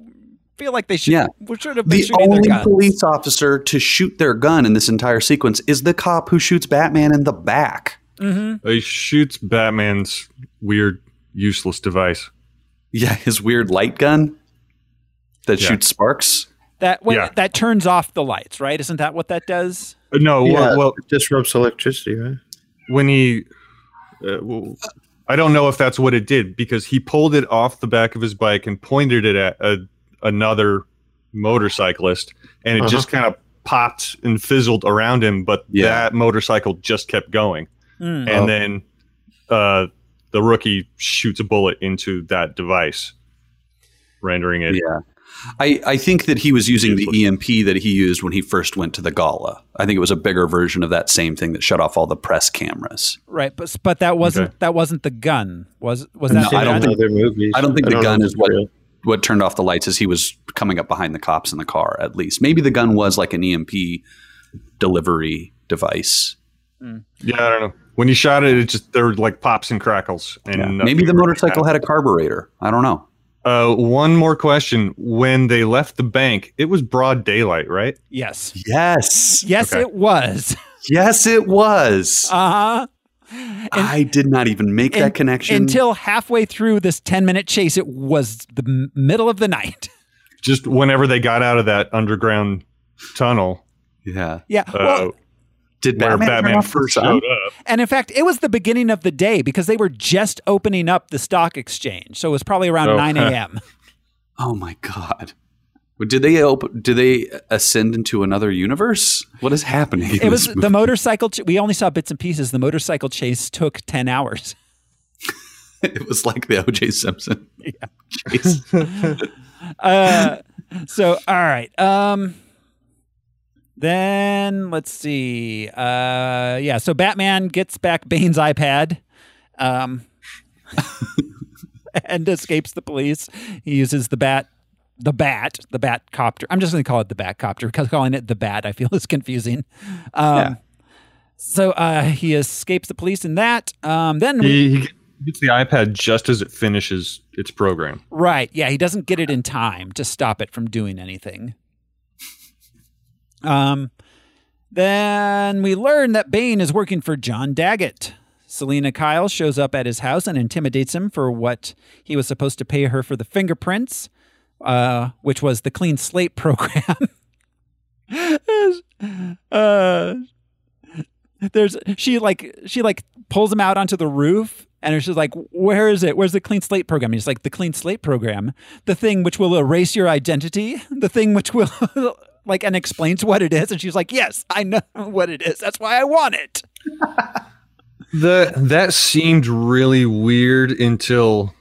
[SPEAKER 1] feel like they should.
[SPEAKER 3] Yeah.
[SPEAKER 1] we should have been
[SPEAKER 3] the
[SPEAKER 1] shooting their
[SPEAKER 3] only
[SPEAKER 1] guns.
[SPEAKER 3] police officer to shoot their gun in this entire sequence is the cop who shoots Batman in the back.
[SPEAKER 10] He shoots Batman's weird, useless device.
[SPEAKER 3] Yeah, his weird light gun that
[SPEAKER 10] Yeah.
[SPEAKER 3] shoots sparks.
[SPEAKER 1] That when,
[SPEAKER 10] Yeah.
[SPEAKER 1] that turns off the lights, right? Isn't that what that does?
[SPEAKER 10] Uh, No,
[SPEAKER 2] yeah,
[SPEAKER 10] well, well,
[SPEAKER 2] it disrupts electricity, right?
[SPEAKER 10] when he, uh, well, I don't know if that's what it did because he pulled it off the back of his bike and pointed it at a, another motorcyclist, and it
[SPEAKER 2] Uh-huh.
[SPEAKER 10] just kind of popped and fizzled around him. But
[SPEAKER 3] Yeah.
[SPEAKER 10] that motorcycle just kept going,
[SPEAKER 1] Mm.
[SPEAKER 10] and
[SPEAKER 2] Oh.
[SPEAKER 10] then uh, the rookie shoots a bullet into that device, rendering it.
[SPEAKER 3] Yeah. I, I think that he was using the EMP that he used when he first went to the gala. I think it was a bigger version of that same thing that shut off all the press cameras.
[SPEAKER 1] Right, but but that wasn't that wasn't the gun. Was was that?
[SPEAKER 3] I don't
[SPEAKER 1] the
[SPEAKER 3] think,
[SPEAKER 1] gun?
[SPEAKER 3] I don't think
[SPEAKER 1] I
[SPEAKER 3] the
[SPEAKER 1] don't
[SPEAKER 3] gun
[SPEAKER 1] know
[SPEAKER 3] is what what turned off the lights is he was coming up behind the cops in the car at least. Maybe the gun was like an EMP delivery device.
[SPEAKER 10] Yeah, I don't know. When you shot it, it just there were like pops and crackles. And nothing
[SPEAKER 3] Maybe the
[SPEAKER 10] really
[SPEAKER 3] motorcycle had a carburetor. I don't know.
[SPEAKER 10] Uh, one more question. When they left the bank, it was broad daylight, right?
[SPEAKER 1] Yes.
[SPEAKER 3] Yes.
[SPEAKER 1] Yes,
[SPEAKER 10] Okay.
[SPEAKER 1] it was.
[SPEAKER 3] Yes, it was.
[SPEAKER 1] Uh huh.
[SPEAKER 3] I did not even make that connection.
[SPEAKER 1] Until halfway through this ten-minute chase, it was the m- middle of the night.
[SPEAKER 10] Just whenever they got out of that underground tunnel.
[SPEAKER 3] Yeah.
[SPEAKER 1] Yeah,
[SPEAKER 10] Uh,
[SPEAKER 1] well-
[SPEAKER 3] did
[SPEAKER 10] where
[SPEAKER 1] Batman turn
[SPEAKER 10] Batman,
[SPEAKER 1] off the
[SPEAKER 10] first
[SPEAKER 1] sun?
[SPEAKER 10] showed up.
[SPEAKER 1] And in fact, it was the beginning of the day because they were just opening up the stock exchange, so it was probably around
[SPEAKER 3] Oh.
[SPEAKER 1] nine a.m.
[SPEAKER 3] Oh my god. Did they open, did they ascend into another universe? What is happening? in
[SPEAKER 1] it was
[SPEAKER 3] this
[SPEAKER 1] the motorcycle. Ch- we only saw bits and pieces. The motorcycle chase took ten hours.
[SPEAKER 3] movie? it was like the OJ Simpson.
[SPEAKER 1] Yeah.
[SPEAKER 3] Jeez.
[SPEAKER 1] Uh, so all right. Um, then let's see. Uh, yeah. So Batman gets back Bane's iPad. Um, and escapes the police. He uses the bat, the bat, the bat copter. I'm just going to call it the bat copter because calling it the bat I feel is confusing. Um,
[SPEAKER 10] Yeah.
[SPEAKER 1] So uh, he escapes the police in that. Um, then we,
[SPEAKER 10] He, he gets the iPad just as it finishes its program.
[SPEAKER 1] Right. Yeah, he doesn't get it in time to stop it from doing anything. Um then we learn that Bane is working for John Daggett. Selena Kyle shows up at his house and intimidates him for what he was supposed to pay her for the fingerprints, uh, which was the clean slate program. uh, there's she like she like pulls him out onto the roof and she's like where is it where's the clean slate program and he's like the clean slate program the thing which will erase your identity the thing which will like and explains what it is and she's like yes i know what it is that's why i want it
[SPEAKER 10] The that seemed really weird until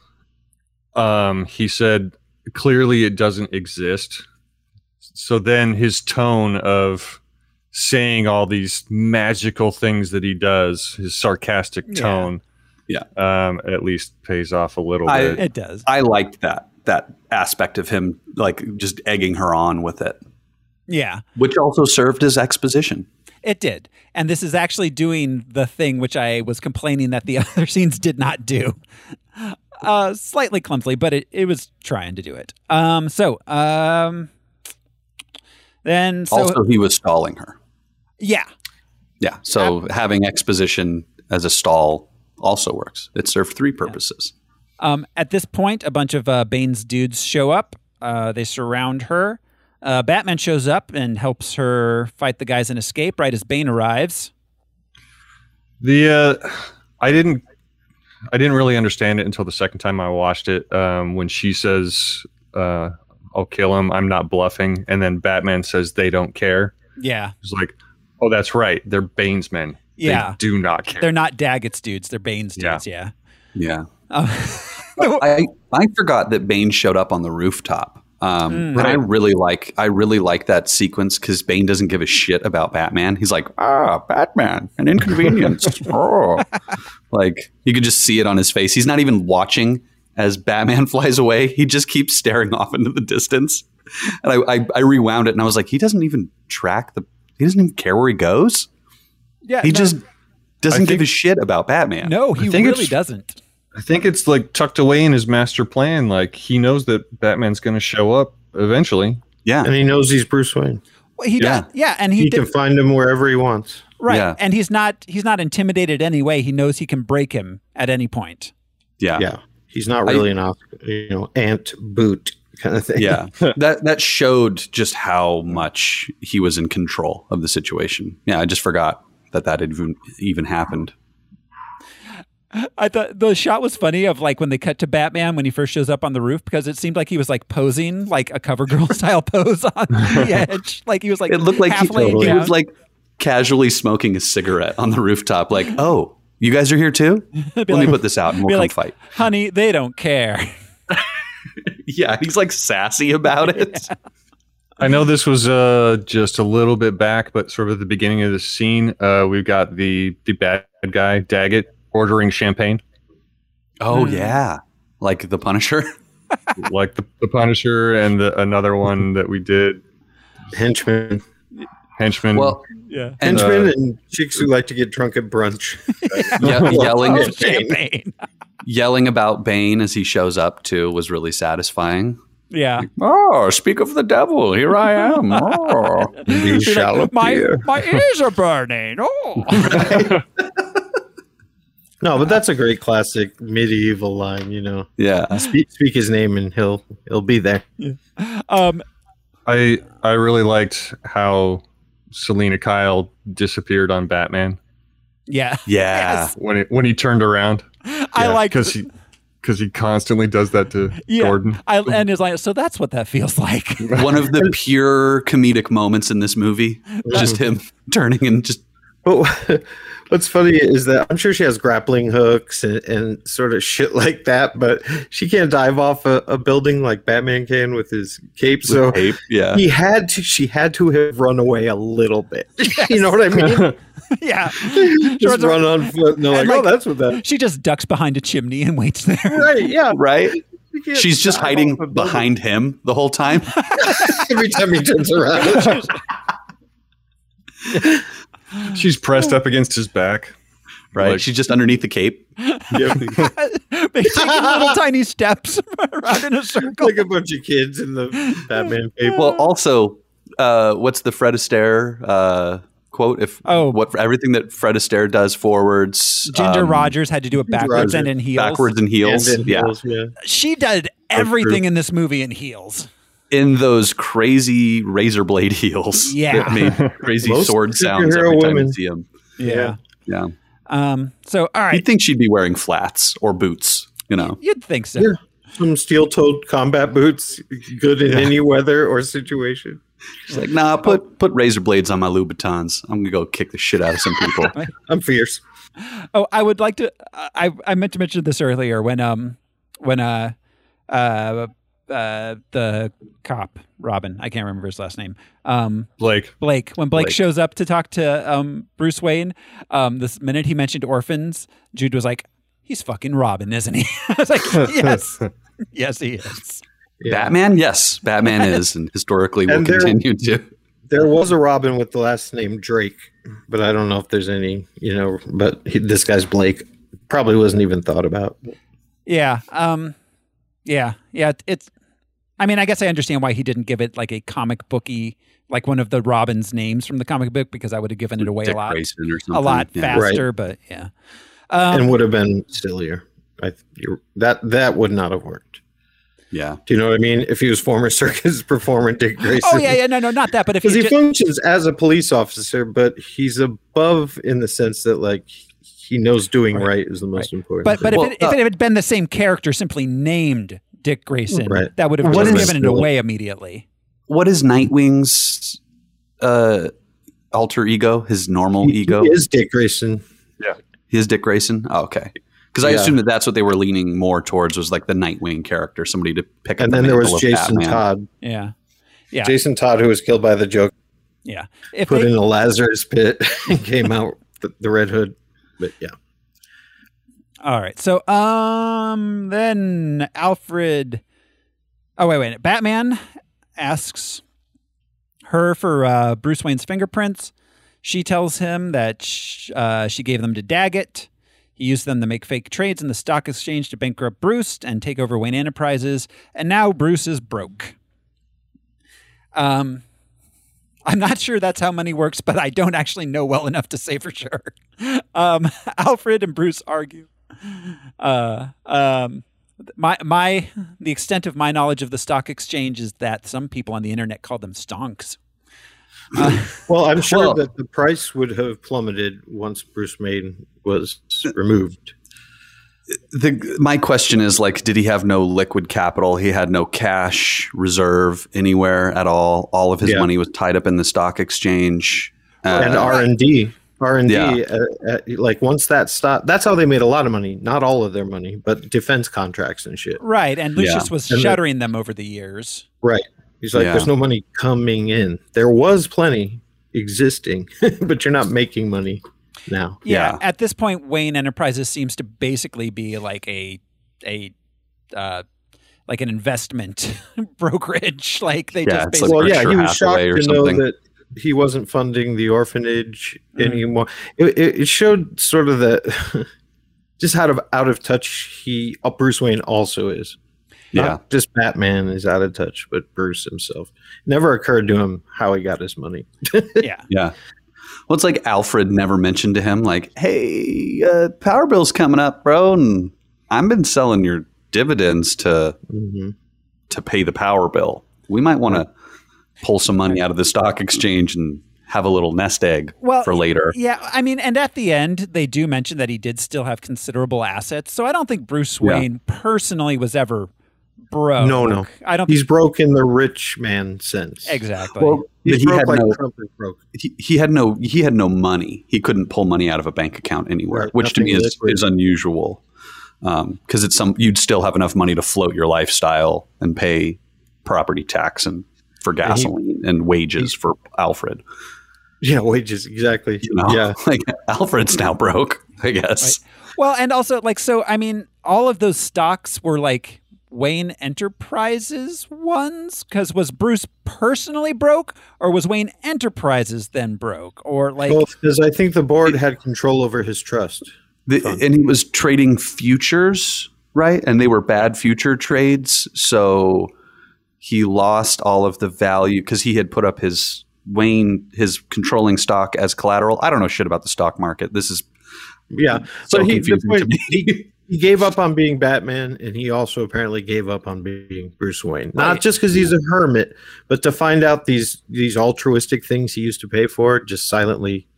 [SPEAKER 10] um he said clearly it doesn't exist. So then his tone of saying all these magical things that he does, his sarcastic
[SPEAKER 3] Yeah.
[SPEAKER 10] tone,
[SPEAKER 3] yeah,
[SPEAKER 10] um, at least pays off a little
[SPEAKER 3] I,
[SPEAKER 10] bit.
[SPEAKER 3] I liked that that aspect of him like just egging her on with it,
[SPEAKER 1] yeah
[SPEAKER 3] which also served as exposition.
[SPEAKER 1] it did and this is actually doing the thing which i was complaining that the other scenes did not do uh slightly clumsily but it, it was trying to do it um so um then so
[SPEAKER 3] also, he was stalling her.
[SPEAKER 1] yeah
[SPEAKER 3] Yeah. So having exposition as a stall also works. It served three purposes.
[SPEAKER 1] Um, at this point, a bunch of uh, Bane's dudes show up. Uh, they surround her. Uh, Batman shows up and helps her fight the guys and escape right as Bane arrives.
[SPEAKER 10] The uh, I didn't I didn't really understand it until the second time I watched it. Um, when she says, uh, "I'll kill him," I'm not bluffing, and then Batman says, "They don't care."
[SPEAKER 1] Yeah.
[SPEAKER 10] It's like, oh, that's right, they're Bane's men.
[SPEAKER 1] Yeah.
[SPEAKER 10] they do not care.
[SPEAKER 1] They're not Daggett's dudes, they're Bane's dudes. Yeah.
[SPEAKER 3] Yeah.
[SPEAKER 1] Um,
[SPEAKER 3] I I forgot that Bane showed up on the rooftop. Um,
[SPEAKER 1] Mm.
[SPEAKER 3] And I
[SPEAKER 1] Right.
[SPEAKER 3] really like I really like that sequence because Bane doesn't give a shit about Batman. He's like, ah, Batman, an inconvenience. Oh. Like you could just see it on his face. He's not even watching as Batman flies away. He just keeps staring off into the distance. And I, I, I rewound it and I was like, he doesn't even track the. He doesn't even care where he goes.
[SPEAKER 1] Yeah.
[SPEAKER 3] He
[SPEAKER 1] Uh, no-
[SPEAKER 3] just doesn't
[SPEAKER 10] I
[SPEAKER 3] give a shit about Batman.
[SPEAKER 1] No, he
[SPEAKER 10] I think
[SPEAKER 1] really
[SPEAKER 10] it's-
[SPEAKER 1] doesn't.
[SPEAKER 10] I think it's like tucked away in his master plan. Like he knows that Batman's going to show up eventually.
[SPEAKER 3] Yeah,
[SPEAKER 2] and he knows he's Bruce Wayne.
[SPEAKER 1] Well, he
[SPEAKER 10] Yeah.
[SPEAKER 1] does. Yeah. And
[SPEAKER 2] He,
[SPEAKER 1] he,
[SPEAKER 2] can
[SPEAKER 1] did,
[SPEAKER 2] find him wherever he wants.
[SPEAKER 1] right.
[SPEAKER 2] Yeah.
[SPEAKER 1] And he's not he's not intimidated anyway. He knows he can break him at any point.
[SPEAKER 3] Yeah,
[SPEAKER 2] yeah. He's not
[SPEAKER 3] I-
[SPEAKER 2] really an Oscar, you know, ant boot kind of thing.
[SPEAKER 3] yeah that that showed just how much he was in control of the situation yeah i just forgot that that had even even happened
[SPEAKER 1] I thought the shot was funny of like when they cut to Batman when he first shows up on the roof because it seemed like he was like posing like a cover girl style pose on the edge. Like he was like
[SPEAKER 3] it looked like he,
[SPEAKER 1] half laying
[SPEAKER 3] he
[SPEAKER 1] down.
[SPEAKER 3] was like casually smoking a cigarette on the rooftop like oh you guys are here too let me
[SPEAKER 1] like-
[SPEAKER 3] put this out and
[SPEAKER 1] be
[SPEAKER 3] we'll come
[SPEAKER 1] like,
[SPEAKER 3] fight
[SPEAKER 1] Honey, they don't care.
[SPEAKER 3] yeah, he's like sassy about it.
[SPEAKER 10] I know this was uh, just a little bit back, but sort of at the beginning of the scene, uh, we've got the the bad guy Daggett ordering champagne.
[SPEAKER 3] Oh yeah, like the Punisher.
[SPEAKER 10] like the, the Punisher and the, another one that we did,
[SPEAKER 2] henchman.
[SPEAKER 10] henchman.
[SPEAKER 3] Well,
[SPEAKER 1] Yeah.
[SPEAKER 2] Henchmen
[SPEAKER 10] Uh,
[SPEAKER 2] and chicks who like to get drunk at brunch.
[SPEAKER 3] ye- yelling
[SPEAKER 1] Oh, champagne.
[SPEAKER 3] yelling about Bane as he shows up too was really satisfying.
[SPEAKER 1] Yeah.
[SPEAKER 3] Oh, speak of the devil! Here I am. Oh.
[SPEAKER 2] You
[SPEAKER 1] Be like,
[SPEAKER 2] shall
[SPEAKER 1] my
[SPEAKER 2] appear.
[SPEAKER 1] my ears are burning. Oh.
[SPEAKER 2] No, but that's a great classic medieval line. You know,
[SPEAKER 3] yeah,
[SPEAKER 2] speak, speak his name and he'll he'll be there.
[SPEAKER 1] Um
[SPEAKER 10] I I really liked how Selena Kyle disappeared on Batman
[SPEAKER 1] yeah.
[SPEAKER 3] yeah.
[SPEAKER 1] Yes.
[SPEAKER 10] when it, when he turned around.
[SPEAKER 1] I like
[SPEAKER 10] because he because he constantly does that to
[SPEAKER 1] yeah.
[SPEAKER 10] Gordon.
[SPEAKER 1] I and it's like so that's what that feels like.
[SPEAKER 3] One of the pure comedic moments in this movie, just him turning and just
[SPEAKER 2] But what's funny is that I'm sure she has grappling hooks and, and sort of shit like that, but she can't dive off a, a building like Batman can with his cape. So
[SPEAKER 3] ape. Yeah,
[SPEAKER 2] he had to. She had to have run away a little bit. you know what I mean?
[SPEAKER 1] yeah.
[SPEAKER 2] Just
[SPEAKER 1] runs-
[SPEAKER 2] run on foot, and they're like,
[SPEAKER 1] and
[SPEAKER 2] "Oh,
[SPEAKER 1] like-
[SPEAKER 2] that's what that."
[SPEAKER 1] She just ducks behind a chimney and waits there.
[SPEAKER 2] Right? Yeah.
[SPEAKER 3] right.
[SPEAKER 2] You can't
[SPEAKER 3] She's just
[SPEAKER 2] dive
[SPEAKER 3] hiding
[SPEAKER 2] off a building
[SPEAKER 3] behind him the whole time.
[SPEAKER 2] every time he turns around.
[SPEAKER 10] She's pressed up against his back.
[SPEAKER 3] Right,
[SPEAKER 10] Like-
[SPEAKER 3] she's just underneath the cape.
[SPEAKER 1] They're taking little tiny steps around in a circle.
[SPEAKER 2] like a bunch of kids in the Batman paper.
[SPEAKER 3] Well, also, uh, what's the Fred Astaire uh, quote? If
[SPEAKER 1] Oh.
[SPEAKER 3] what everything that Fred Astaire does forwards,
[SPEAKER 1] Ginger
[SPEAKER 3] um,
[SPEAKER 1] Rogers had to do it backwards
[SPEAKER 2] Rogers.
[SPEAKER 1] and in heels.
[SPEAKER 3] backwards and heels.
[SPEAKER 2] And in
[SPEAKER 3] yeah,
[SPEAKER 2] heels, yeah.
[SPEAKER 1] She did everything in this movie in heels.
[SPEAKER 3] in those crazy razor blade heels
[SPEAKER 1] Yeah.
[SPEAKER 3] that made crazy
[SPEAKER 2] Most
[SPEAKER 3] sword sounds
[SPEAKER 2] superhero
[SPEAKER 3] every time
[SPEAKER 2] women.
[SPEAKER 3] you see them.
[SPEAKER 1] Yeah.
[SPEAKER 3] Yeah,
[SPEAKER 1] Um so all right.
[SPEAKER 3] you'd think she'd be wearing flats or boots. You know,
[SPEAKER 1] You'd think so.
[SPEAKER 2] Yeah. Some steel-toed combat boots, good in any weather or situation.
[SPEAKER 3] she's like, "Nah, put put razor blades on my Louboutins. I'm gonna go kick the shit out of some people."
[SPEAKER 2] I'm fierce.
[SPEAKER 1] Oh, I would like to. I I meant to mention this earlier when um when uh uh uh the cop Robin I can't remember his last name um
[SPEAKER 10] Blake,
[SPEAKER 1] Blake when Blake,
[SPEAKER 3] Blake.
[SPEAKER 1] shows up to talk to um Bruce Wayne um this minute he mentioned orphans Jude was like he's fucking Robin isn't he I was like yes yes he is
[SPEAKER 2] Yeah.
[SPEAKER 3] Batman, yes, Batman is, and historically will
[SPEAKER 2] And they're-
[SPEAKER 3] continue to.
[SPEAKER 2] There was a Robin with the last name Drake, but I don't know if there's any, you know, but he, this guy's Blake. Probably wasn't even thought about.
[SPEAKER 1] yeah um yeah yeah it- it's I mean I guess I understand why he didn't give it like a comic booky like one of the Robin's names from the comic book because I would have given it away
[SPEAKER 3] Dick
[SPEAKER 1] a lot
[SPEAKER 3] Grayson or something.
[SPEAKER 1] a lot
[SPEAKER 3] yeah.
[SPEAKER 1] faster, but yeah. Um,
[SPEAKER 2] and would have been sillier. I, th- you're, that that would not have worked.
[SPEAKER 3] Yeah.
[SPEAKER 2] Do you know what I mean? If he was former circus performer Dick Grayson.
[SPEAKER 1] oh yeah, yeah, no, no, not that. But if
[SPEAKER 2] because
[SPEAKER 1] you
[SPEAKER 2] he
[SPEAKER 1] ju-
[SPEAKER 2] functions as a police officer, but he's above in the sense that like he knows doing right, is the most important.
[SPEAKER 1] but but
[SPEAKER 2] thing.
[SPEAKER 1] if, it, if it had been the same character, simply named Dick Grayson,
[SPEAKER 2] Right.
[SPEAKER 1] that would have
[SPEAKER 3] What
[SPEAKER 1] just
[SPEAKER 3] is-
[SPEAKER 1] given it away immediately.
[SPEAKER 3] What is Nightwing's uh, alter ego? His normal
[SPEAKER 2] he,
[SPEAKER 3] ego?
[SPEAKER 2] he is Dick Grayson.
[SPEAKER 3] He is Dick Grayson. Oh, okay. Because I
[SPEAKER 2] Yeah.
[SPEAKER 3] assume that that's what they were leaning more towards was like the Nightwing character, somebody to pick up.
[SPEAKER 2] And
[SPEAKER 3] the
[SPEAKER 2] then there was
[SPEAKER 3] mantle of
[SPEAKER 2] Jason
[SPEAKER 3] Batman.
[SPEAKER 2] Todd.
[SPEAKER 1] Yeah, yeah,
[SPEAKER 2] Jason Todd, who was killed by the Joker,
[SPEAKER 1] yeah. If
[SPEAKER 2] put
[SPEAKER 1] they,
[SPEAKER 2] in a Lazarus pit and came out the, the Red Hood. But yeah,
[SPEAKER 1] all right, so um, then Alfred. Oh wait, wait. Batman asks her for uh, Bruce Wayne's fingerprints. She tells him that sh- uh, she gave them to Daggett. He used them to make fake trades in the stock exchange to bankrupt Bruce and take over Wayne Enterprises. And now Bruce is broke. Um, I'm not sure that's how money works, but I don't actually know well enough to say for sure. Um, Alfred and Bruce argue. Uh, um, my my the extent of my knowledge of the stock exchange is that some people on the internet call them stonks.
[SPEAKER 2] well, I'm sure
[SPEAKER 3] Well-
[SPEAKER 2] that the price would have plummeted once Bruce Wayne was removed.
[SPEAKER 3] The, my question is like, did he have no liquid capital? He had no cash reserve anywhere at all. All of his
[SPEAKER 2] Yeah.
[SPEAKER 3] money was tied up in the stock exchange.
[SPEAKER 2] and
[SPEAKER 3] Uh,
[SPEAKER 2] R and D. R and D, uh, like once that stopped, that's how they made a lot of money. Not all of their money, but defense contracts and shit.
[SPEAKER 1] Right, and
[SPEAKER 2] Yeah.
[SPEAKER 1] Lucius was
[SPEAKER 2] And the-
[SPEAKER 1] shuttering them over the years.
[SPEAKER 2] Right. He's like,
[SPEAKER 1] Yeah.
[SPEAKER 2] there's no money coming in. There was plenty existing, but you're not making money now.
[SPEAKER 1] Yeah, At this point, Wayne Enterprises seems to basically be like a a uh, like an investment brokerage. Like they just basically
[SPEAKER 2] well, yeah, he was shocked to know that he wasn't funding the orphanage anymore. It, it, it showed sort of the just how of out of touch he uh, Bruce Wayne also is. Not
[SPEAKER 3] Yeah.
[SPEAKER 2] just Batman is out of touch, but Bruce himself never occurred to him how he got his money.
[SPEAKER 3] Yeah. Well, it's like Alfred never mentioned to him, like, hey, uh, power bill's coming up, bro. And I've been selling your dividends to to pay the power bill. We might want to pull some money out of the stock exchange and have a little nest egg for later.
[SPEAKER 1] Yeah, I mean, and at the end, they do mention that he did still have considerable assets. So I don't think Bruce
[SPEAKER 2] Yeah.
[SPEAKER 1] Wayne personally was ever broke.
[SPEAKER 2] No, no,
[SPEAKER 1] Oh, I don't.
[SPEAKER 2] He's broke in the rich man sense.
[SPEAKER 1] Exactly.
[SPEAKER 3] Well,
[SPEAKER 2] He's
[SPEAKER 3] but he
[SPEAKER 2] broke
[SPEAKER 3] had
[SPEAKER 2] like
[SPEAKER 3] no-
[SPEAKER 2] Trump is broke.
[SPEAKER 3] He, he had no he had no money. He couldn't pull money out of a bank account anywhere,
[SPEAKER 2] Right,
[SPEAKER 3] which to me
[SPEAKER 2] nothing
[SPEAKER 3] is, is unusual. Because it's some you'd still have enough money to float your lifestyle and pay property tax and for
[SPEAKER 2] And he-
[SPEAKER 3] gasoline and wages for Alfred.
[SPEAKER 2] Yeah, wages exactly.
[SPEAKER 3] You know?
[SPEAKER 2] Yeah,
[SPEAKER 3] like Alfred's now broke. I guess.
[SPEAKER 1] Well, and also like so I mean, all of those stocks were like Wayne Enterprises ones cuz was Bruce personally broke or was Wayne Enterprises then broke or like
[SPEAKER 2] because I think the board had control over his trust.
[SPEAKER 3] The, and he was trading futures, right? And they were bad future trades, so he lost all of the value because he had put up his Wayne his controlling stock as collateral. I don't know shit about the stock market. This is
[SPEAKER 2] Yeah,
[SPEAKER 3] so
[SPEAKER 2] but he, the
[SPEAKER 3] confusing to
[SPEAKER 2] point,
[SPEAKER 3] me.
[SPEAKER 2] he he gave up on being Batman, and he also apparently gave up on being Bruce Wayne. Not just because he's a hermit, but to find out these these altruistic things he used to pay for just silently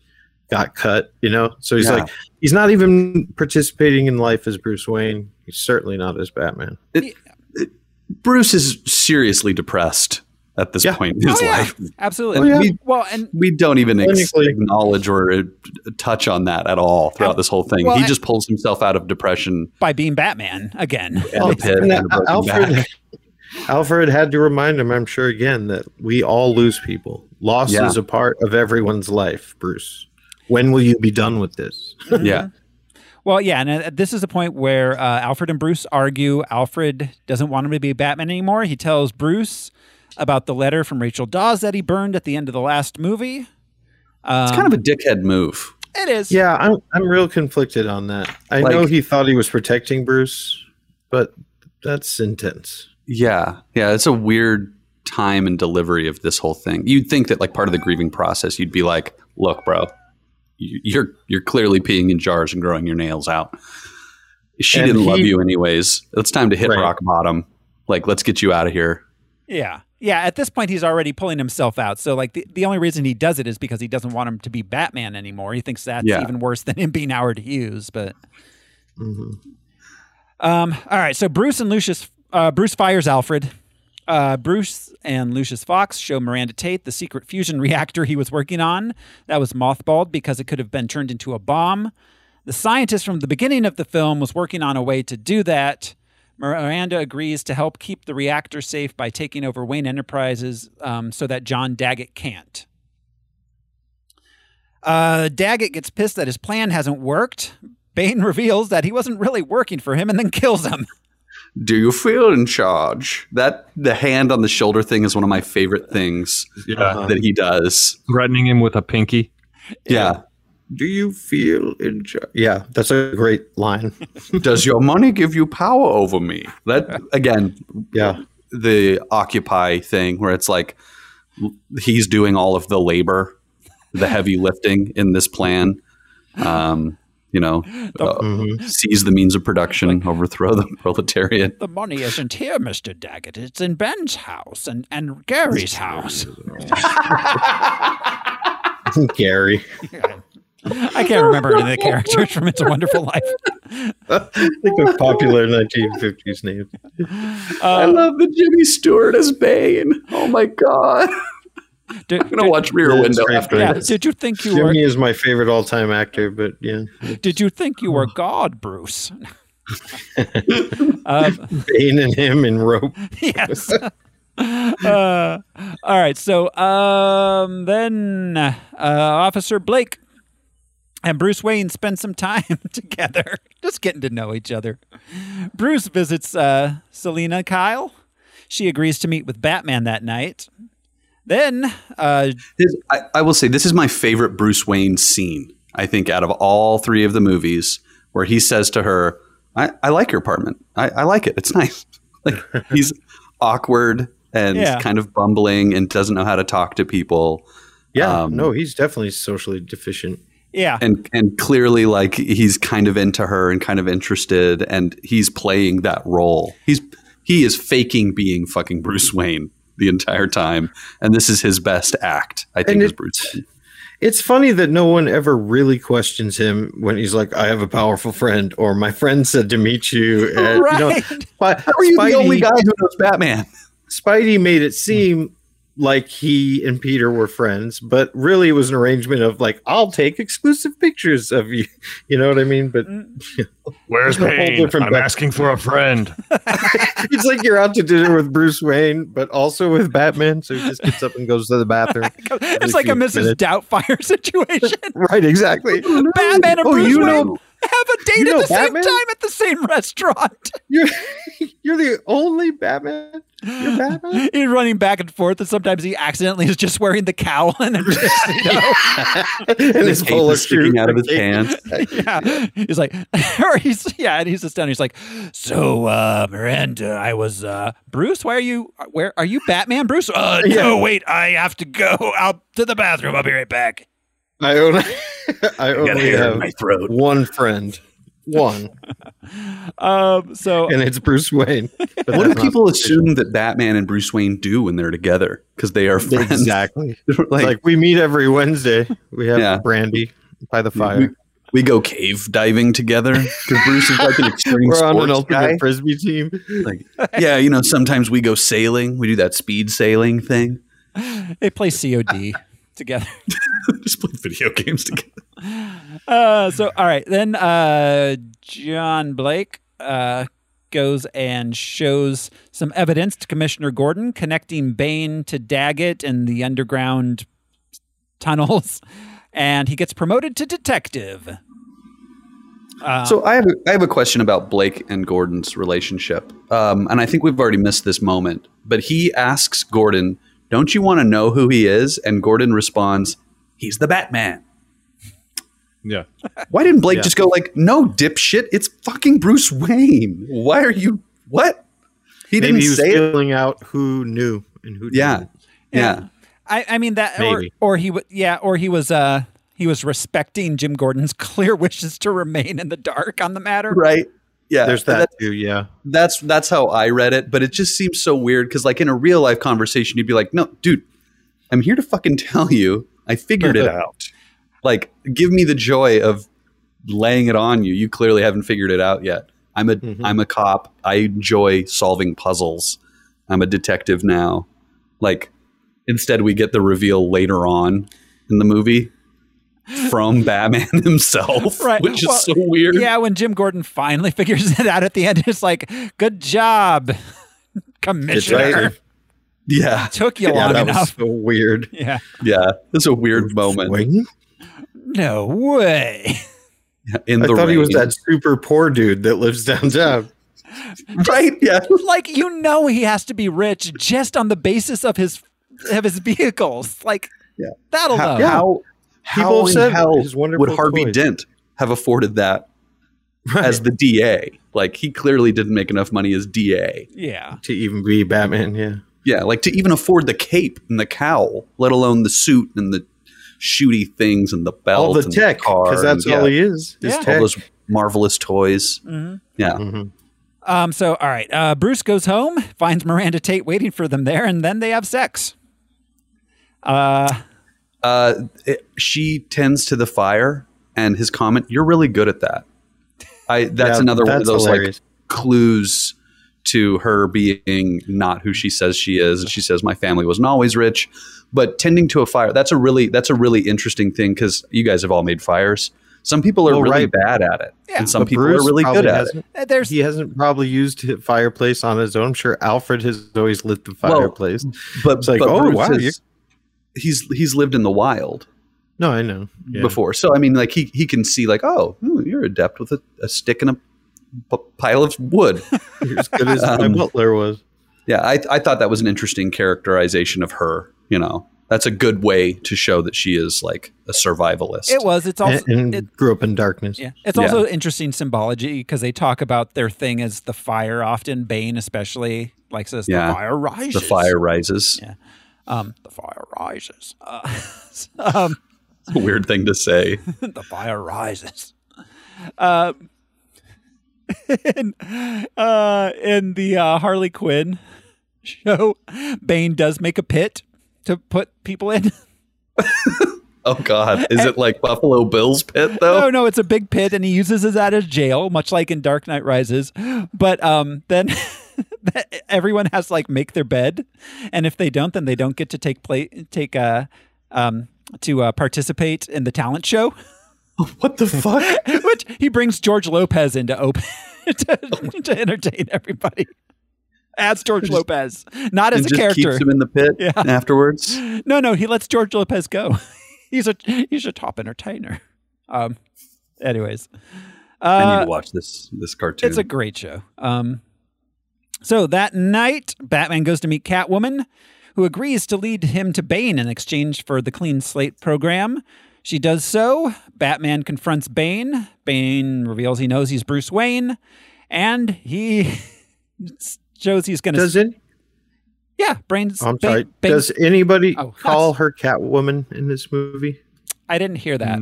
[SPEAKER 2] got cut. You know, so he's
[SPEAKER 3] Yeah.
[SPEAKER 2] like he's not even participating in life as Bruce Wayne. He's certainly not as Batman.
[SPEAKER 3] Bruce is seriously depressed at this point in his
[SPEAKER 1] Oh, yeah.
[SPEAKER 3] life.
[SPEAKER 1] Absolutely.
[SPEAKER 3] And we-
[SPEAKER 1] well, and
[SPEAKER 3] We don't even ex-
[SPEAKER 1] Clinically.
[SPEAKER 3] acknowledge or uh, touch on that at all throughout this whole thing.
[SPEAKER 1] Well,
[SPEAKER 3] he
[SPEAKER 1] I-
[SPEAKER 3] just pulls himself out of depression.
[SPEAKER 1] by being Batman again.
[SPEAKER 3] And a pit and a broken
[SPEAKER 2] Alfred,
[SPEAKER 3] back.
[SPEAKER 2] Alfred had to remind him, I'm sure, again, that we all lose people. Loss
[SPEAKER 3] Yeah.
[SPEAKER 2] is a part of everyone's life, Bruce. When will you be done with this?
[SPEAKER 3] Yeah.
[SPEAKER 1] Well, yeah, and uh, this is the point where uh, Alfred and Bruce argue. Alfred doesn't want him to be Batman anymore. He tells Bruce about the letter from Rachel Dawes that he burned at the end of the last movie.
[SPEAKER 3] It's kind of a dickhead move.
[SPEAKER 1] It is.
[SPEAKER 2] Yeah, I'm I'm real conflicted on that. I
[SPEAKER 3] Like-
[SPEAKER 2] know he thought he was protecting Bruce, but that's intense.
[SPEAKER 3] Yeah. Yeah. It's a weird time and delivery of this whole thing. You'd think that like part of the grieving process, you'd be like, look, bro, you- you're you're clearly peeing in jars and growing your nails out. She
[SPEAKER 1] And
[SPEAKER 3] didn't love
[SPEAKER 1] he-
[SPEAKER 3] you anyways. It's time to hit rock bottom. Like, let's get you out of here.
[SPEAKER 1] Yeah. Yeah. At this point, he's already pulling himself out. So, like, the, the only reason he does it is because he doesn't want him to be Batman anymore. He thinks that's
[SPEAKER 3] Yeah.
[SPEAKER 1] even worse than him being Howard Hughes. But, um, all right. So, Bruce and Lucius, uh, Bruce fires Alfred. Uh, Bruce and Lucius Fox show Miranda Tate the secret fusion reactor he was working on that was mothballed because it could have been turned into a bomb. The scientist from the beginning of the film was working on a way to do that. Miranda agrees to help keep the reactor safe by taking over Wayne Enterprises um, so that John Daggett can't. Uh, Daggett gets pissed that his plan hasn't worked. Bane reveals that he wasn't really working for him and then kills him.
[SPEAKER 3] Do you feel in charge? That the hand on the shoulder thing is one of my favorite things
[SPEAKER 10] Yeah.
[SPEAKER 3] that he does.
[SPEAKER 10] Uh-huh. Threatening him with a pinky.
[SPEAKER 3] Yeah.
[SPEAKER 2] Do you feel in charge? Yeah, that's a great line.
[SPEAKER 3] Does your money give you power over me? That again,
[SPEAKER 2] yeah,
[SPEAKER 3] the occupy thing where it's like he's doing all of the labor, the heavy lifting in this plan. Um, you know, uh, seize the means of production, overthrow the proletariat.
[SPEAKER 1] The money isn't here, Mr. Daggett. It's in Ben's house and, and Gary's house.
[SPEAKER 2] Gary.
[SPEAKER 1] I can't remember any of the characters from It's a Wonderful Life.
[SPEAKER 2] like a popular 1950s name.
[SPEAKER 3] I love the Jimmy Stewart as Bane. Oh my god. Did, I'm gonna did, watch Rear Window after
[SPEAKER 1] yeah, Did you think you
[SPEAKER 2] Jimmy
[SPEAKER 1] were?
[SPEAKER 2] is my favorite all-time actor, but yeah.
[SPEAKER 1] Did you think you were God, Bruce?
[SPEAKER 2] um, Bane and him in rope.
[SPEAKER 1] yes. Uh, all right. So um, then, uh, Officer Blake and Bruce Wayne spend some time together, just getting to know each other. Bruce visits uh, Selina Kyle. She agrees to meet with Batman that night. Then, uh,
[SPEAKER 3] This- I, I will say this is my favorite Bruce Wayne scene. I think out of all three of the movies, where he says to her, "I, I like your apartment. I, I like it. It's nice." Like he's awkward and
[SPEAKER 2] Yeah.
[SPEAKER 3] kind of bumbling and doesn't know how to talk to people.
[SPEAKER 2] Yeah,
[SPEAKER 3] Um,
[SPEAKER 2] no, he's definitely socially deficient.
[SPEAKER 1] yeah,
[SPEAKER 3] and and clearly like he's kind of into her and kind of interested and he's playing that role he's he is faking being fucking bruce wayne the entire time and this is his best act i think
[SPEAKER 2] And
[SPEAKER 3] is
[SPEAKER 2] it-
[SPEAKER 3] bruce Wayne.
[SPEAKER 2] It's funny that no one ever really questions him when he's like, "I have a powerful friend," or "My friend said to meet uh, you." And, You know,
[SPEAKER 1] Right.
[SPEAKER 2] but
[SPEAKER 3] how are you the only guy who knows batman
[SPEAKER 2] Spidey made it seem like he and Peter were friends, but really it was an arrangement of like, I'll take exclusive pictures of you. You know what I mean? But
[SPEAKER 1] Mm.
[SPEAKER 4] Where's
[SPEAKER 2] Whole
[SPEAKER 4] Bane?
[SPEAKER 2] different
[SPEAKER 4] I'm
[SPEAKER 2] back-
[SPEAKER 4] asking for a friend.
[SPEAKER 2] it's like you're out to dinner with Bruce Wayne, but also with Batman. So he just gets up and goes to the bathroom.
[SPEAKER 1] it's like a
[SPEAKER 2] Every few
[SPEAKER 1] Mrs.
[SPEAKER 2] minutes.
[SPEAKER 1] Doubtfire situation.
[SPEAKER 2] Right, exactly.
[SPEAKER 1] Batman and
[SPEAKER 2] Oh,
[SPEAKER 1] Bruce
[SPEAKER 2] you
[SPEAKER 1] Wayne
[SPEAKER 2] know-
[SPEAKER 1] have a date
[SPEAKER 2] you know
[SPEAKER 1] at the
[SPEAKER 2] Batman?
[SPEAKER 1] same time at the same restaurant.
[SPEAKER 2] You're, you're the only Batman. You're Batman.
[SPEAKER 1] He's running back and forth, and sometimes he accidentally is just wearing the cowl and a tuxedo.
[SPEAKER 2] and his
[SPEAKER 3] cape
[SPEAKER 2] polo
[SPEAKER 3] is sticking
[SPEAKER 2] suit.
[SPEAKER 3] out of his pants
[SPEAKER 1] yeah, he's like, or he's yeah, and he's astounded. He's like, so uh, Miranda, I was uh, Bruce. Why are you? Where are you, Batman? Bruce? Uh, no, wait, I have to go out to the bathroom. I'll be right back.
[SPEAKER 2] I only, I only
[SPEAKER 1] hair in
[SPEAKER 2] have
[SPEAKER 1] my throat.
[SPEAKER 2] one friend. One.
[SPEAKER 1] Um, so
[SPEAKER 2] And it's Bruce Wayne. But
[SPEAKER 3] what do
[SPEAKER 2] that's not-
[SPEAKER 3] people assume that batman and bruce wayne do when they're together because they are friends
[SPEAKER 2] Exactly.
[SPEAKER 3] like,
[SPEAKER 2] like we meet every Wednesday. We have
[SPEAKER 3] Yeah.
[SPEAKER 2] brandy by the
[SPEAKER 3] we,
[SPEAKER 2] fire.
[SPEAKER 3] we go cave diving together because bruce is like an extreme
[SPEAKER 2] We're on an
[SPEAKER 3] sports guy.
[SPEAKER 2] ultimate frisbee team.
[SPEAKER 3] like yeah you know sometimes we go sailing we do that speed sailing thing
[SPEAKER 1] they play COD together.
[SPEAKER 3] just play video games together
[SPEAKER 1] Uh, so all right, then uh, John Blake uh, goes and shows some evidence to Commissioner Gordon connecting Bane to Daggett and the underground tunnels, and he gets promoted to detective.
[SPEAKER 3] so I have, a, I have a question about blake and gordon's relationship um, and i think we've already missed this moment but he asks gordon don't you want to know who he is and gordon responds he's the batman
[SPEAKER 10] Yeah.
[SPEAKER 3] why didn't blake just go like no dipshit it's fucking bruce wayne why are you what he
[SPEAKER 2] Maybe
[SPEAKER 3] didn't
[SPEAKER 2] he was
[SPEAKER 3] say it
[SPEAKER 2] feeling out who knew and who
[SPEAKER 3] yeah
[SPEAKER 2] didn't.
[SPEAKER 3] yeah
[SPEAKER 1] I, I mean that, or,
[SPEAKER 2] Maybe.
[SPEAKER 1] or he was yeah, or he was uh, he was respecting Jim Gordon's clear wishes to remain in the dark on the matter.
[SPEAKER 3] right yeah
[SPEAKER 2] There's
[SPEAKER 3] But
[SPEAKER 2] that too, yeah.
[SPEAKER 3] that's that's how I read it, but it just seems so weird because like in a real life conversation, you'd be like, "No, dude, I'm here to fucking tell you, I figured it out. Like, give me the joy of laying it on you. You clearly haven't figured it out yet. I'm a
[SPEAKER 1] Mm-hmm.
[SPEAKER 3] am a cop. I enjoy solving puzzles. I'm a detective now. Like, instead, we get the reveal later on in the movie from Batman himself,
[SPEAKER 1] Right.
[SPEAKER 3] which is
[SPEAKER 1] Well,
[SPEAKER 3] so weird.
[SPEAKER 1] Yeah, when Jim Gordon finally figures it out at the end, it's like, good job, commissioner.
[SPEAKER 2] Detective.
[SPEAKER 3] yeah,
[SPEAKER 1] Took you
[SPEAKER 2] Yeah,
[SPEAKER 1] long
[SPEAKER 2] that was
[SPEAKER 1] enough.
[SPEAKER 2] so weird.
[SPEAKER 1] Yeah.
[SPEAKER 3] yeah. It's a weird moment.
[SPEAKER 2] Wayne?
[SPEAKER 1] No way.
[SPEAKER 3] in
[SPEAKER 2] I
[SPEAKER 3] the
[SPEAKER 2] thought he was
[SPEAKER 3] rain.
[SPEAKER 2] that super poor dude that lives downtown.
[SPEAKER 3] right yeah
[SPEAKER 1] like you know he has to be rich just on the basis of his of his vehicles. Like
[SPEAKER 3] Yeah.
[SPEAKER 1] that'll
[SPEAKER 3] how,
[SPEAKER 1] know.
[SPEAKER 3] Oh. how, how
[SPEAKER 2] People
[SPEAKER 3] in
[SPEAKER 2] said
[SPEAKER 3] hell
[SPEAKER 2] his wonderful
[SPEAKER 3] would harvey
[SPEAKER 2] toys.
[SPEAKER 3] dent have afforded that as the da like he clearly didn't make enough money as da
[SPEAKER 1] Yeah.
[SPEAKER 2] To even be Batman, yeah.
[SPEAKER 3] yeah like to even afford the cape and the cowl let alone the suit and the shooty things and the belt
[SPEAKER 2] All the
[SPEAKER 3] and
[SPEAKER 2] tech,
[SPEAKER 3] car
[SPEAKER 2] because
[SPEAKER 3] and,
[SPEAKER 2] that's all
[SPEAKER 3] yeah,
[SPEAKER 2] he is. is
[SPEAKER 1] Yeah. All
[SPEAKER 2] tech.
[SPEAKER 3] all those marvelous toys yeah
[SPEAKER 1] Um so all right. Uh Bruce goes home, finds Miranda Tate waiting for them there, and then they have sex. Uh
[SPEAKER 3] uh, it, she tends to the fire and his comment you're really good at that i that's
[SPEAKER 2] Yeah,
[SPEAKER 3] another one of
[SPEAKER 2] that's
[SPEAKER 3] those
[SPEAKER 2] hilarious.
[SPEAKER 3] like clues to her being not who she says she is and she says my family wasn't always rich but tending to a fire that's a really that's a really interesting thing because you guys have all made fires some people are
[SPEAKER 2] Well,
[SPEAKER 3] really
[SPEAKER 2] right.
[SPEAKER 3] bad at it and some
[SPEAKER 2] But
[SPEAKER 3] people
[SPEAKER 2] Bruce
[SPEAKER 3] are really
[SPEAKER 2] probably
[SPEAKER 3] good at it
[SPEAKER 2] hasn't-
[SPEAKER 1] Uh,
[SPEAKER 2] he hasn't probably used his fireplace on his own. I'm sure Alfred has always lit the
[SPEAKER 3] Well,
[SPEAKER 2] fireplace.
[SPEAKER 3] but
[SPEAKER 2] it's like,
[SPEAKER 3] but
[SPEAKER 2] oh
[SPEAKER 3] Bruce
[SPEAKER 2] wow,
[SPEAKER 3] has-
[SPEAKER 2] you're-
[SPEAKER 3] he's he's lived in the wild
[SPEAKER 2] no i know Yeah.
[SPEAKER 3] before so i mean like he he can see like oh hmm, you're adept with a, a stick and a p- pile of wood
[SPEAKER 2] you're as good as my
[SPEAKER 3] Um,
[SPEAKER 2] butler was.
[SPEAKER 3] yeah I, I thought that was an interesting characterization of her you know that's a good way to show that she is like a survivalist
[SPEAKER 1] It was. It's also.
[SPEAKER 2] and, and
[SPEAKER 1] it-
[SPEAKER 2] grew up in darkness.
[SPEAKER 1] yeah. It's
[SPEAKER 3] Yeah.
[SPEAKER 1] also interesting symbology because they talk about their thing as the fire often. Bane, especially, like says, the fire rises.
[SPEAKER 3] the fire rises
[SPEAKER 1] Yeah. Um, the fire rises. Uh, um,
[SPEAKER 3] it's a weird thing to say
[SPEAKER 1] the fire rises. Uh, and, uh, in the uh, Harley Quinn show, Bane does make a pit to put people in.
[SPEAKER 3] oh god is it like buffalo bill's pit though
[SPEAKER 1] Oh, No, no, it's a big pit, and he uses it at his jail, much like in Dark Knight Rises. But um, then everyone has to like make their bed, and if they don't, then they don't get to take play take uh um to uh, participate in the talent show.
[SPEAKER 3] What the fuck?
[SPEAKER 1] Which he brings George Lopez in to open to, to entertain everybody as George Lopez, not as
[SPEAKER 3] and
[SPEAKER 1] a
[SPEAKER 3] just
[SPEAKER 1] character.
[SPEAKER 3] keeps him in the pit
[SPEAKER 1] Yeah.
[SPEAKER 3] afterwards
[SPEAKER 1] No, no, he lets George Lopez go. he's a he's a top entertainer. Um, anyways,
[SPEAKER 3] i need
[SPEAKER 1] uh,
[SPEAKER 3] to watch this this cartoon
[SPEAKER 1] it's a great show. Um, so that night, Batman goes to meet Catwoman, who agrees to lead him to Bane in exchange for the Clean Slate program. She does so. Batman confronts Bane. Bane reveals he knows he's Bruce Wayne, and he shows he's going to.
[SPEAKER 2] Does it?
[SPEAKER 1] Yeah, brains.
[SPEAKER 2] I'm
[SPEAKER 1] Bane-
[SPEAKER 2] sorry.
[SPEAKER 1] Bane-
[SPEAKER 2] Does anybody
[SPEAKER 1] Oh,
[SPEAKER 2] call her Catwoman in this movie?
[SPEAKER 1] I didn't hear that.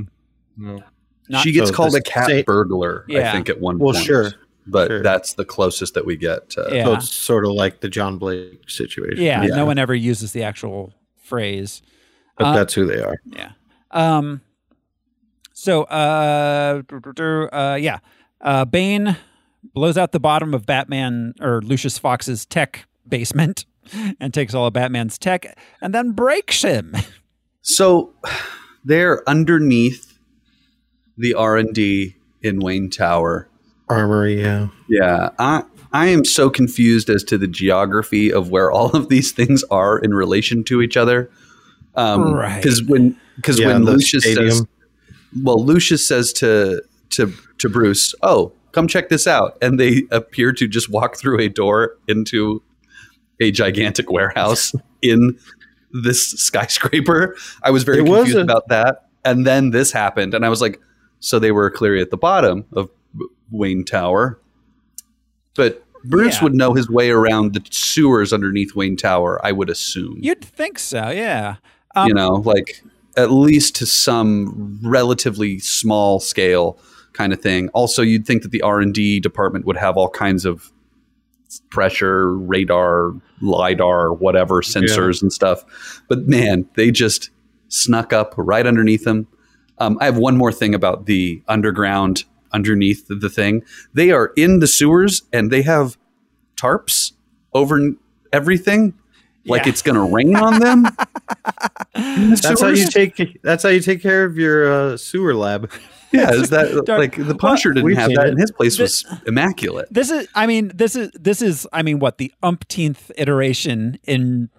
[SPEAKER 2] Mm.
[SPEAKER 1] not-
[SPEAKER 3] she gets
[SPEAKER 2] So
[SPEAKER 3] called
[SPEAKER 2] the
[SPEAKER 3] a cat
[SPEAKER 2] same-
[SPEAKER 3] burglar
[SPEAKER 1] Yeah.
[SPEAKER 3] i think at one
[SPEAKER 2] Well,
[SPEAKER 3] point
[SPEAKER 2] sure,
[SPEAKER 3] but
[SPEAKER 2] sure.
[SPEAKER 3] that's the closest that we get to
[SPEAKER 1] Yeah.
[SPEAKER 2] So it's sort of like the John Blake situation.
[SPEAKER 1] Yeah,
[SPEAKER 3] Yeah.
[SPEAKER 1] no one ever uses the actual phrase.
[SPEAKER 2] but
[SPEAKER 1] Uh,
[SPEAKER 2] that's who they are.
[SPEAKER 1] Yeah. Um. So, uh, dr- dr- dr- uh yeah, uh, Bane blows out the bottom of Batman or Lucius Fox's tech basement and takes all of Batman's tech and then breaks him.
[SPEAKER 3] So they're underneath the R and D in Wayne Tower.
[SPEAKER 2] Armory. Yeah.
[SPEAKER 3] Yeah, I I am so confused as to the geography of where all of these things are in relation to each other. Um,
[SPEAKER 1] Right.
[SPEAKER 3] Because when because
[SPEAKER 2] Yeah,
[SPEAKER 3] when
[SPEAKER 2] the
[SPEAKER 3] Lucius says,
[SPEAKER 2] stadium.
[SPEAKER 3] well, Lucius says to to to Bruce, oh, come check this out, and they appear to just walk through a door into a gigantic warehouse in this skyscraper. I was very
[SPEAKER 2] It was
[SPEAKER 3] confused
[SPEAKER 2] a-
[SPEAKER 3] about that. And then this happened, and I was like, so they were clearly at the bottom of Wayne Tower. But Bruce
[SPEAKER 1] Yeah.
[SPEAKER 3] would know his way around the sewers underneath Wayne Tower, I would assume. You,
[SPEAKER 1] You'd think so, yeah. Um,
[SPEAKER 3] know, like at least to some relatively small scale kind of thing. Also, you'd think that the R&D department would have all kinds of pressure, radar, lidar, whatever sensors and stuff. But man, they just snuck up right underneath them. Um, I have one more thing about the underground underneath the thing. They are in the sewers and they have tarps over n- everything, like
[SPEAKER 1] Yeah.
[SPEAKER 3] it's going to rain on them. In the
[SPEAKER 2] That's how you
[SPEAKER 3] sewers?
[SPEAKER 2] take. That's how you take care of your uh, sewer lab.
[SPEAKER 3] yeah. Is that uh,
[SPEAKER 1] Dark-
[SPEAKER 3] like the Punisher
[SPEAKER 2] we've
[SPEAKER 3] didn't have
[SPEAKER 2] seen
[SPEAKER 3] that,
[SPEAKER 2] it.
[SPEAKER 3] and his place was immaculate.
[SPEAKER 1] This is, I mean, this is, this is, I mean, what the umpteenth iteration in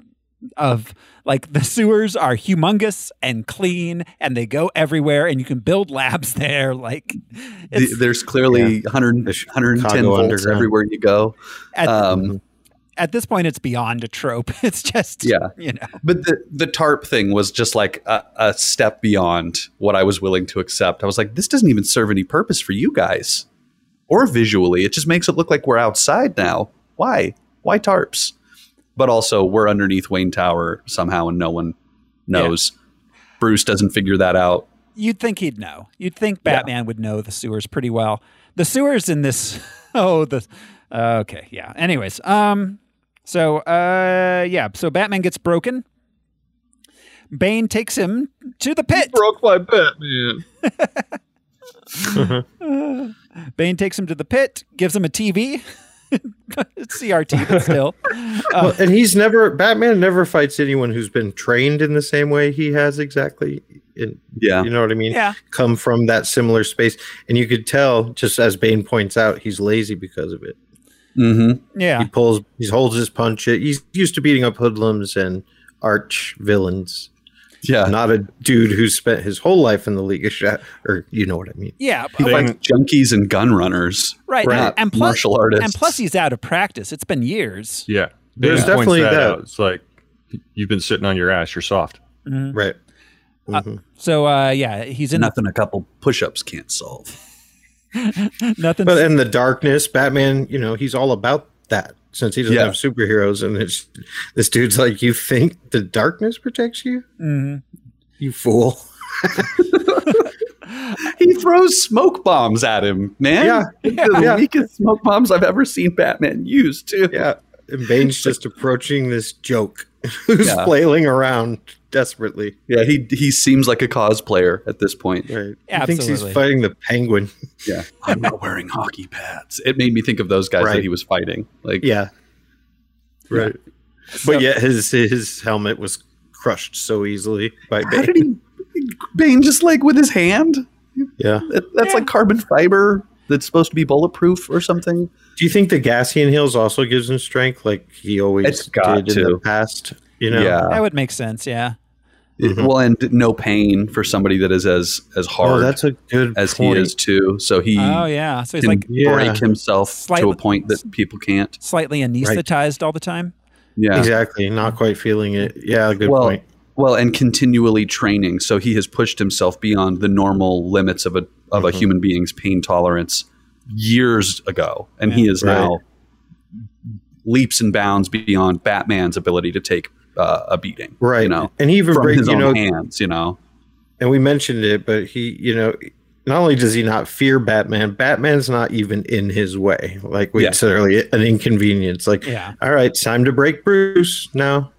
[SPEAKER 1] of like the sewers are humongous and clean and they go everywhere and you can build labs there. Like,
[SPEAKER 3] The-
[SPEAKER 1] it's,
[SPEAKER 3] there's clearly
[SPEAKER 2] Yeah.
[SPEAKER 3] 100,
[SPEAKER 2] The
[SPEAKER 3] 110
[SPEAKER 2] Chicago
[SPEAKER 3] volts
[SPEAKER 2] underground.
[SPEAKER 3] everywhere you go.
[SPEAKER 1] at, mm-hmm.
[SPEAKER 3] Um,
[SPEAKER 1] at this point, it's beyond a trope. It's just,
[SPEAKER 3] Yeah.
[SPEAKER 1] you know,
[SPEAKER 3] But the, the tarp thing was just like a, a step beyond what I was willing to accept. I was like, this doesn't even serve any purpose for you guys or visually. It just makes it look like we're outside now. Why? Why tarps? But also, we're underneath Wayne Tower somehow and no one knows. Bruce doesn't figure that out.
[SPEAKER 1] you'd think he'd know. You'd think Batman would know the sewers pretty well. The sewers in this, oh, the, okay, yeah. Anyways, um, so, uh, yeah, so Batman gets broken. Bane takes him to the pit.
[SPEAKER 4] Broke my Batman.
[SPEAKER 1] Bane takes him to the pit, gives him a TV, it's CRT, but still. Uh,
[SPEAKER 2] well, and he's never Batman never fights anyone who's been trained in the same way he has exactly. In,
[SPEAKER 3] Yeah.
[SPEAKER 2] you know what I mean.
[SPEAKER 1] Yeah.
[SPEAKER 2] come from that similar space, and you could tell just as Bane points out, he's lazy because of it.
[SPEAKER 3] Mm-hmm.
[SPEAKER 1] yeah.
[SPEAKER 2] He pulls, he holds his punch. He's used to beating up hoodlums and arch villains.
[SPEAKER 3] Yeah.
[SPEAKER 2] Not a dude who spent his whole life in the League of Shadow, or you know what I mean.
[SPEAKER 1] Yeah.
[SPEAKER 3] He likes junkies and gun runners.
[SPEAKER 1] Right.
[SPEAKER 2] Right.
[SPEAKER 1] And plus,
[SPEAKER 3] Martial artists.
[SPEAKER 1] And plus, he's out of practice. It's been years.
[SPEAKER 10] Yeah.
[SPEAKER 2] There's
[SPEAKER 10] Dana points
[SPEAKER 2] definitely that.
[SPEAKER 10] out. It's like you've been sitting on your ass. You're soft.
[SPEAKER 2] Right.
[SPEAKER 1] So, uh, yeah, he's in
[SPEAKER 3] Nothing a couple push ups can't solve.
[SPEAKER 1] nothing.
[SPEAKER 2] But in the darkness, Batman, you know, he's all about that since he doesn't
[SPEAKER 3] Yeah.
[SPEAKER 2] have superheroes. And it's, this dude's like, You think the darkness protects you?
[SPEAKER 1] Mhm.
[SPEAKER 2] You fool.
[SPEAKER 3] He throws smoke bombs at him, man.
[SPEAKER 2] Yeah.
[SPEAKER 3] The
[SPEAKER 2] Yeah.
[SPEAKER 3] weakest smoke bombs I've ever seen Batman use, too.
[SPEAKER 2] Yeah. And Bane's just approaching this joke who's
[SPEAKER 3] Yeah.
[SPEAKER 2] flailing around desperately.
[SPEAKER 3] Yeah, he he seems like a cosplayer at this point.
[SPEAKER 2] Right. He thinks
[SPEAKER 1] Absolutely.
[SPEAKER 2] he's fighting the penguin.
[SPEAKER 3] Yeah. I'm not wearing hockey pads. It made me think of those guys
[SPEAKER 2] Right.
[SPEAKER 3] that he was fighting. Like
[SPEAKER 2] Yeah. Right.
[SPEAKER 1] So-
[SPEAKER 2] But yet his his helmet was crushed so easily by
[SPEAKER 3] how
[SPEAKER 2] Bane.
[SPEAKER 3] did he Bane just like with his hand?
[SPEAKER 2] yeah.
[SPEAKER 3] That- That's like carbon fiber that's supposed to be bulletproof or something.
[SPEAKER 2] Do you think the Gassian heels also gives him strength like he always
[SPEAKER 3] It's got
[SPEAKER 2] did in
[SPEAKER 3] to.
[SPEAKER 2] the past? You know?
[SPEAKER 1] that would make sense. Yeah.
[SPEAKER 3] It- Well, and no pain for somebody that is as as hard
[SPEAKER 2] Mm-hmm. Oh, that's a good
[SPEAKER 3] as
[SPEAKER 2] point.
[SPEAKER 3] he is too. So he
[SPEAKER 1] Oh, yeah. So he's
[SPEAKER 3] can
[SPEAKER 1] like
[SPEAKER 2] Yeah.
[SPEAKER 3] break himself to
[SPEAKER 1] Slightly-
[SPEAKER 3] a point that people can't.
[SPEAKER 1] slightly anesthetized all the time.
[SPEAKER 3] Yeah.
[SPEAKER 2] Exactly. Not quite feeling it. Yeah, good
[SPEAKER 3] well,
[SPEAKER 2] point.
[SPEAKER 3] well, and continually training. So he has pushed himself beyond the normal limits of a of
[SPEAKER 2] Mm-hmm.
[SPEAKER 3] a human being's pain tolerance years ago, and he is
[SPEAKER 2] Right.
[SPEAKER 3] now leaps and bounds beyond Batman's ability to take uh, a beating.
[SPEAKER 2] Right.
[SPEAKER 3] You know,
[SPEAKER 2] and he even
[SPEAKER 3] from
[SPEAKER 2] brings
[SPEAKER 3] his
[SPEAKER 2] you
[SPEAKER 3] own
[SPEAKER 2] know
[SPEAKER 3] hands. You know.
[SPEAKER 2] and we mentioned it, but he, you know, not only does he not fear Batman, Batman's not even in his way. Like we
[SPEAKER 3] Yeah.
[SPEAKER 2] said earlier, an inconvenience. Like,
[SPEAKER 1] Yeah.
[SPEAKER 2] all right, it's time to break Bruce now.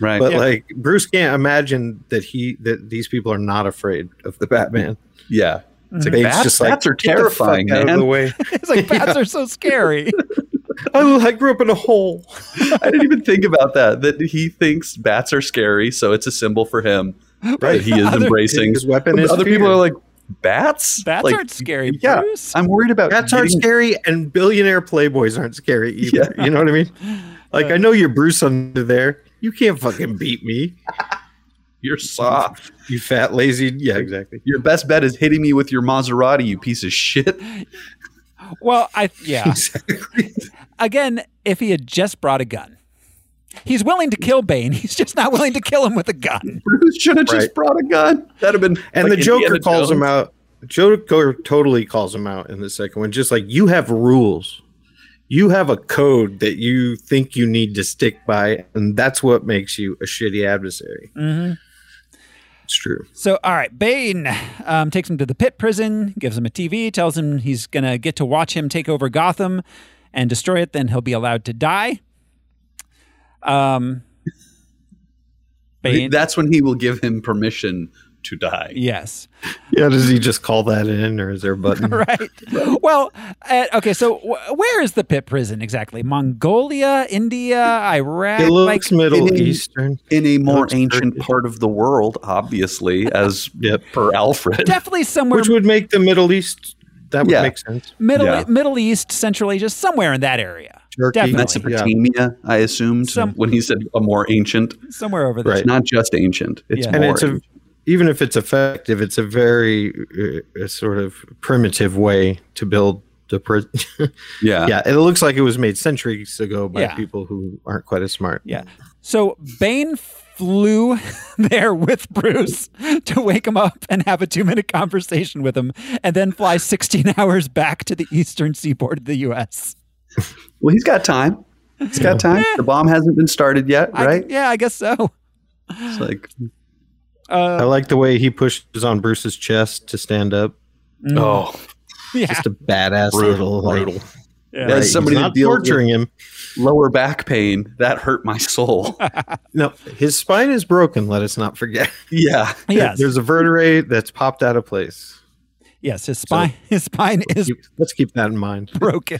[SPEAKER 3] Right.
[SPEAKER 2] But
[SPEAKER 1] Yeah.
[SPEAKER 2] like Bruce can't imagine that he that these people are not afraid of the Batman.
[SPEAKER 3] yeah. It's like,
[SPEAKER 2] Bane's
[SPEAKER 3] bats,
[SPEAKER 2] just like,
[SPEAKER 3] bats are
[SPEAKER 2] "Get the fuck
[SPEAKER 3] terrifying,
[SPEAKER 2] out of the
[SPEAKER 3] man.
[SPEAKER 2] way.
[SPEAKER 1] It's like bats are so scary.
[SPEAKER 2] I, I grew up in a hole.
[SPEAKER 3] I didn't even think about that. That he thinks bats are scary, so it's a symbol for him that he is
[SPEAKER 1] Other-
[SPEAKER 3] embracing.
[SPEAKER 2] His weapon is
[SPEAKER 3] Other
[SPEAKER 2] fear.
[SPEAKER 3] people are like bats.
[SPEAKER 1] Bats
[SPEAKER 3] Like,
[SPEAKER 1] aren't scary,
[SPEAKER 3] Yeah,
[SPEAKER 1] Bruce.
[SPEAKER 3] I'm worried about
[SPEAKER 2] Bats aren't
[SPEAKER 3] getting-
[SPEAKER 2] scary, and billionaire playboys aren't scary either. You know what I mean? Like, I know you're Bruce under there. You can't fucking beat me,
[SPEAKER 3] You're soft.
[SPEAKER 2] you fat lazy. Yeah, exactly.
[SPEAKER 3] Your best bet is hitting me with your Maserati, you piece of shit.
[SPEAKER 1] Well, I yeah. Again, if he had just brought a gun, he's willing to kill Bane. He's just not willing to kill him with a gun.
[SPEAKER 3] Bruce should have just
[SPEAKER 2] Right.
[SPEAKER 3] brought a gun. That'd have been.
[SPEAKER 2] And
[SPEAKER 3] like
[SPEAKER 2] the Joker
[SPEAKER 3] Indiana
[SPEAKER 2] calls him
[SPEAKER 3] Jones.
[SPEAKER 2] out. Joker totally calls him out in the second one. Just like you have rules, you have a code that you think you need to stick by, and that's what makes you a shitty adversary. It's true.
[SPEAKER 1] So, all right, Bane um, takes him to the pit prison, gives him a TV, tells him he's gonna get to watch him take over Gotham and destroy it. Then he'll be allowed to die. Um, Bane.
[SPEAKER 3] That's when he will give him permission to die.
[SPEAKER 1] yes.
[SPEAKER 2] Yeah, does he just call that in, or is there a button?
[SPEAKER 1] right. Well, uh, okay. So wh- where is the pit prison exactly? Mongolia, India, Iraq.
[SPEAKER 2] It looks Middle
[SPEAKER 3] it is-
[SPEAKER 2] Eastern.
[SPEAKER 3] In a more
[SPEAKER 2] Looks
[SPEAKER 3] ancient
[SPEAKER 2] Turkish.
[SPEAKER 3] part of the world, obviously, as
[SPEAKER 2] Yep.
[SPEAKER 3] per Alfred.
[SPEAKER 1] definitely somewhere
[SPEAKER 2] which would make the Middle East. That would
[SPEAKER 3] Yeah.
[SPEAKER 2] make sense.
[SPEAKER 1] middle E,
[SPEAKER 3] yeah.
[SPEAKER 1] Middle East, Central Asia, somewhere in that area.
[SPEAKER 2] Turkey.
[SPEAKER 1] Definitely
[SPEAKER 3] Mesopotamia, I assumed,
[SPEAKER 1] Some-
[SPEAKER 3] when he said a more ancient.
[SPEAKER 1] somewhere over there.
[SPEAKER 2] Right.
[SPEAKER 3] It's not just ancient. It's
[SPEAKER 1] Yeah.
[SPEAKER 3] more
[SPEAKER 2] And it's a
[SPEAKER 3] ancient.
[SPEAKER 2] even if it's effective, it's a very uh, sort of primitive way to build the prison.
[SPEAKER 3] yeah.
[SPEAKER 2] yeah, it looks like it was made centuries ago by
[SPEAKER 1] Yeah.
[SPEAKER 2] people who aren't quite as smart.
[SPEAKER 1] Yeah. So Bane flew there with Bruce to wake him up and have a two minute conversation with him, and then fly sixteen hours back to the eastern seaboard of the U.S.
[SPEAKER 3] Well, he's got time. He's got time. The bomb hasn't been started yet,
[SPEAKER 1] I-
[SPEAKER 3] right?
[SPEAKER 1] yeah, I guess so.
[SPEAKER 3] it's like,
[SPEAKER 2] I like the way he pushes on Bruce's chest to stand up.
[SPEAKER 3] oh,
[SPEAKER 1] Mm. Yeah.
[SPEAKER 2] Just a badass little like,
[SPEAKER 3] brutal.
[SPEAKER 1] Yeah.
[SPEAKER 2] Right,
[SPEAKER 3] As somebody
[SPEAKER 2] he's
[SPEAKER 3] that
[SPEAKER 2] not
[SPEAKER 3] deals
[SPEAKER 2] torturing him.
[SPEAKER 3] with lower back pain, that hurt my soul.
[SPEAKER 2] No, his spine is broken. Let us not forget.
[SPEAKER 3] yeah.
[SPEAKER 1] yes.
[SPEAKER 2] There's a vertebrae that's popped out of place.
[SPEAKER 1] Yes, his spine his spine is
[SPEAKER 2] Let's keep that in mind.
[SPEAKER 1] broken.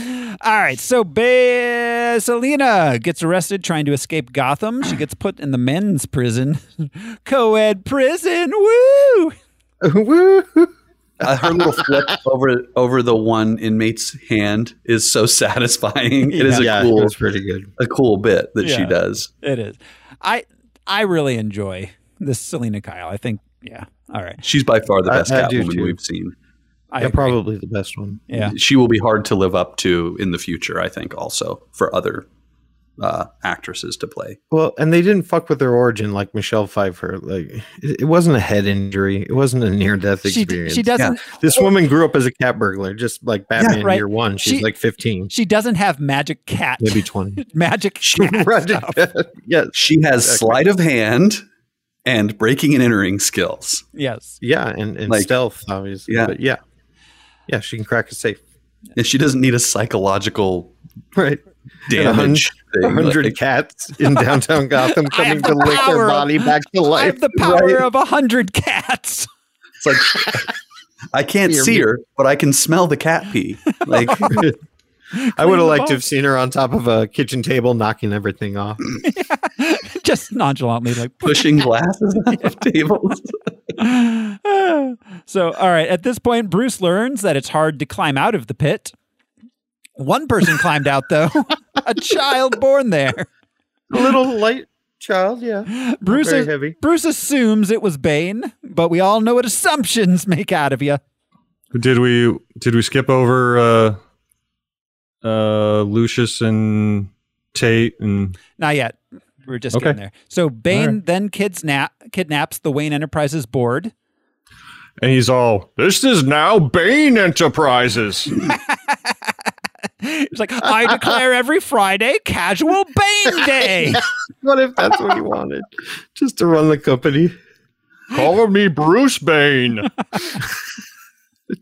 [SPEAKER 1] All right, so ba- Selena gets arrested trying to escape Gotham. She gets put in the men's prison, co-ed prison. Woo!
[SPEAKER 3] Uh, her little flip over over the one inmate's hand is so satisfying. It is a
[SPEAKER 2] Yeah,
[SPEAKER 3] cool,
[SPEAKER 2] it's pretty good.
[SPEAKER 3] a cool bit that she
[SPEAKER 1] Yeah.
[SPEAKER 3] does.
[SPEAKER 1] It is. I I really enjoy this Selena Kyle. I think yeah. All right.
[SPEAKER 3] She's by far the
[SPEAKER 2] I-
[SPEAKER 3] best
[SPEAKER 2] I do
[SPEAKER 3] Catwoman
[SPEAKER 2] too.
[SPEAKER 3] we've seen.
[SPEAKER 1] I
[SPEAKER 2] Yeah, probably the best one.
[SPEAKER 1] yeah.
[SPEAKER 3] She will be hard to live up to in the future, I think, also for other uh, actresses to play.
[SPEAKER 2] Well, and they didn't fuck with their origin like Michelle Pfeiffer. Like it, it wasn't a head injury. It wasn't a near death
[SPEAKER 1] She
[SPEAKER 2] experience.
[SPEAKER 1] she doesn't
[SPEAKER 2] This woman grew up as a cat burglar, just like Batman
[SPEAKER 1] right.
[SPEAKER 2] Year One. She's
[SPEAKER 1] She-
[SPEAKER 2] like fifteen,
[SPEAKER 1] she doesn't have magic cat
[SPEAKER 2] maybe twenty.
[SPEAKER 1] magic cat
[SPEAKER 2] Right.
[SPEAKER 1] stuff.
[SPEAKER 2] yes.
[SPEAKER 3] She has sleight of hand and breaking and entering skills.
[SPEAKER 1] Yes.
[SPEAKER 2] Yeah, and, and
[SPEAKER 3] Like-
[SPEAKER 2] stealth, obviously.
[SPEAKER 3] Yeah.
[SPEAKER 2] But yeah. Yeah, she can crack a safe.
[SPEAKER 3] And she doesn't need a psychological
[SPEAKER 2] Right. a hun-
[SPEAKER 3] damage.
[SPEAKER 2] A
[SPEAKER 3] thing.
[SPEAKER 2] hundred
[SPEAKER 3] Like,
[SPEAKER 2] cats in downtown Gotham
[SPEAKER 1] I have
[SPEAKER 2] coming to
[SPEAKER 1] the
[SPEAKER 2] lick
[SPEAKER 1] power
[SPEAKER 2] their
[SPEAKER 1] of-
[SPEAKER 2] body back to
[SPEAKER 1] I
[SPEAKER 2] life.
[SPEAKER 1] have the power
[SPEAKER 2] right?
[SPEAKER 1] of a hundred cats.
[SPEAKER 3] it's like I can't
[SPEAKER 2] You're
[SPEAKER 3] see
[SPEAKER 2] me-
[SPEAKER 3] her, but I can smell the cat pee. Like
[SPEAKER 2] I would
[SPEAKER 1] Clean the
[SPEAKER 2] have liked to have
[SPEAKER 1] box.
[SPEAKER 2] seen her on top of a kitchen table knocking everything off.
[SPEAKER 1] Just nonchalantly like
[SPEAKER 3] pushing glasses off of tables.
[SPEAKER 1] so, all right. At this point, Bruce learns that it's hard to climb out of the pit. One person climbed out, though, a child born there.
[SPEAKER 2] A little light child, yeah.
[SPEAKER 1] Bruce,
[SPEAKER 2] very heavy.
[SPEAKER 1] Bruce assumes it was Bane, but we all know what assumptions make out of you.
[SPEAKER 10] Did we did we skip over uh, uh, Lucius and Tate and
[SPEAKER 1] Not yet. We're just
[SPEAKER 10] Okay.
[SPEAKER 1] getting there. So Bane
[SPEAKER 10] All right.
[SPEAKER 1] then kidnap, kidnaps the Wayne Enterprises board.
[SPEAKER 10] and he's all
[SPEAKER 4] This is now Bane Enterprises.
[SPEAKER 1] It's like, I declare every Friday casual Bane Day.
[SPEAKER 2] What if that's what he wanted? Just to run the company.
[SPEAKER 4] Call me Bruce Bane.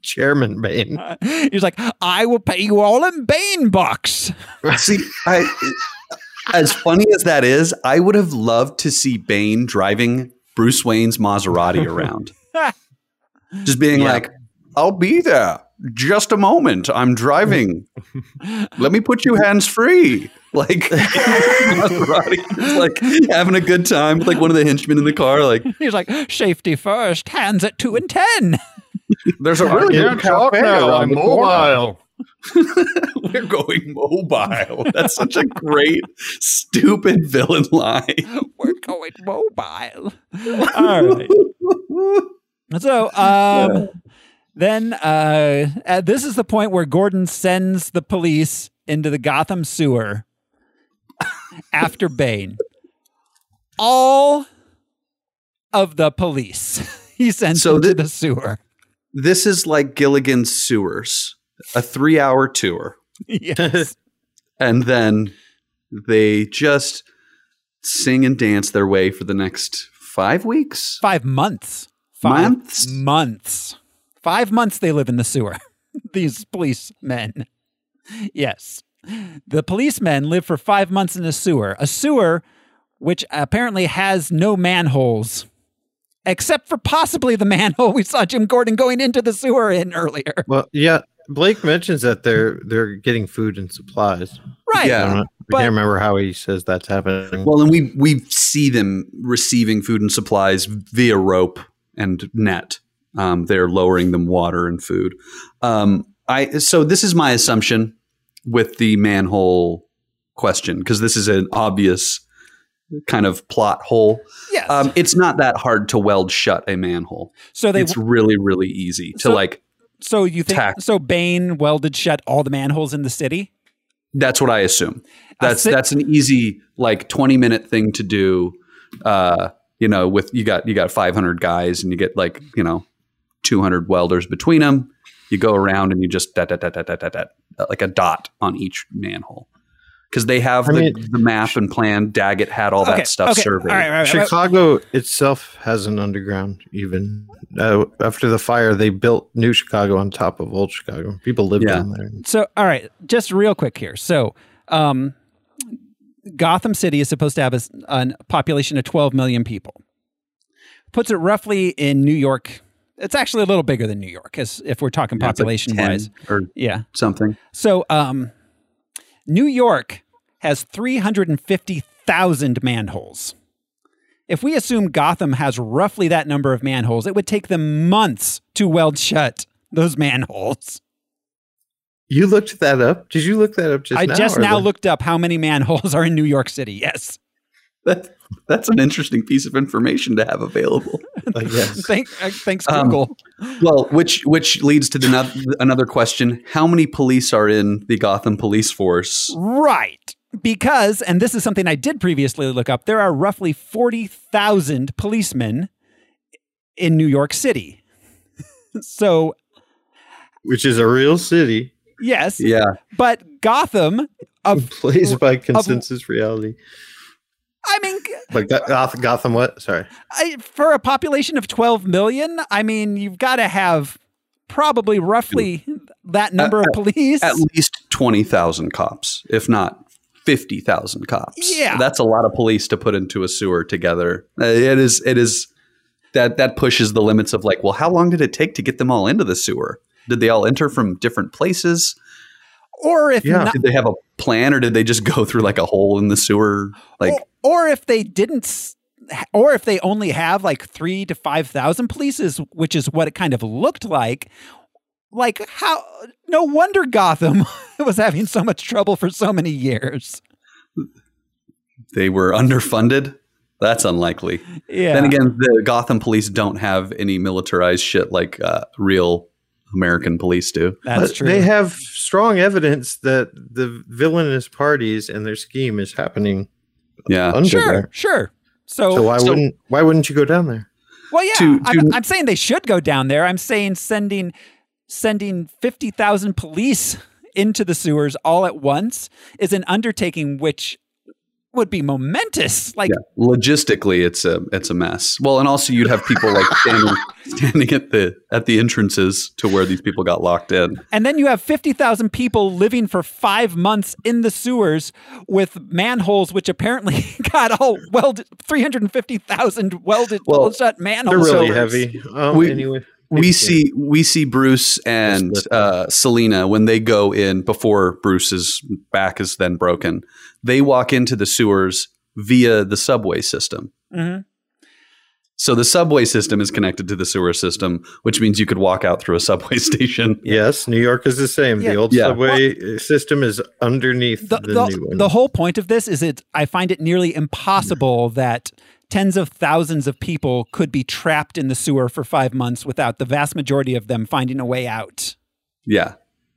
[SPEAKER 2] Chairman Bane.
[SPEAKER 1] Uh, He's like, I will pay you all in Bane bucks.
[SPEAKER 3] See, I as funny as that is, I would have loved to see Bane driving Bruce Wayne's Maserati around. just being
[SPEAKER 2] Yeah.
[SPEAKER 3] like, I'll be there. Just a moment. I'm driving. Let me put you hands free. Like Maserati, just, like having a good time with like one of the henchmen in the car. Like
[SPEAKER 1] He's like, safety first, hands at two and ten.
[SPEAKER 3] there's a really
[SPEAKER 4] Can't talk now. I'm mobile.
[SPEAKER 3] we're going mobile. That's such a great stupid villain line.
[SPEAKER 1] We're going mobile. All right. So um, then uh, uh, this is the point where Gordon sends the police into the Gotham sewer after Bane. All of the police he sends
[SPEAKER 3] So
[SPEAKER 1] into
[SPEAKER 3] thi-
[SPEAKER 1] the sewer.
[SPEAKER 3] This is like Gilligan's Sewers, a three hour tour.
[SPEAKER 1] Yes.
[SPEAKER 3] And then they just sing and dance their way for the next five weeks.
[SPEAKER 1] Five months. Five
[SPEAKER 3] Months?
[SPEAKER 1] Months. Five months they live in the sewer. These policemen. Yes. The policemen live for five months in a sewer, a sewer which apparently has no manholes, except for possibly the manhole we saw Jim Gordon going into the sewer in earlier.
[SPEAKER 2] Well, yeah. Blake mentions that they're they're getting food and supplies.
[SPEAKER 1] Right.
[SPEAKER 2] I, don't
[SPEAKER 3] Yeah.
[SPEAKER 2] know. I
[SPEAKER 1] But-
[SPEAKER 2] can't remember how he says that's happening.
[SPEAKER 3] Well, and we, we see them receiving food and supplies via rope and net. Um, they're lowering them water and food. Um, I so this is my assumption with the manhole question because this is an obvious kind of plot hole.
[SPEAKER 1] Yes.
[SPEAKER 3] Um, it's not that hard to weld shut a manhole.
[SPEAKER 1] so they.
[SPEAKER 3] it's really really easy to
[SPEAKER 1] So-
[SPEAKER 3] like.
[SPEAKER 1] So you think?
[SPEAKER 3] tack.
[SPEAKER 1] So Bane welded shut all the manholes in the city.
[SPEAKER 3] That's what I assume.
[SPEAKER 1] I
[SPEAKER 3] That's
[SPEAKER 1] thi-
[SPEAKER 3] that's an easy like twenty minute thing to do. Uh, you know, with you got you got five hundred guys and you get like you know two hundred welders between them. You go around and you just dot, dot, dot, dot, dot, dot, dot, like a dot on each manhole because they have
[SPEAKER 2] I
[SPEAKER 3] the,
[SPEAKER 2] mean-
[SPEAKER 3] the map and plan. Daggett had all
[SPEAKER 1] okay.
[SPEAKER 3] that stuff
[SPEAKER 1] okay.
[SPEAKER 3] surveyed.
[SPEAKER 1] All right, all right, all right.
[SPEAKER 2] Chicago itself has an underground. Even uh, after the fire, they built new Chicago on top of old Chicago. People live
[SPEAKER 3] Yeah.
[SPEAKER 2] down there.
[SPEAKER 1] so all right just real quick here so um gotham city is supposed to have a, s- an population of 12 million people puts it roughly in new york It's actually a little bigger than New York, as if we're talking population wise.
[SPEAKER 3] or
[SPEAKER 1] yeah,
[SPEAKER 3] something.
[SPEAKER 1] So, um, New York has 350,000 manholes. If we assume Gotham has roughly that number of manholes, it would take them months to weld shut those manholes.
[SPEAKER 2] You looked that up? Did you look that up just
[SPEAKER 1] I
[SPEAKER 2] now?
[SPEAKER 1] just
[SPEAKER 2] or
[SPEAKER 1] now
[SPEAKER 2] the-
[SPEAKER 1] looked up how many manholes are in New York City. Yes.
[SPEAKER 3] That, that's an interesting piece of information to have available.
[SPEAKER 2] I guess.
[SPEAKER 1] Thank, uh, thanks,
[SPEAKER 3] Um,
[SPEAKER 1] Google.
[SPEAKER 3] Well, which which leads to the noth- another question: How many police are in the Gotham police force?
[SPEAKER 1] right. Because, and this is something I did previously look up, there are roughly 40,000 policemen in New York City. so,
[SPEAKER 2] Which is a real city,
[SPEAKER 1] yes.
[SPEAKER 3] Yeah,
[SPEAKER 1] But Gotham, of,
[SPEAKER 2] plays by consensus reality.
[SPEAKER 1] I mean,
[SPEAKER 2] But Go- Goth- Gotham, what? Sorry.
[SPEAKER 1] I, for a population of 12 million, I mean, you've got to have probably roughly that number of police.
[SPEAKER 3] at least twenty thousand cops, if not fifty thousand cops.
[SPEAKER 1] Yeah.
[SPEAKER 3] that's a lot of police to put into a sewer together. Uh, It is. It is. That that pushes the limits of like, well, how long did it take to get them all into the sewer? Did they all enter from different places?
[SPEAKER 1] or if not,
[SPEAKER 3] Did they have a plan, or did they just go through like a hole in the sewer? Like,
[SPEAKER 1] or, or if they didn't, s- or if they only have like three to 5,000 police, is- which is what it kind of looked like. Like, how, no wonder Gotham was having so much trouble for so many years.
[SPEAKER 3] they were underfunded. That's unlikely.
[SPEAKER 1] Yeah.
[SPEAKER 3] Then again, the Gotham police don't have any militarized shit like uh, real American police do.
[SPEAKER 1] that's
[SPEAKER 2] But
[SPEAKER 1] true.
[SPEAKER 2] They have strong evidence that the villainous parties and their scheme is happening
[SPEAKER 3] Yeah.
[SPEAKER 2] under
[SPEAKER 1] Uh, sure,
[SPEAKER 2] there.
[SPEAKER 1] sure. So,
[SPEAKER 2] So uh, why
[SPEAKER 3] so-
[SPEAKER 2] wouldn't why wouldn't you go down there?
[SPEAKER 1] Well, yeah,
[SPEAKER 3] to-
[SPEAKER 1] I'm,
[SPEAKER 3] to-
[SPEAKER 1] I'm saying they should go down there. I'm saying sending sending fifty thousand police into the sewers all at once is an undertaking which would be momentous. Like,
[SPEAKER 3] Yeah. Logistically, it's a it's a mess. Well, and also you'd have people like standing standing at the at the entrances to where these people got locked in.
[SPEAKER 1] and then you have fifty thousand people living for five months in the sewers with manholes, which apparently got all welded three hundred and fifty thousand welded
[SPEAKER 3] Well,
[SPEAKER 1] well, shut manholes.
[SPEAKER 2] They're really
[SPEAKER 1] Oh, So-
[SPEAKER 2] heavy. Um,
[SPEAKER 3] we-
[SPEAKER 2] anyway,
[SPEAKER 3] we see we see Bruce and uh, Selena when they go in before Bruce's back is then broken. They walk into the sewers via the subway system.
[SPEAKER 1] Mhm.
[SPEAKER 3] So the subway system is connected to the sewer system, which means you could walk out through a subway station.
[SPEAKER 2] Yes, New York is the same.
[SPEAKER 1] Yeah.
[SPEAKER 2] The old
[SPEAKER 3] Yeah.
[SPEAKER 2] subway system is underneath
[SPEAKER 1] the,
[SPEAKER 2] the,
[SPEAKER 1] the,
[SPEAKER 2] new one.
[SPEAKER 1] the whole point of this is it i find it nearly impossible that tens of thousands of people could be trapped in the sewer for five months without the vast majority of them finding a way out
[SPEAKER 3] Yeah,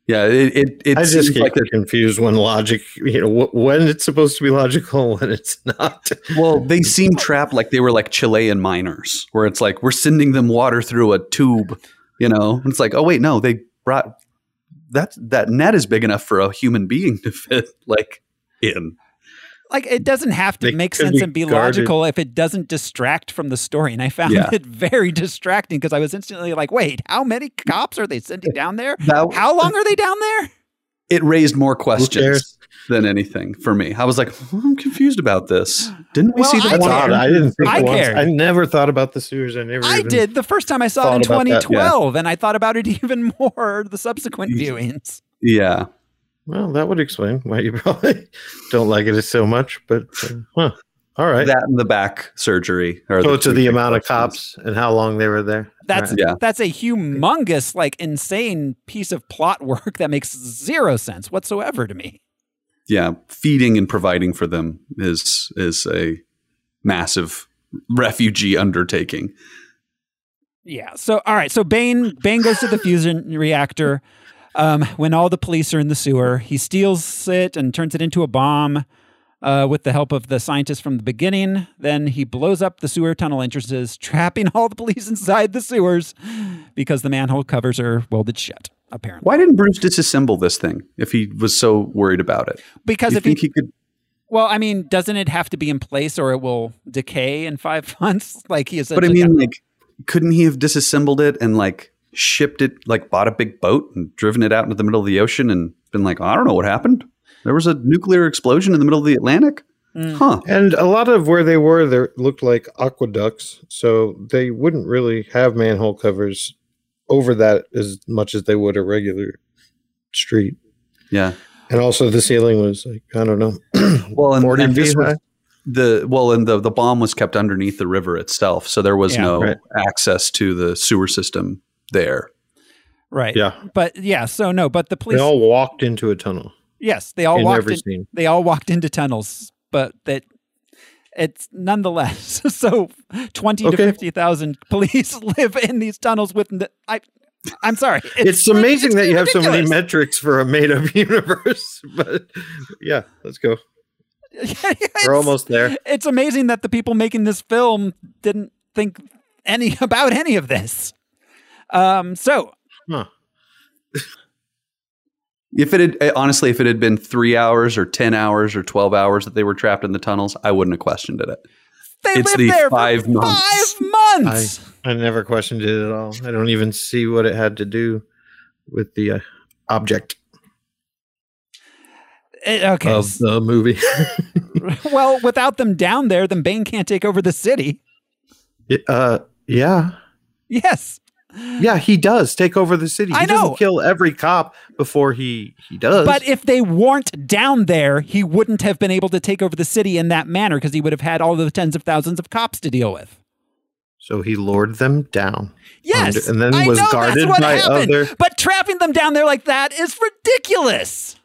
[SPEAKER 3] yeah. It it, it
[SPEAKER 2] I
[SPEAKER 3] seems
[SPEAKER 2] just get
[SPEAKER 3] like a-
[SPEAKER 2] confused when logic, you know, wh- when it's supposed to be logical, when it's not.
[SPEAKER 3] well, they seem trapped like they were like Chilean miners, where it's like we're sending them water through a tube, you know. And it's like, oh wait, no, they brought that that net is big enough for a human being to fit like in.
[SPEAKER 1] like it doesn't have to
[SPEAKER 2] They
[SPEAKER 1] make
[SPEAKER 2] could
[SPEAKER 1] sense
[SPEAKER 2] be
[SPEAKER 1] and be
[SPEAKER 2] guarded.
[SPEAKER 1] logical if it doesn't distract from the story and i found
[SPEAKER 3] Yeah.
[SPEAKER 1] it very distracting because i was instantly like wait how many cops are they sending down there
[SPEAKER 3] That-
[SPEAKER 1] how long are they down there
[SPEAKER 3] It raised more questions
[SPEAKER 2] cares?
[SPEAKER 3] than anything for me. I was like, "Hmm, I'm confused about this. Didn't we
[SPEAKER 1] Well,
[SPEAKER 3] see
[SPEAKER 1] I
[SPEAKER 3] the
[SPEAKER 2] That's
[SPEAKER 1] care.
[SPEAKER 2] odd. I didn't think
[SPEAKER 1] I
[SPEAKER 2] once.
[SPEAKER 1] care.
[SPEAKER 2] I never thought about the sewers. I never.
[SPEAKER 1] i
[SPEAKER 2] even-
[SPEAKER 1] did the first time i saw it in
[SPEAKER 2] thought about that, yeah.
[SPEAKER 1] 2012 and i thought about it even more the subsequent viewings
[SPEAKER 3] Yeah,
[SPEAKER 2] Well, that would explain why you probably don't like it so much. But uh, huh. all right.
[SPEAKER 3] that and the back surgery. Or
[SPEAKER 2] so to
[SPEAKER 3] two
[SPEAKER 2] the
[SPEAKER 3] big
[SPEAKER 2] amount of
[SPEAKER 3] questions.
[SPEAKER 2] cops and how long they were there.
[SPEAKER 1] That's
[SPEAKER 2] All
[SPEAKER 3] Yeah.
[SPEAKER 1] that's a humongous, like insane piece of plot work that makes zero sense whatsoever to me.
[SPEAKER 3] yeah, feeding and providing for them is is a massive refugee undertaking.
[SPEAKER 1] Yeah. So all right. So Bane Bane goes to the fusion reactor. Um, when all the police are in the sewer, he steals it and turns it into a bomb. Uh, with the help of the scientists from the beginning, then he blows up the sewer tunnel entrances, trapping all the police inside the sewers because the manhole covers are welded shut. Apparently,
[SPEAKER 3] Why didn't Bruce disassemble this thing if he was so worried about it?
[SPEAKER 1] because
[SPEAKER 3] you
[SPEAKER 1] if he
[SPEAKER 3] think he could?
[SPEAKER 1] Well, I mean, doesn't it have to be in place or it will decay in five months? Like he is.
[SPEAKER 3] But I mean, like, couldn't he have disassembled it and like shipped it, like bought a big boat and driven it out into the middle of the ocean and been like, I don't know what happened. There was a nuclear explosion in the middle of the Atlantic.
[SPEAKER 1] Mm.
[SPEAKER 3] Huh.
[SPEAKER 2] And a lot of where they were, there looked like aqueducts, so they wouldn't really have manhole covers over that as much as they would a regular street.
[SPEAKER 3] Yeah.
[SPEAKER 2] And also, the ceiling was like I don't know.
[SPEAKER 3] Well, and,
[SPEAKER 2] 40
[SPEAKER 3] and
[SPEAKER 2] feet
[SPEAKER 3] this was
[SPEAKER 2] high?
[SPEAKER 3] the well, and the the bomb was kept underneath the river itself, so there was
[SPEAKER 1] Yeah.
[SPEAKER 3] no
[SPEAKER 1] Right.
[SPEAKER 3] access to the sewer system there.
[SPEAKER 1] Right.
[SPEAKER 2] Yeah.
[SPEAKER 1] But yeah, so no, but the
[SPEAKER 2] They
[SPEAKER 1] police
[SPEAKER 2] all walked into a tunnel.
[SPEAKER 1] Yes, they all
[SPEAKER 2] in
[SPEAKER 1] walked
[SPEAKER 2] every
[SPEAKER 1] in-
[SPEAKER 2] scene.
[SPEAKER 1] they all walked into tunnels, but that it's nonetheless so 20 to
[SPEAKER 2] Okay.
[SPEAKER 1] 50,000 police live in these tunnels with n- I I'm sorry.
[SPEAKER 2] It's, amazing that you have so many
[SPEAKER 1] ridiculous.
[SPEAKER 2] metrics for a made-up universe, but yeah, let's go.
[SPEAKER 1] It's-
[SPEAKER 2] We're almost there.
[SPEAKER 1] It's amazing that the people making this film didn't think any about any of this. Um so
[SPEAKER 2] Huh.
[SPEAKER 3] If it had eh, honestly, if it had been three hours or ten hours or twelve hours that they were trapped in the tunnels, I wouldn't have questioned it.
[SPEAKER 1] they
[SPEAKER 3] It's
[SPEAKER 1] lived
[SPEAKER 3] the
[SPEAKER 1] there
[SPEAKER 3] five
[SPEAKER 1] for
[SPEAKER 3] months.
[SPEAKER 1] 5
[SPEAKER 2] I,
[SPEAKER 1] months.
[SPEAKER 2] I never questioned it at all. I don't even see what it had to do with the uh, object
[SPEAKER 1] Eh, okay.
[SPEAKER 2] of the movie.
[SPEAKER 1] well, without them down there, then Bane can't take over the city.
[SPEAKER 2] uh, yeah,
[SPEAKER 1] Yes.
[SPEAKER 2] yeah, he does take over the city. He
[SPEAKER 1] I know.
[SPEAKER 2] doesn't kill every cop before he he does.
[SPEAKER 1] But if they weren't down there, he wouldn't have been able to take over the city in that manner because he would have had all the tens of thousands of cops to deal with.
[SPEAKER 2] so he lured them down.
[SPEAKER 1] Yes,
[SPEAKER 2] and, and then
[SPEAKER 1] I
[SPEAKER 2] was
[SPEAKER 1] know
[SPEAKER 2] guarded
[SPEAKER 1] that's what
[SPEAKER 2] by
[SPEAKER 1] happened.
[SPEAKER 2] other.
[SPEAKER 1] But trapping them down there like that is ridiculous.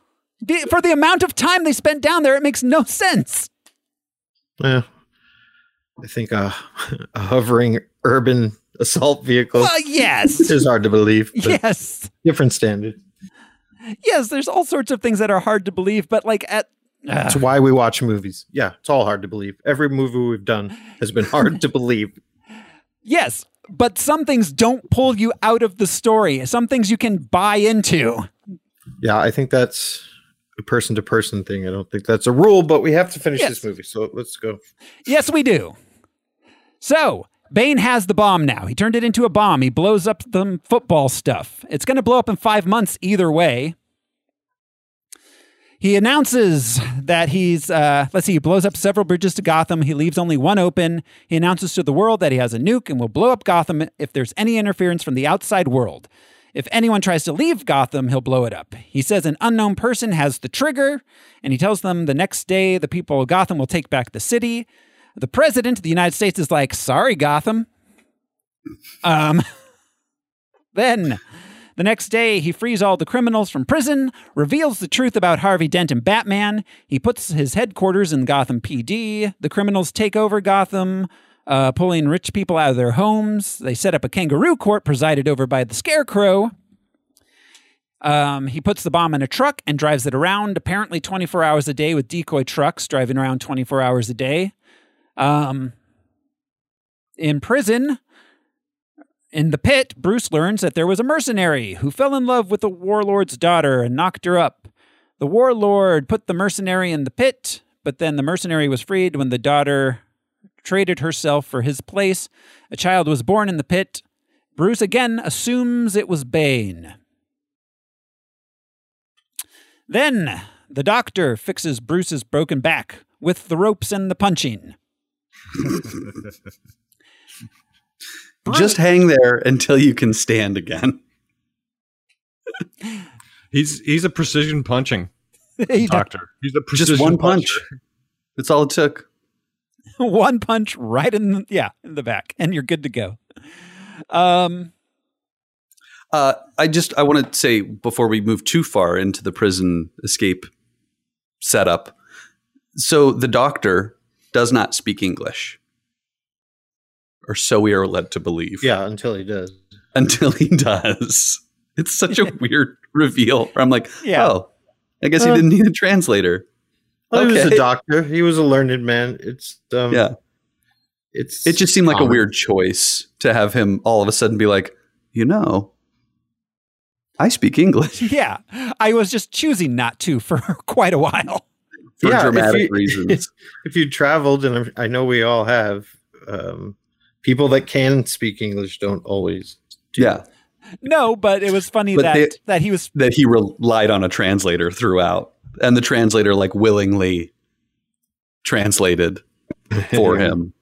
[SPEAKER 1] The- for the amount of time they spent down there, it makes no sense.
[SPEAKER 2] Yeah. I think uh, a hovering urban assault vehicle
[SPEAKER 1] Well, yes,
[SPEAKER 2] is hard to believe. But
[SPEAKER 1] yes.
[SPEAKER 2] Different standard.
[SPEAKER 1] Yes, there's all sorts of things that are hard to believe, but like at
[SPEAKER 2] That's why we watch movies. Yeah, it's all hard to believe. Every movie we've done has been hard to believe.
[SPEAKER 1] yes, but some things don't pull you out of the story. Some things you can buy into.
[SPEAKER 2] Yeah, I think that's a person to person thing. I don't think that's a rule, but we have to finish
[SPEAKER 1] Yes.
[SPEAKER 2] this movie. So let's go.
[SPEAKER 1] Yes, we do. So, Bane has the bomb now. He turned it into a bomb. He blows up the football stuff. It's going to blow up in 5 months either way. He announces that he's, uh, let's see, he blows up several bridges to Gotham. He leaves only one open. He announces to the world that he has a nuke and will blow up Gotham if there's any interference from the outside world. If anyone tries to leave Gotham, he'll blow it up. He says an unknown person has the trigger, and he tells them the next day the people of Gotham will take back the city. The president of the United States is like, sorry, Gotham. Um, then the next day, he frees all the criminals from prison, reveals the truth about Harvey Dent and Batman. He puts his headquarters in Gotham PD. The criminals take over Gotham, uh, pulling rich people out of their homes. They set up a kangaroo court presided over by the Scarecrow. Um, he puts the bomb in a truck and drives it around, apparently 24 hours a day with decoy trucks driving around 24 hours a day. Um, in prison, in the pit, Bruce learns that there was a mercenary who fell in love with the warlord's daughter and knocked her up. The warlord put the mercenary in the pit, but then the mercenary was freed when the daughter traded herself for his place. A child was born in the pit. Bruce again assumes it was Bane. Then the doctor fixes Bruce's broken back with the ropes and the punching.
[SPEAKER 3] Just hang there until you can stand again.
[SPEAKER 10] He's he's a precision punching
[SPEAKER 1] He does
[SPEAKER 10] doctor. He's a precision
[SPEAKER 3] Just one punch.
[SPEAKER 10] puncher.
[SPEAKER 3] That's all it took.
[SPEAKER 1] one punch right in the, yeah in the back and you're good to go um
[SPEAKER 3] Uh, I just I want to say before we move too far into the prison escape setup. So the doctor does not speak English, or so we are led to believe.
[SPEAKER 2] Yeah, until he does.
[SPEAKER 3] until he does. It's such a weird reveal. Where I'm like,
[SPEAKER 1] Yeah.
[SPEAKER 3] oh, I guess he
[SPEAKER 2] Uh,
[SPEAKER 3] didn't need a translator.
[SPEAKER 2] Well, He was
[SPEAKER 3] Okay.
[SPEAKER 2] a doctor. He was a learned man. It's um,
[SPEAKER 3] yeah,
[SPEAKER 2] It's
[SPEAKER 3] it just seemed like a
[SPEAKER 2] common.
[SPEAKER 3] weird choice to have him all of a sudden be like, you know, I speak English
[SPEAKER 1] yeah i was just choosing not to for quite a while
[SPEAKER 3] for
[SPEAKER 2] Yeah, if
[SPEAKER 3] dramatic
[SPEAKER 2] you-
[SPEAKER 3] reasons.
[SPEAKER 2] if you traveled, and I'm, I know we all have, um, people that can speak English don't always.
[SPEAKER 3] yeah,
[SPEAKER 1] no but it was funny
[SPEAKER 3] But
[SPEAKER 1] that
[SPEAKER 3] they-
[SPEAKER 1] that he was
[SPEAKER 3] that he relied on a translator throughout, and the translator like willingly translated for him.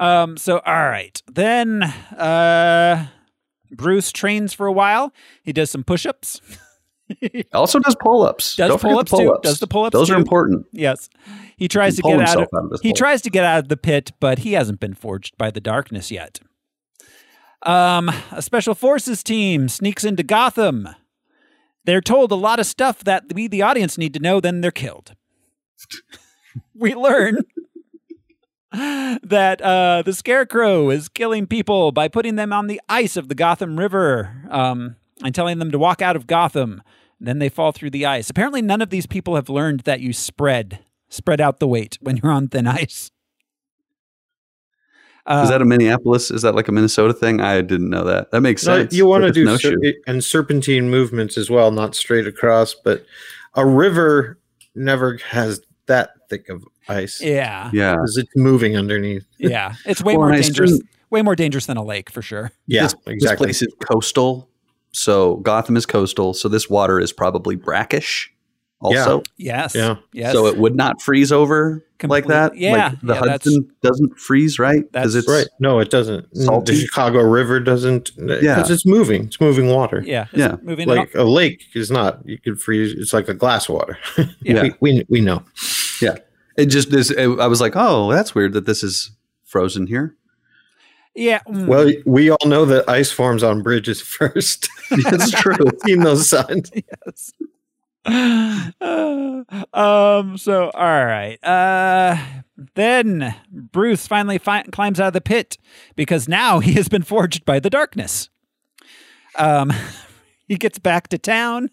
[SPEAKER 1] Um, so all right, then uh, Bruce trains for a while. He does some push-ups.
[SPEAKER 3] Also does pull-ups.
[SPEAKER 1] Does
[SPEAKER 3] Don't forget
[SPEAKER 1] pull-ups
[SPEAKER 3] the
[SPEAKER 1] too.
[SPEAKER 3] pull-ups.
[SPEAKER 1] Does the pull-ups
[SPEAKER 3] Those are
[SPEAKER 1] too.
[SPEAKER 3] important.
[SPEAKER 1] Yes, he tries to
[SPEAKER 3] pull
[SPEAKER 1] get out.
[SPEAKER 3] himself
[SPEAKER 1] Of,
[SPEAKER 3] out of this
[SPEAKER 1] he
[SPEAKER 3] hole.
[SPEAKER 1] tries to get out of the pit, but he hasn't been forged by the darkness yet. Um, a special forces team sneaks into Gotham. They're told a lot of stuff that we, the audience, need to know. Then they're killed. we learn that uh, the Scarecrow is killing people by putting them on the ice of the Gotham River um, and telling them to walk out of Gotham. Then they fall through the ice. Apparently, none of these people have learned that you spread spread out the weight when you're on thin ice. Uh,
[SPEAKER 3] is that a Minneapolis? Is that like a Minnesota thing? I didn't know that. That makes
[SPEAKER 2] No,
[SPEAKER 3] sense.
[SPEAKER 2] you want to
[SPEAKER 3] Like
[SPEAKER 2] do
[SPEAKER 3] a
[SPEAKER 2] ser-
[SPEAKER 3] snowshoe.
[SPEAKER 2] and serpentine movements as well, not straight across, but a river never has that thick of ice.
[SPEAKER 1] Yeah.
[SPEAKER 3] Yeah.
[SPEAKER 2] Because it's moving underneath.
[SPEAKER 1] yeah, it's way
[SPEAKER 3] Well,
[SPEAKER 1] more
[SPEAKER 3] and I
[SPEAKER 1] dangerous.
[SPEAKER 3] assume-
[SPEAKER 1] Way more dangerous than a lake for sure.
[SPEAKER 2] Yeah,
[SPEAKER 3] this,
[SPEAKER 2] exactly.
[SPEAKER 3] This place is coastal, so Gotham is coastal. So this water is probably brackish, also.
[SPEAKER 1] Yes.
[SPEAKER 2] Yeah.
[SPEAKER 1] Yes.
[SPEAKER 3] So it would not freeze over like
[SPEAKER 1] Complete-
[SPEAKER 3] that.
[SPEAKER 1] yeah,
[SPEAKER 3] like the
[SPEAKER 1] yeah, that's-
[SPEAKER 3] Hudson doesn't freeze, right? Because
[SPEAKER 1] That's
[SPEAKER 3] it's
[SPEAKER 2] Right. No, it doesn't.
[SPEAKER 3] Salty.
[SPEAKER 2] The Chicago River doesn't.
[SPEAKER 3] Yeah.
[SPEAKER 2] Because it's moving. It's moving water.
[SPEAKER 1] yeah. it's
[SPEAKER 3] Yeah.
[SPEAKER 1] Moving it
[SPEAKER 2] Like a lake is not. You could freeze. It's like a glass water.
[SPEAKER 3] Yeah.
[SPEAKER 2] we, we, we know.
[SPEAKER 3] yeah. It just is. It, I was like, oh, that's weird that this is frozen here.
[SPEAKER 1] Yeah. mm.
[SPEAKER 2] Well, we all know that ice forms on bridges first.
[SPEAKER 3] That's true.
[SPEAKER 2] We've seen those signs.
[SPEAKER 1] um. So all right. Uh. Then Bruce finally fi- climbs out of the pit because now he has been forged by the darkness. Um. He gets back to town.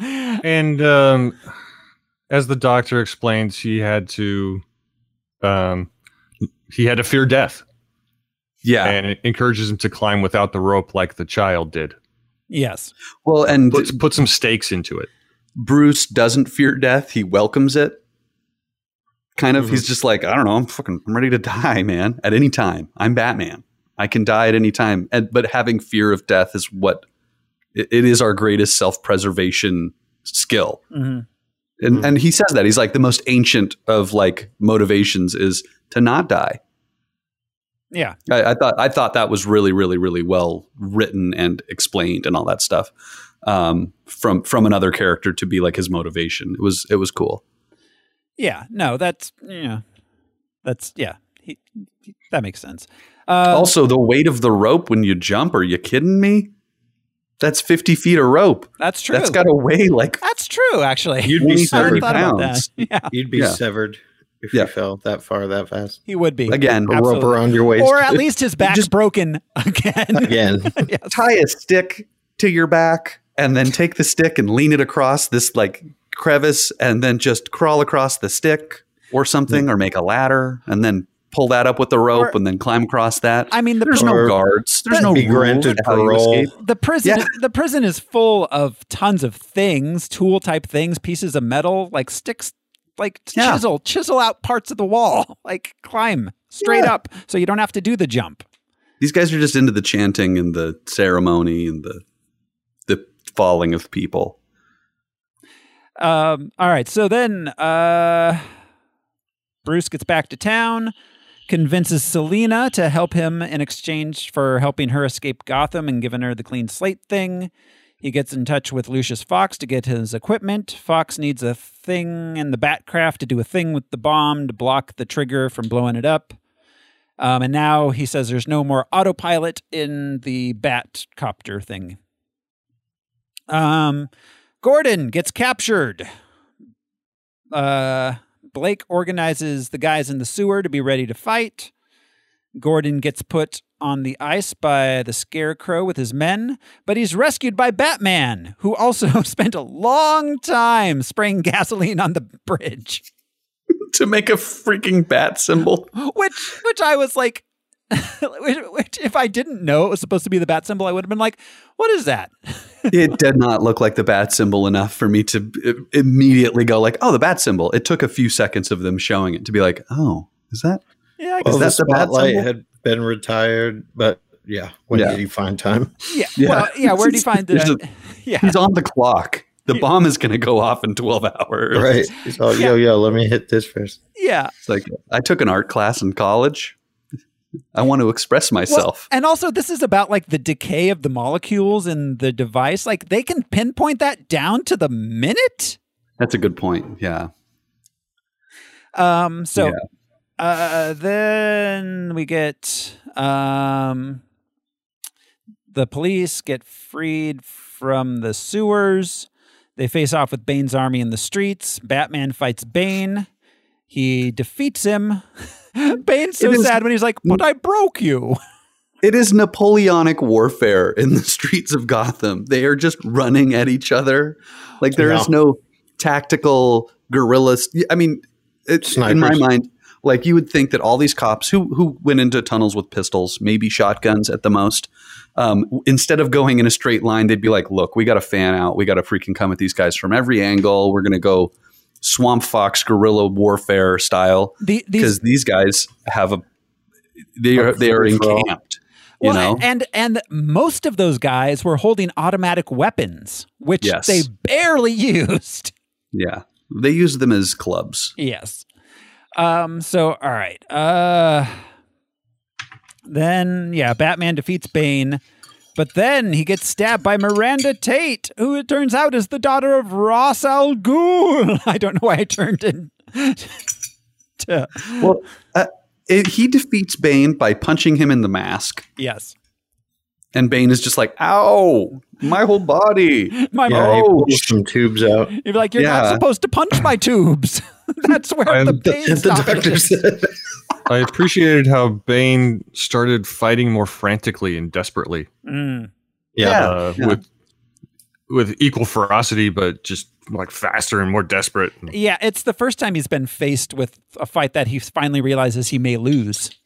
[SPEAKER 10] And um, as the doctor explains, he had to, um, he had to fear death,
[SPEAKER 3] Yeah.
[SPEAKER 10] and it encourages him to climb without the rope like the child did.
[SPEAKER 1] Yes.
[SPEAKER 3] well, and
[SPEAKER 10] Puts put some stakes into it.
[SPEAKER 3] Bruce doesn't fear death. He welcomes it. Kind of. He's just like, I don't know. I'm fucking. I'm ready to die, man. At any time. I'm Batman. I can die at any time. And but having fear of death is what it- it is our greatest self-preservation skill.
[SPEAKER 1] Mhm.
[SPEAKER 3] And and he says that he's like the most ancient of like motivations is to not die.
[SPEAKER 1] Yeah.
[SPEAKER 3] I, I thought I thought that was really, really, really well written and explained and all that stuff um, from from another character to be like his motivation. It was it was cool.
[SPEAKER 1] Yeah. No. That's yeah. That's yeah. He, he- that makes sense. Uh,
[SPEAKER 3] also, the weight of the rope when you jump. Are you kidding me? That's fifty feet of rope.
[SPEAKER 1] that's true.
[SPEAKER 3] That's got to weigh like
[SPEAKER 1] That's true. Actually,
[SPEAKER 2] You'd
[SPEAKER 1] I
[SPEAKER 2] be
[SPEAKER 1] hadn't
[SPEAKER 3] 30
[SPEAKER 2] severed.
[SPEAKER 1] thought about that.
[SPEAKER 3] pounds.
[SPEAKER 1] Yeah.
[SPEAKER 2] You'd be
[SPEAKER 3] Yeah.
[SPEAKER 2] severed if
[SPEAKER 3] Yeah.
[SPEAKER 2] you fell that far that fast.
[SPEAKER 1] He would be
[SPEAKER 3] again.
[SPEAKER 2] A rope
[SPEAKER 1] Absolutely.
[SPEAKER 2] around your waist.
[SPEAKER 1] or at least his back's
[SPEAKER 3] just-
[SPEAKER 1] broken again.
[SPEAKER 2] again.
[SPEAKER 3] Tie a stick to your back and then take the stick and lean it across this like crevice and then just crawl across the stick or something or make a ladder and then pull that up with the rope
[SPEAKER 1] Or-
[SPEAKER 3] and then climb across that.
[SPEAKER 1] I mean, the
[SPEAKER 3] There's
[SPEAKER 1] pri-
[SPEAKER 3] no
[SPEAKER 2] Or
[SPEAKER 3] guards. There's
[SPEAKER 1] But-
[SPEAKER 3] no
[SPEAKER 2] Be
[SPEAKER 3] rule
[SPEAKER 2] granted
[SPEAKER 3] to how you
[SPEAKER 2] parole.
[SPEAKER 3] escape.
[SPEAKER 1] the prison
[SPEAKER 3] Yeah.
[SPEAKER 1] the prison is full of tons of things, tool type things, pieces of metal, like sticks, like
[SPEAKER 3] Yeah.
[SPEAKER 1] chisel, chisel out parts of the wall, like climb straight
[SPEAKER 3] Yeah.
[SPEAKER 1] up, so you don't have to do the jump.
[SPEAKER 3] These guys are just into the chanting and the ceremony and the the falling of people.
[SPEAKER 1] Um, all right, so then uh, Bruce gets back to town, convinces Selina to help him in exchange for helping her escape Gotham and giving her the clean slate thing. He gets in touch with Lucius Fox to get his equipment. Fox needs a thing in the Batcraft to do a thing with the bomb to block the trigger from blowing it up. Um, and now he says there's no more autopilot in the Bat copter thing. Um, Gordon gets captured. Uh, Blake organizes the guys in the sewer to be ready to fight. Gordon gets put on the ice by the Scarecrow with his men, but he's rescued by Batman, who also spent a long time spraying gasoline on the bridge.
[SPEAKER 3] To make a freaking bat symbol.
[SPEAKER 1] Which, which I was like, which, which if I didn't know it was supposed to be the bat symbol, I would have been like, "What is that?"
[SPEAKER 3] it did not look like the bat symbol enough for me to i- immediately go like, "Oh, the bat symbol." It took a few seconds of them showing it to be like, "Oh, is that?"
[SPEAKER 1] Yeah, I guess
[SPEAKER 2] Well, the
[SPEAKER 3] that the bat
[SPEAKER 2] spotlight
[SPEAKER 3] symbol?
[SPEAKER 2] had been retired, but yeah, when
[SPEAKER 3] Yeah.
[SPEAKER 2] did he find time?
[SPEAKER 1] yeah, Well, yeah. Where do you find
[SPEAKER 3] There's
[SPEAKER 1] it?
[SPEAKER 3] a-
[SPEAKER 1] Yeah,
[SPEAKER 3] He's on the clock. The bomb is going to go off in 12 hours.
[SPEAKER 2] Right. It's all, yo, yo, let me hit this first.
[SPEAKER 1] Yeah.
[SPEAKER 3] It's like, I took an art class in college. I want to express myself.
[SPEAKER 1] Well, and also, this is about like the decay of the molecules in the device. Like they can pinpoint that down to the minute.
[SPEAKER 3] That's a good point. Yeah.
[SPEAKER 1] Um. So, yeah. uh, then we get um, the police get freed from the sewers. They face off with Bane's army in the streets. Batman fights Bane. He defeats him. Bane's so
[SPEAKER 3] It is-
[SPEAKER 1] sad when he's like, "But I broke you."
[SPEAKER 3] It is Napoleonic warfare in the streets of Gotham. They are just running at each other. Like there is
[SPEAKER 2] Yeah.
[SPEAKER 3] no tactical guerrillas. I mean, it's in my
[SPEAKER 2] Snipers.
[SPEAKER 3] mind. Like you would think that all these cops who who went into tunnels with pistols, maybe shotguns at the most, um, w- instead of going in a straight line, they'd be like, "Look, we got to fan out. We got to freaking come at these guys from every angle. We're gonna go swamp fox guerrilla warfare style
[SPEAKER 1] The- these-
[SPEAKER 3] because these guys have a they are they are
[SPEAKER 2] free-for-all.
[SPEAKER 3] encamped. You know,
[SPEAKER 1] and and most of those guys were holding automatic weapons, which
[SPEAKER 3] Yes.
[SPEAKER 1] they barely used.
[SPEAKER 3] Yeah. They use them as clubs.
[SPEAKER 1] Yes. Um, so all right. Uh then yeah, Batman defeats Bane, but then he gets stabbed by Miranda Tate, who it turns out is the daughter of Ross Al Ghul. I don't know why I turned in to
[SPEAKER 3] Well, uh, it, he defeats Bane by punching him in the mask,
[SPEAKER 1] Yes.
[SPEAKER 3] and Bane is just like, "Ow, my whole body."
[SPEAKER 1] My
[SPEAKER 2] Yeah, he
[SPEAKER 3] Oh.
[SPEAKER 2] pulls some tubes out.
[SPEAKER 1] You're like, you're not
[SPEAKER 3] Yeah.
[SPEAKER 1] supposed to punch my tubes. That's where the
[SPEAKER 10] I'm-
[SPEAKER 1] pain
[SPEAKER 2] the
[SPEAKER 1] stoppage
[SPEAKER 2] doctor
[SPEAKER 1] is.
[SPEAKER 2] said,
[SPEAKER 10] I appreciated how Bane started fighting more frantically and desperately
[SPEAKER 1] Mm.
[SPEAKER 2] yeah,
[SPEAKER 10] uh, with with equal ferocity, but just like faster and more desperate.
[SPEAKER 1] Yeah, it's the first time he's been faced with a fight that he finally realizes he may lose.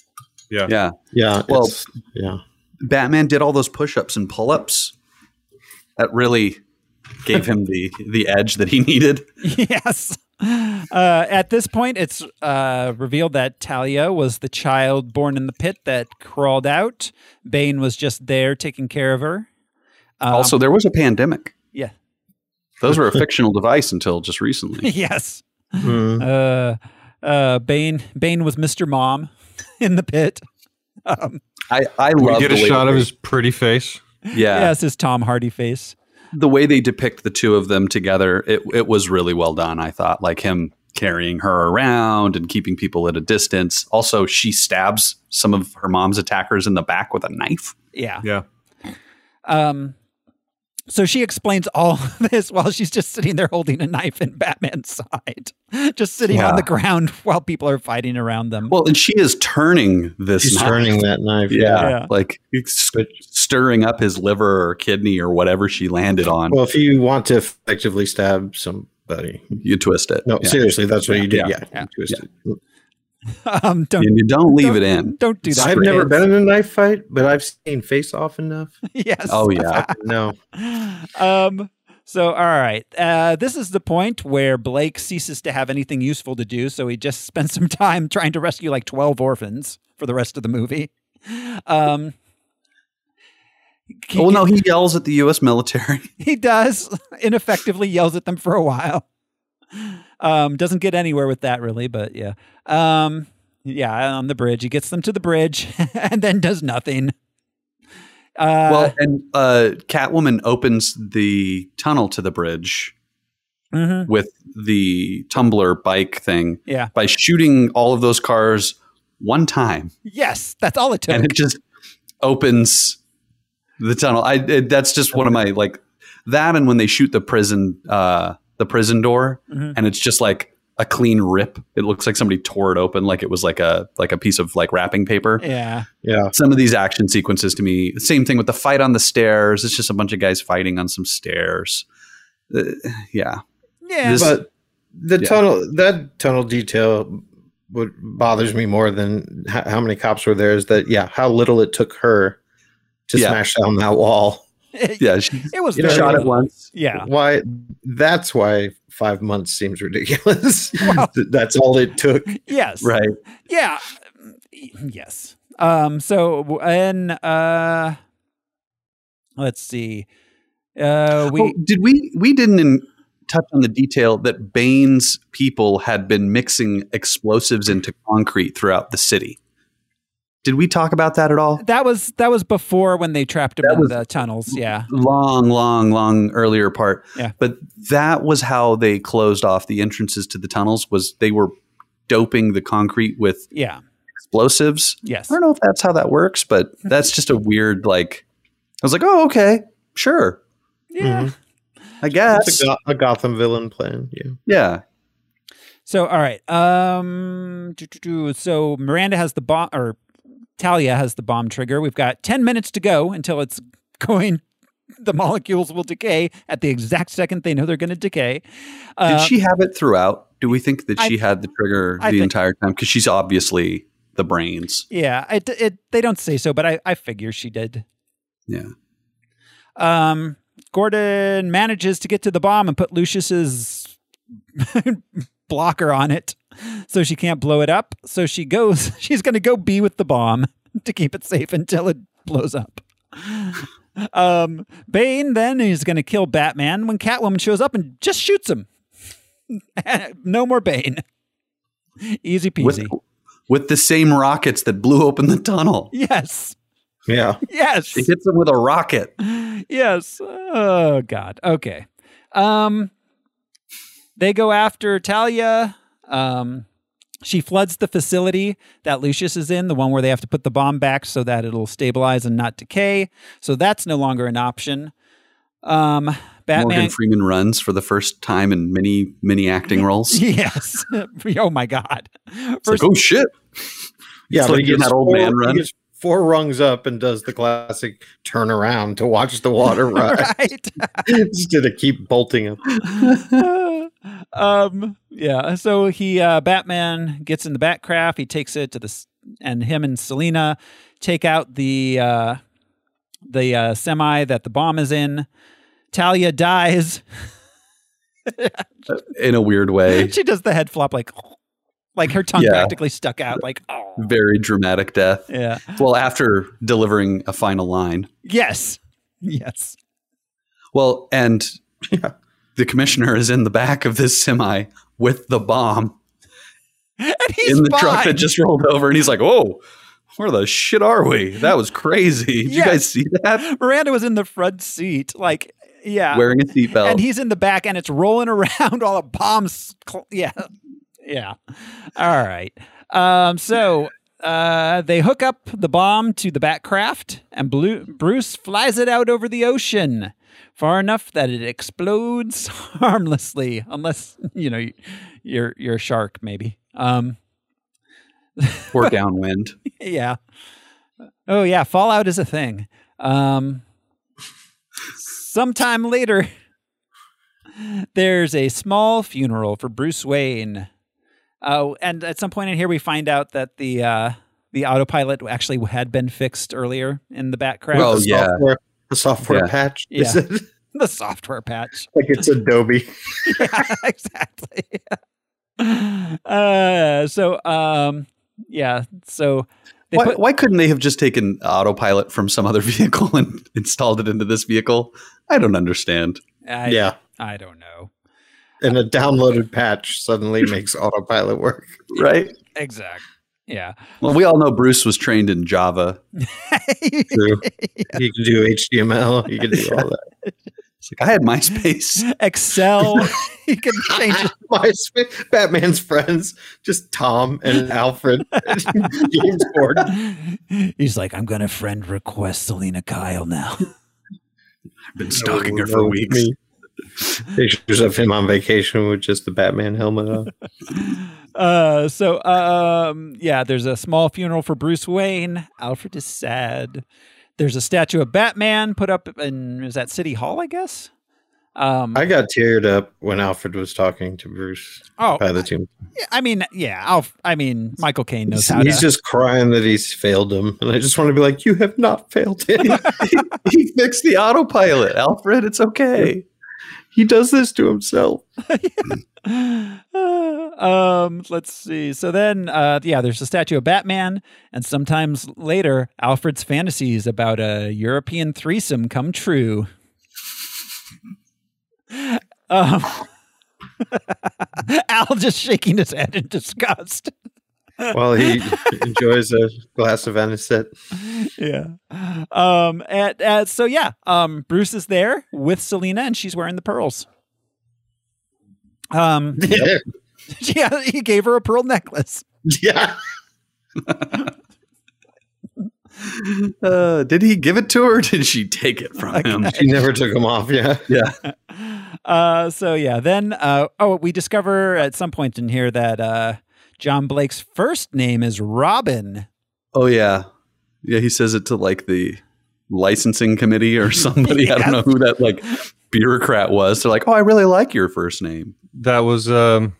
[SPEAKER 3] Yeah,
[SPEAKER 2] yeah,
[SPEAKER 3] Well-
[SPEAKER 2] it's- yeah.
[SPEAKER 3] Batman did all those push-ups and pull-ups. That really gave him the the edge that he needed.
[SPEAKER 1] yes. Uh, at this point, it's uh, revealed that Talia was the child born in the pit that crawled out. Bane was just there taking care of her. Um,
[SPEAKER 3] also, there was a pandemic.
[SPEAKER 1] yeah.
[SPEAKER 3] Those were a fictional device until just recently.
[SPEAKER 1] yes.
[SPEAKER 2] Hmm.
[SPEAKER 1] Uh, uh, Bane. Bane was Mr. Mom in the pit. Um,
[SPEAKER 3] I I
[SPEAKER 10] We
[SPEAKER 3] love
[SPEAKER 10] get
[SPEAKER 3] the
[SPEAKER 10] a
[SPEAKER 3] way
[SPEAKER 10] shot
[SPEAKER 3] that
[SPEAKER 10] of
[SPEAKER 3] they-
[SPEAKER 10] his pretty face.
[SPEAKER 3] yeah.
[SPEAKER 1] Yes, his Tom Hardy face.
[SPEAKER 3] the way they depict the two of them together, it it was really well done. I thought, like him carrying her around and keeping people at a distance. Also, she stabs some of her mom's attackers in the back with a knife.
[SPEAKER 1] Yeah.
[SPEAKER 10] Yeah.
[SPEAKER 1] Um, so she explains all this while she's just sitting there holding a knife in Batman's side, just sitting on
[SPEAKER 3] Yeah.
[SPEAKER 1] the ground while people are fighting around them.
[SPEAKER 3] Well, and she is turning this.
[SPEAKER 2] He's
[SPEAKER 3] knife.
[SPEAKER 2] turning that knife.
[SPEAKER 3] Yeah,
[SPEAKER 1] Yeah.
[SPEAKER 3] like it's stirring up his liver or kidney or whatever she landed on.
[SPEAKER 2] Well, if you want to effectively stab somebody,
[SPEAKER 3] you twist it.
[SPEAKER 2] no,
[SPEAKER 3] Yeah.
[SPEAKER 2] seriously, that's what you do. Yeah,
[SPEAKER 1] Yeah.
[SPEAKER 2] you twist it.
[SPEAKER 1] um, don't
[SPEAKER 3] And you don't leave it in.
[SPEAKER 1] Don't do that.
[SPEAKER 2] I've never
[SPEAKER 1] kids.
[SPEAKER 2] been in a knife fight, but I've seen face off enough.
[SPEAKER 1] Yes.
[SPEAKER 3] Oh yeah,
[SPEAKER 2] No,
[SPEAKER 1] um so all right uh this is the point where blake ceases to have anything useful to do so he just spends some time trying to rescue like 12 orphans for the rest of the movie um he,
[SPEAKER 3] well, no, he yells at the U.S. military.
[SPEAKER 1] he does ineffectively yells at them for a while um doesn't get anywhere with that really but yeah um yeah on the bridge he gets them to the bridge and then does nothing uh
[SPEAKER 3] well, and uh, Catwoman opens the tunnel to the bridge
[SPEAKER 1] mhm,
[SPEAKER 3] with the tumbler bike thing
[SPEAKER 1] yeah
[SPEAKER 3] by shooting all of those cars one time,
[SPEAKER 1] yes that's all it took
[SPEAKER 3] and it just opens the tunnel. I it, that's just one of my like that, and when they shoot the prison uh, the prison door,
[SPEAKER 1] Mhm.
[SPEAKER 3] and it's just like a clean rip. It looks like somebody tore it open, like it was like a like a piece of like wrapping paper
[SPEAKER 1] yeah
[SPEAKER 2] yeah,
[SPEAKER 3] some of these action sequences to me. Same thing with the fight on the stairs. It's just a bunch of guys fighting on some stairs. Uh, yeah.
[SPEAKER 1] yeah
[SPEAKER 3] This-
[SPEAKER 2] but the
[SPEAKER 3] Yeah.
[SPEAKER 2] tunnel that tunnel detail what bothers me more than how, how many cops were there is that yeah how little it took her to
[SPEAKER 3] Yeah.
[SPEAKER 2] smash down that wall
[SPEAKER 3] Yeah. She
[SPEAKER 1] It was
[SPEAKER 2] You know,
[SPEAKER 1] very
[SPEAKER 3] shot
[SPEAKER 1] little.
[SPEAKER 3] it once.
[SPEAKER 1] Yeah.
[SPEAKER 2] why that's why five months seems ridiculous
[SPEAKER 1] Well-
[SPEAKER 2] Th- that's all it took
[SPEAKER 1] Yes.
[SPEAKER 3] Right.
[SPEAKER 1] Yeah. Mm, Yes. Um. So and uh, let's see. Uh, we
[SPEAKER 3] oh, did we we didn't in, touch on the detail that Bane's people had been mixing explosives into concrete throughout the city. Did we talk about that at all?
[SPEAKER 1] That was that was before when they trapped him in the
[SPEAKER 3] Mm-hmm.
[SPEAKER 1] tunnels. Yeah.
[SPEAKER 3] Long, long, long earlier part.
[SPEAKER 1] Yeah.
[SPEAKER 3] But that was how they closed off the entrances to the tunnels was they were doping the concrete with
[SPEAKER 1] Yeah.
[SPEAKER 3] explosives.
[SPEAKER 1] Yes.
[SPEAKER 3] I don't know if that's how that works, but that's just a weird like I was like, "Oh, okay. Sure." Mm-hmm.
[SPEAKER 1] Yeah.
[SPEAKER 3] I guess.
[SPEAKER 2] Mm-hmm. It's a, Go- a Gotham villain plan. Yeah.
[SPEAKER 3] Yeah.
[SPEAKER 1] So all right. Um doo, doo, doo. so Miranda has the bomb or Talia has the bomb trigger. We've got 10 minutes to go until it's going the molecules will decay at the exact second they know they're going to decay. Uh,
[SPEAKER 3] Did she have it throughout? Do we think that
[SPEAKER 1] I-
[SPEAKER 3] she had the trigger
[SPEAKER 1] I
[SPEAKER 3] the
[SPEAKER 1] think-
[SPEAKER 3] entire time? Because she's obviously the brains.
[SPEAKER 1] Yeah, it, it they don't say so, but I I figure she did.
[SPEAKER 3] Yeah.
[SPEAKER 1] Um, Gordon manages to get to the bomb and put Lucius's blocker on it so she can't blow it up. So she goes, she's going to go be with the bomb to keep it safe until it blows up. Um, Bane then is going to kill Batman when Catwoman shows up and just shoots him. no more Bane. Easy peasy.
[SPEAKER 3] With, with the same rockets that blew open the tunnel.
[SPEAKER 1] yes.
[SPEAKER 2] Yeah.
[SPEAKER 1] Yes.
[SPEAKER 3] She hits him with a rocket.
[SPEAKER 1] yes. Oh God. Okay. Um, they go after Talia. Um, she floods the facility that Lucius is in, the one where they have to put the bomb back so that it'll stabilize and not decay. So that's no longer an option. Um, Batman.
[SPEAKER 3] Morgan Freeman runs for the first time in many, many acting roles.
[SPEAKER 1] yes. oh my God.
[SPEAKER 3] It's like, oh shit.
[SPEAKER 2] Yeah,
[SPEAKER 3] It's
[SPEAKER 2] but
[SPEAKER 3] like
[SPEAKER 2] he
[SPEAKER 3] in
[SPEAKER 2] gets
[SPEAKER 3] that old
[SPEAKER 2] four,
[SPEAKER 3] man
[SPEAKER 2] he
[SPEAKER 3] run.
[SPEAKER 2] gets four rungs up and does the classic turn around to watch the water rise
[SPEAKER 1] right.
[SPEAKER 2] instead of keep bolting up.
[SPEAKER 1] um yeah so he uh batman gets in the batcraft he takes it to the s- and him and selena take out the uh the uh semi that the bomb is in talia dies
[SPEAKER 3] In a weird way.
[SPEAKER 1] she does the head flop like like her tongue
[SPEAKER 3] Yeah.
[SPEAKER 1] practically stuck out like oh
[SPEAKER 3] Very dramatic death.
[SPEAKER 1] yeah
[SPEAKER 3] Well, after delivering a final line.
[SPEAKER 1] yes yes
[SPEAKER 3] Well, and the commissioner is in the back of this semi with the bomb
[SPEAKER 1] and he's
[SPEAKER 3] in the
[SPEAKER 1] fine.
[SPEAKER 3] truck that just rolled over, and he's like, "Whoa, where the shit are we? That was crazy. Did you guys see that?"
[SPEAKER 1] miranda was in the front seat like yeah
[SPEAKER 3] Wearing a seatbelt.
[SPEAKER 1] Uh, and he's in the back and it's rolling around all the bombs cl- yeah yeah all right um so uh they hook up the bomb to the backcraft and Blu- bruce flies it out over the ocean far enough that it explodes harmlessly unless you know you're you're a shark maybe um
[SPEAKER 3] or downwind.
[SPEAKER 1] yeah oh yeah fallout is a thing um sometime later there's a small funeral for bruce wayne oh and at some point in here we find out that the uh the autopilot actually had been fixed earlier in the background
[SPEAKER 3] Oh,
[SPEAKER 2] the
[SPEAKER 3] yeah.
[SPEAKER 2] software, the software
[SPEAKER 3] Yeah.
[SPEAKER 2] patch. Is
[SPEAKER 1] Yeah.
[SPEAKER 2] it
[SPEAKER 1] the software patch
[SPEAKER 2] like it's Adobe?
[SPEAKER 1] yeah, exactly uh so um yeah so they
[SPEAKER 3] Why,
[SPEAKER 1] put-
[SPEAKER 3] why couldn't they have just taken autopilot from some other vehicle and installed it into this vehicle? I don't understand.
[SPEAKER 1] I,
[SPEAKER 2] yeah.
[SPEAKER 1] i don't know
[SPEAKER 2] And a downloaded patch suddenly makes autopilot work.
[SPEAKER 3] Right?
[SPEAKER 1] exact yeah
[SPEAKER 3] Well, we all know Bruce was trained in Java.
[SPEAKER 2] True. You can do HTML. You can do all that.
[SPEAKER 3] It's like, I had MySpace.
[SPEAKER 1] Excel. he can change it.
[SPEAKER 2] My sp- Batman's friends, just Tom and Alfred, and James Gordon.
[SPEAKER 1] He's like, I'm gonna friend request Selena Kyle now.
[SPEAKER 3] I've been stalking her for weeks.
[SPEAKER 2] Me. Pictures of him on vacation with just the Batman helmet on.
[SPEAKER 1] Uh, so um, yeah, there's a small funeral for Bruce Wayne. Alfred is sad. There's a statue of Batman put up in is that City Hall, I guess. Um,
[SPEAKER 2] I got teared up when Alfred was talking to Bruce
[SPEAKER 1] oh,
[SPEAKER 2] by the team.
[SPEAKER 1] yeah, I mean, yeah, Alf, I mean, Michael Caine knows
[SPEAKER 2] He's,
[SPEAKER 1] how
[SPEAKER 2] he's
[SPEAKER 1] to.
[SPEAKER 2] just crying that he's failed him, and I just want to be like, "You have not failed him."
[SPEAKER 3] he fixed the autopilot, Alfred. It's okay.
[SPEAKER 2] he does this to himself.
[SPEAKER 1] um, let's see. So then, uh, yeah, there's a statue of Batman, and sometimes later, Alfred's fantasies about a European threesome come true. Um, Al just shaking his head in disgust.
[SPEAKER 2] While he enjoys a glass of anisette.
[SPEAKER 1] yeah. Um. And, uh, so yeah. Um. Bruce is there with Selena, and she's wearing the pearls. Um.
[SPEAKER 2] Yeah.
[SPEAKER 1] yeah. He gave her a pearl necklace.
[SPEAKER 2] Yeah.
[SPEAKER 3] Uh, did he give it to her? Or did she take it from him?
[SPEAKER 2] She never took him off. Yeah.
[SPEAKER 3] Yeah.
[SPEAKER 1] Uh. So yeah. Then. Uh. Oh. We discover at some point in here that uh, John Blake's first name is Robin.
[SPEAKER 3] Oh yeah. Yeah. He says it to like the licensing committee or somebody. I don't know who that like bureaucrat was. They're like, oh, I really like your first name.
[SPEAKER 10] That was um,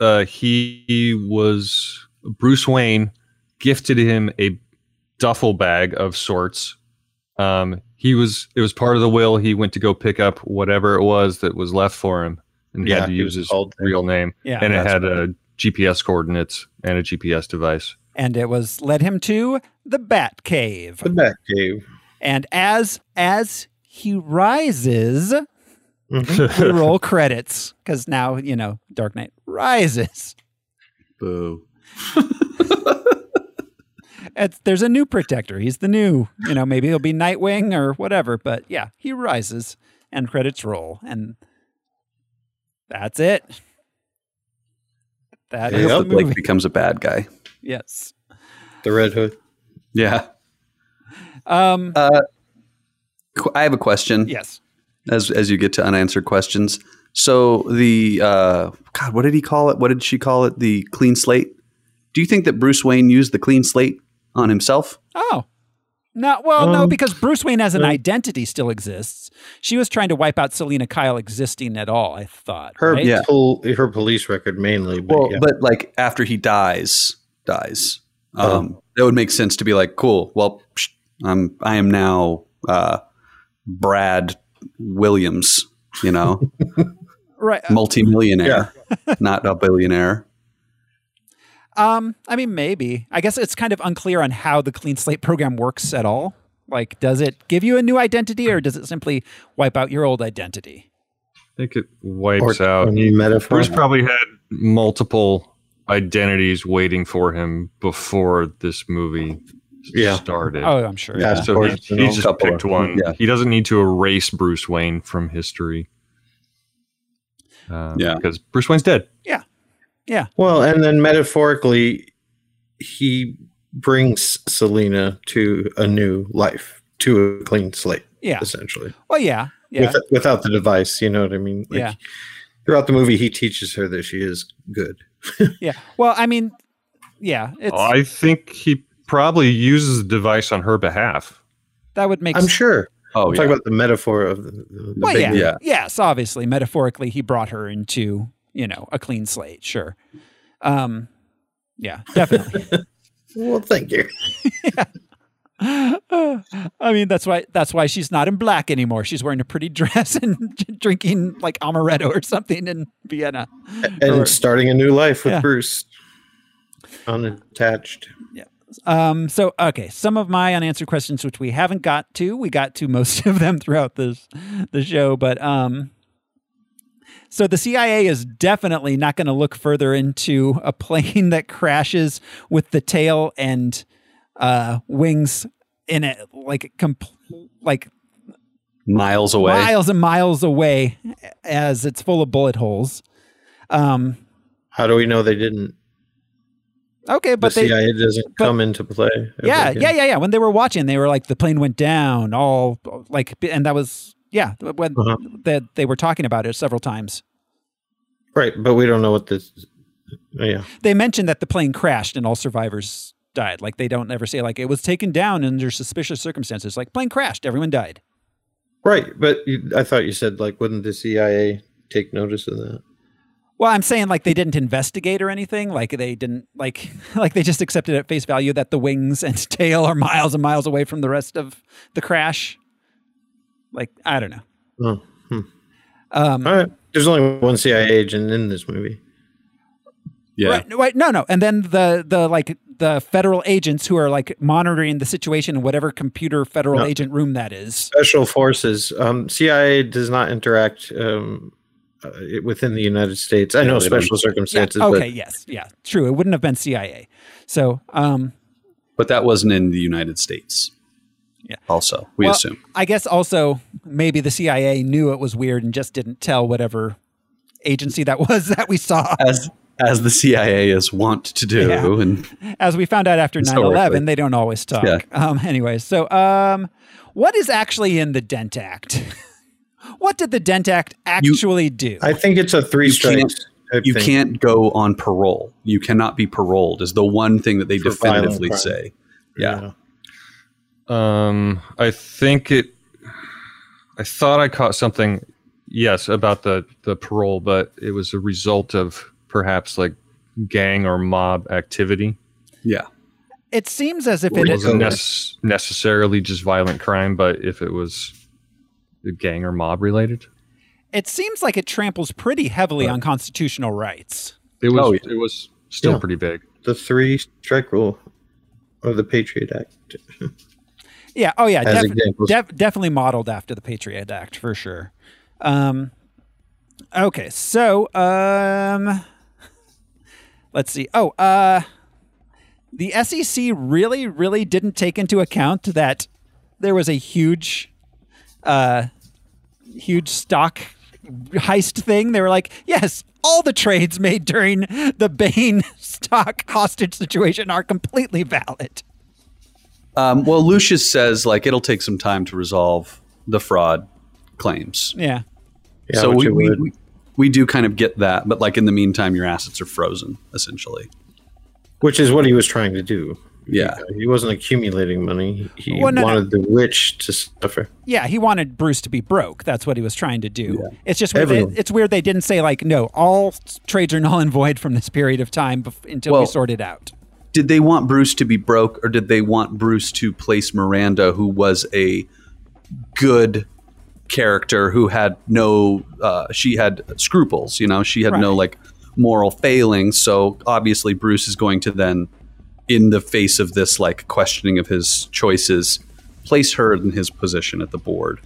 [SPEAKER 10] uh, he was Bruce Wayne gifted him a duffel bag of sorts. Um, he was it was part of the will. He went to go pick up whatever it was that was left for him, and he
[SPEAKER 2] Yeah,
[SPEAKER 10] had to
[SPEAKER 2] he
[SPEAKER 10] use
[SPEAKER 2] was
[SPEAKER 10] his
[SPEAKER 2] called-
[SPEAKER 10] real name.
[SPEAKER 1] Yeah.
[SPEAKER 10] and it
[SPEAKER 1] That's
[SPEAKER 10] had uh GPS coordinates and a GPS device.
[SPEAKER 1] and it was led him to the bat cave
[SPEAKER 2] The back cave.
[SPEAKER 1] and as as he rises we roll credits because now you know dark knight rises
[SPEAKER 3] Boo.
[SPEAKER 1] it's, there's a new protector he's the new you know maybe he'll be nightwing or whatever but yeah he rises and credits roll and that's it That
[SPEAKER 2] Yep.
[SPEAKER 1] is the movie
[SPEAKER 3] Blake becomes a bad guy.
[SPEAKER 1] yes
[SPEAKER 2] The Red Hood.
[SPEAKER 3] Yeah.
[SPEAKER 1] um
[SPEAKER 3] Qu- I have a question.
[SPEAKER 1] yes
[SPEAKER 3] As as you get to unanswered questions, so the uh, God, what did he call it? What did she call it? The clean slate. Do you think that Bruce Wayne used the clean slate on himself?
[SPEAKER 1] Oh. No, well, no,
[SPEAKER 10] Um,
[SPEAKER 1] because Bruce Wayne as an identity still exists. She was trying to wipe out Selena Kyle existing at all, I thought.
[SPEAKER 2] Her
[SPEAKER 1] right?
[SPEAKER 3] yeah.
[SPEAKER 2] pol- her police record mainly. But
[SPEAKER 3] Well,
[SPEAKER 2] yeah.
[SPEAKER 3] but like after he dies, dies.
[SPEAKER 2] Oh.
[SPEAKER 3] Um, That would make sense to be like, cool. Well, psh, I'm I am now uh, Brad Williams. You know,
[SPEAKER 1] Right. uh,
[SPEAKER 3] multimillionaire, not a billionaire.
[SPEAKER 1] Um, I mean, maybe. I guess it's kind of unclear on how the Clean Slate program works at all. Like, does it give you a new identity or does it simply wipe out your old identity?
[SPEAKER 10] I think
[SPEAKER 2] or
[SPEAKER 10] it wipes out.
[SPEAKER 2] a metaphor.
[SPEAKER 10] Bruce probably had multiple identities waiting for him before this movie
[SPEAKER 2] Yeah.
[SPEAKER 10] started.
[SPEAKER 1] Oh, I'm sure.
[SPEAKER 2] Yeah.
[SPEAKER 10] So he, he just
[SPEAKER 3] Couple
[SPEAKER 10] picked
[SPEAKER 3] of-
[SPEAKER 10] one.
[SPEAKER 3] yeah.
[SPEAKER 10] He doesn't need to erase Bruce Wayne from history. Um,
[SPEAKER 3] Yeah.
[SPEAKER 10] because Bruce Wayne's dead.
[SPEAKER 2] Well, and then metaphorically, he brings Selena to a new life, to a clean slate,
[SPEAKER 1] Yeah.
[SPEAKER 2] essentially.
[SPEAKER 1] Well, yeah. Yeah.
[SPEAKER 2] With, without the device, you know what I mean?
[SPEAKER 1] Yeah.
[SPEAKER 2] Throughout the movie, he teaches her that she is good.
[SPEAKER 1] Yeah. Well, I mean, yeah.
[SPEAKER 2] Oh,
[SPEAKER 1] It's,
[SPEAKER 10] I think he probably uses the device on her behalf.
[SPEAKER 1] that would make
[SPEAKER 2] I'm sure.
[SPEAKER 3] Oh,
[SPEAKER 2] Talk about the metaphor of the, the
[SPEAKER 1] Well,
[SPEAKER 2] big
[SPEAKER 1] yeah.
[SPEAKER 3] yeah.
[SPEAKER 1] Yes, obviously, metaphorically, he brought her into you know a clean slate. Sure. Um, yeah, definitely.
[SPEAKER 2] Well, thank you.
[SPEAKER 1] I mean, that's why that's why she's not in black anymore. She's wearing a pretty dress and drinking like amaretto or something in Vienna.
[SPEAKER 2] And
[SPEAKER 1] Or-
[SPEAKER 2] starting a new life with
[SPEAKER 1] Yeah.
[SPEAKER 2] Bruce. Unattached.
[SPEAKER 1] Um, so okay, some of my unanswered questions, which we haven't got to, we got to most of them throughout this the show, but um, so the CIA is definitely not going to look further into a plane that crashes with the tail and uh, wings in it, like comp- like
[SPEAKER 3] miles away.
[SPEAKER 1] miles and miles away, as it's full of bullet holes. Um,
[SPEAKER 2] How do we know they didn't?
[SPEAKER 1] okay, but
[SPEAKER 2] the
[SPEAKER 1] they
[SPEAKER 2] CIA doesn't
[SPEAKER 1] but-
[SPEAKER 2] come into play. ever
[SPEAKER 1] yeah,
[SPEAKER 2] again.
[SPEAKER 1] yeah, yeah, yeah. When they were watching, they were like, the plane went down, all like, and that was yeah. When
[SPEAKER 2] Uh-huh.
[SPEAKER 1] that they were talking about it several times,
[SPEAKER 2] Right, but we don't know what this. Yeah,
[SPEAKER 1] they mentioned that the plane crashed and all survivors died. Like they don't ever say like it was taken down under suspicious circumstances. Like plane crashed, everyone died.
[SPEAKER 2] right. But you, I thought you said like, wouldn't the CIA take notice of that?
[SPEAKER 1] Well, I'm saying like they didn't investigate or anything. Like they didn't like like they just accepted at face value that the wings and tail are miles and miles away from the rest of the crash. Like I don't know.
[SPEAKER 2] Oh, hmm.
[SPEAKER 1] Um,
[SPEAKER 2] All right. There's only one CIA agent in this movie.
[SPEAKER 3] yeah.
[SPEAKER 1] Right, right, no, no. And then the the like the federal agents who are like monitoring the situation in whatever computer federal
[SPEAKER 2] Yeah.
[SPEAKER 1] agent room that is.
[SPEAKER 2] Special forces. Um, CIA does not interact um, uh, within the United States. I know
[SPEAKER 1] they don't-
[SPEAKER 2] special circumstances.
[SPEAKER 1] Yeah, okay,
[SPEAKER 2] but,
[SPEAKER 1] yes, yeah, true. It wouldn't have been CIA. So, um,
[SPEAKER 3] But that wasn't in the United States.
[SPEAKER 1] Yeah.
[SPEAKER 3] Also, we
[SPEAKER 1] well,
[SPEAKER 3] assume.
[SPEAKER 1] I guess also maybe the CIA knew it was weird and just didn't tell whatever agency that was that we saw.
[SPEAKER 3] As as the CIA is wont to do.
[SPEAKER 1] Yeah.
[SPEAKER 3] And
[SPEAKER 1] As we found out after 9 11,
[SPEAKER 3] Historically.
[SPEAKER 1] they don't always talk.
[SPEAKER 3] Yeah.
[SPEAKER 1] Um, anyway, so um, what is actually in the Dent Act? what did the Dent Act actually do?
[SPEAKER 2] I think it's a three
[SPEAKER 3] you can't,
[SPEAKER 2] strikes. type
[SPEAKER 3] you
[SPEAKER 2] thing.
[SPEAKER 3] can't go on parole. You cannot be paroled is the one thing that they
[SPEAKER 2] For violent
[SPEAKER 3] definitively
[SPEAKER 2] crime.
[SPEAKER 3] say. Yeah.
[SPEAKER 10] Um, I think it. I thought I caught something, yes, about the the parole, but it was a result of perhaps like gang or mob activity.
[SPEAKER 3] Yeah.
[SPEAKER 1] It seems as if
[SPEAKER 10] It wasn't
[SPEAKER 1] it,
[SPEAKER 10] nec- necessarily just violent crime, but if it was gang or mob related,
[SPEAKER 1] it seems like it tramples pretty heavily on constitutional rights.
[SPEAKER 10] it was
[SPEAKER 3] Oh, yeah.
[SPEAKER 10] it was still
[SPEAKER 2] Yeah.
[SPEAKER 10] pretty big.
[SPEAKER 2] The three strike rule of the Patriot Act.
[SPEAKER 1] Yeah. Oh, yeah.
[SPEAKER 2] As
[SPEAKER 1] defi-
[SPEAKER 2] examples.
[SPEAKER 1] def- definitely modeled after the Patriot Act for sure. Um, okay. So, um, let's see. Oh, uh, the SEC really, really didn't take into account that there was a huge, uh, huge stock heist thing. They were like, yes, all the trades made during the Bain stock hostage situation are completely valid.
[SPEAKER 3] Um, well, Lucius says like it'll take some time to resolve the fraud claims.
[SPEAKER 1] Yeah.
[SPEAKER 2] Yeah,
[SPEAKER 3] so
[SPEAKER 2] which
[SPEAKER 3] we,
[SPEAKER 2] it
[SPEAKER 3] we,
[SPEAKER 2] would.
[SPEAKER 3] we we do kind of get that, but like in the meantime, your assets are frozen essentially.
[SPEAKER 2] which is what he was trying to do.
[SPEAKER 3] Yeah.
[SPEAKER 2] He wasn't accumulating money. He
[SPEAKER 1] Well, no, no.
[SPEAKER 2] wanted the rich to suffer.
[SPEAKER 1] Yeah, he wanted Bruce to be broke. That's what he was trying to do. It's just weird.
[SPEAKER 2] Everyone.
[SPEAKER 1] it's weird they didn't say like, no, all s- trades are null and void from this period of time bef- until we
[SPEAKER 3] Well-
[SPEAKER 1] sort it out.
[SPEAKER 3] Did they want Bruce to be broke, or did they want Bruce to place Miranda, who was a good character who had no, uh, she had scruples. You know, she had no
[SPEAKER 1] Right.
[SPEAKER 3] like moral failings. So obviously, Bruce is going to then, in the face of this like questioning of his choices, place her in his position at the board,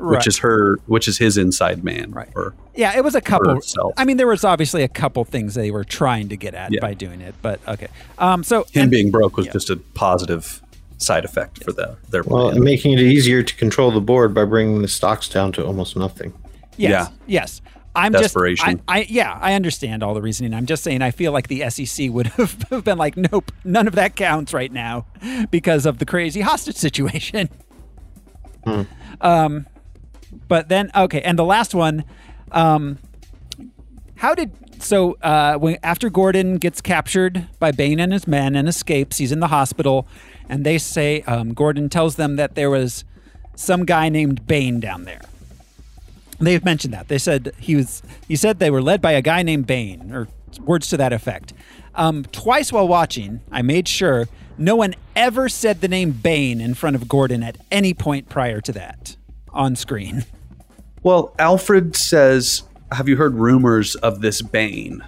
[SPEAKER 1] Right.
[SPEAKER 3] which is her, which is his inside man. Right. Or,
[SPEAKER 1] yeah, it was a couple.
[SPEAKER 3] herself.
[SPEAKER 1] I mean, there was obviously a couple things they were trying to get at
[SPEAKER 3] Yeah.
[SPEAKER 1] by doing it, but okay. Um, so
[SPEAKER 3] him
[SPEAKER 1] and-
[SPEAKER 3] being broke was just a positive side effect for the, their
[SPEAKER 2] Well,
[SPEAKER 3] plan.
[SPEAKER 2] and making it easier to control the board by bringing the stocks down to almost nothing.
[SPEAKER 1] Yes.
[SPEAKER 3] Yeah.
[SPEAKER 1] Yes. I'm
[SPEAKER 3] Desperation.
[SPEAKER 1] just I, I yeah, I understand all the reasoning. I'm just saying I feel like the SEC would have been like, nope, none of that counts right now because of the crazy hostage situation.
[SPEAKER 3] Hmm.
[SPEAKER 1] Um but then okay, and the last one, um how did so uh when after Gordon gets captured by Bane and his men and escapes, he's in the hospital and they say um Gordon tells them that there was some guy named Bane down there they've mentioned that they said he was he said they were led by a guy named Bane or words to that effect. Um, twice while watching, I made sure no one ever said the name Bane in front of Gordon at any point prior to that on screen.
[SPEAKER 3] Well, Alfred says, "Have you heard rumors of this Bane?"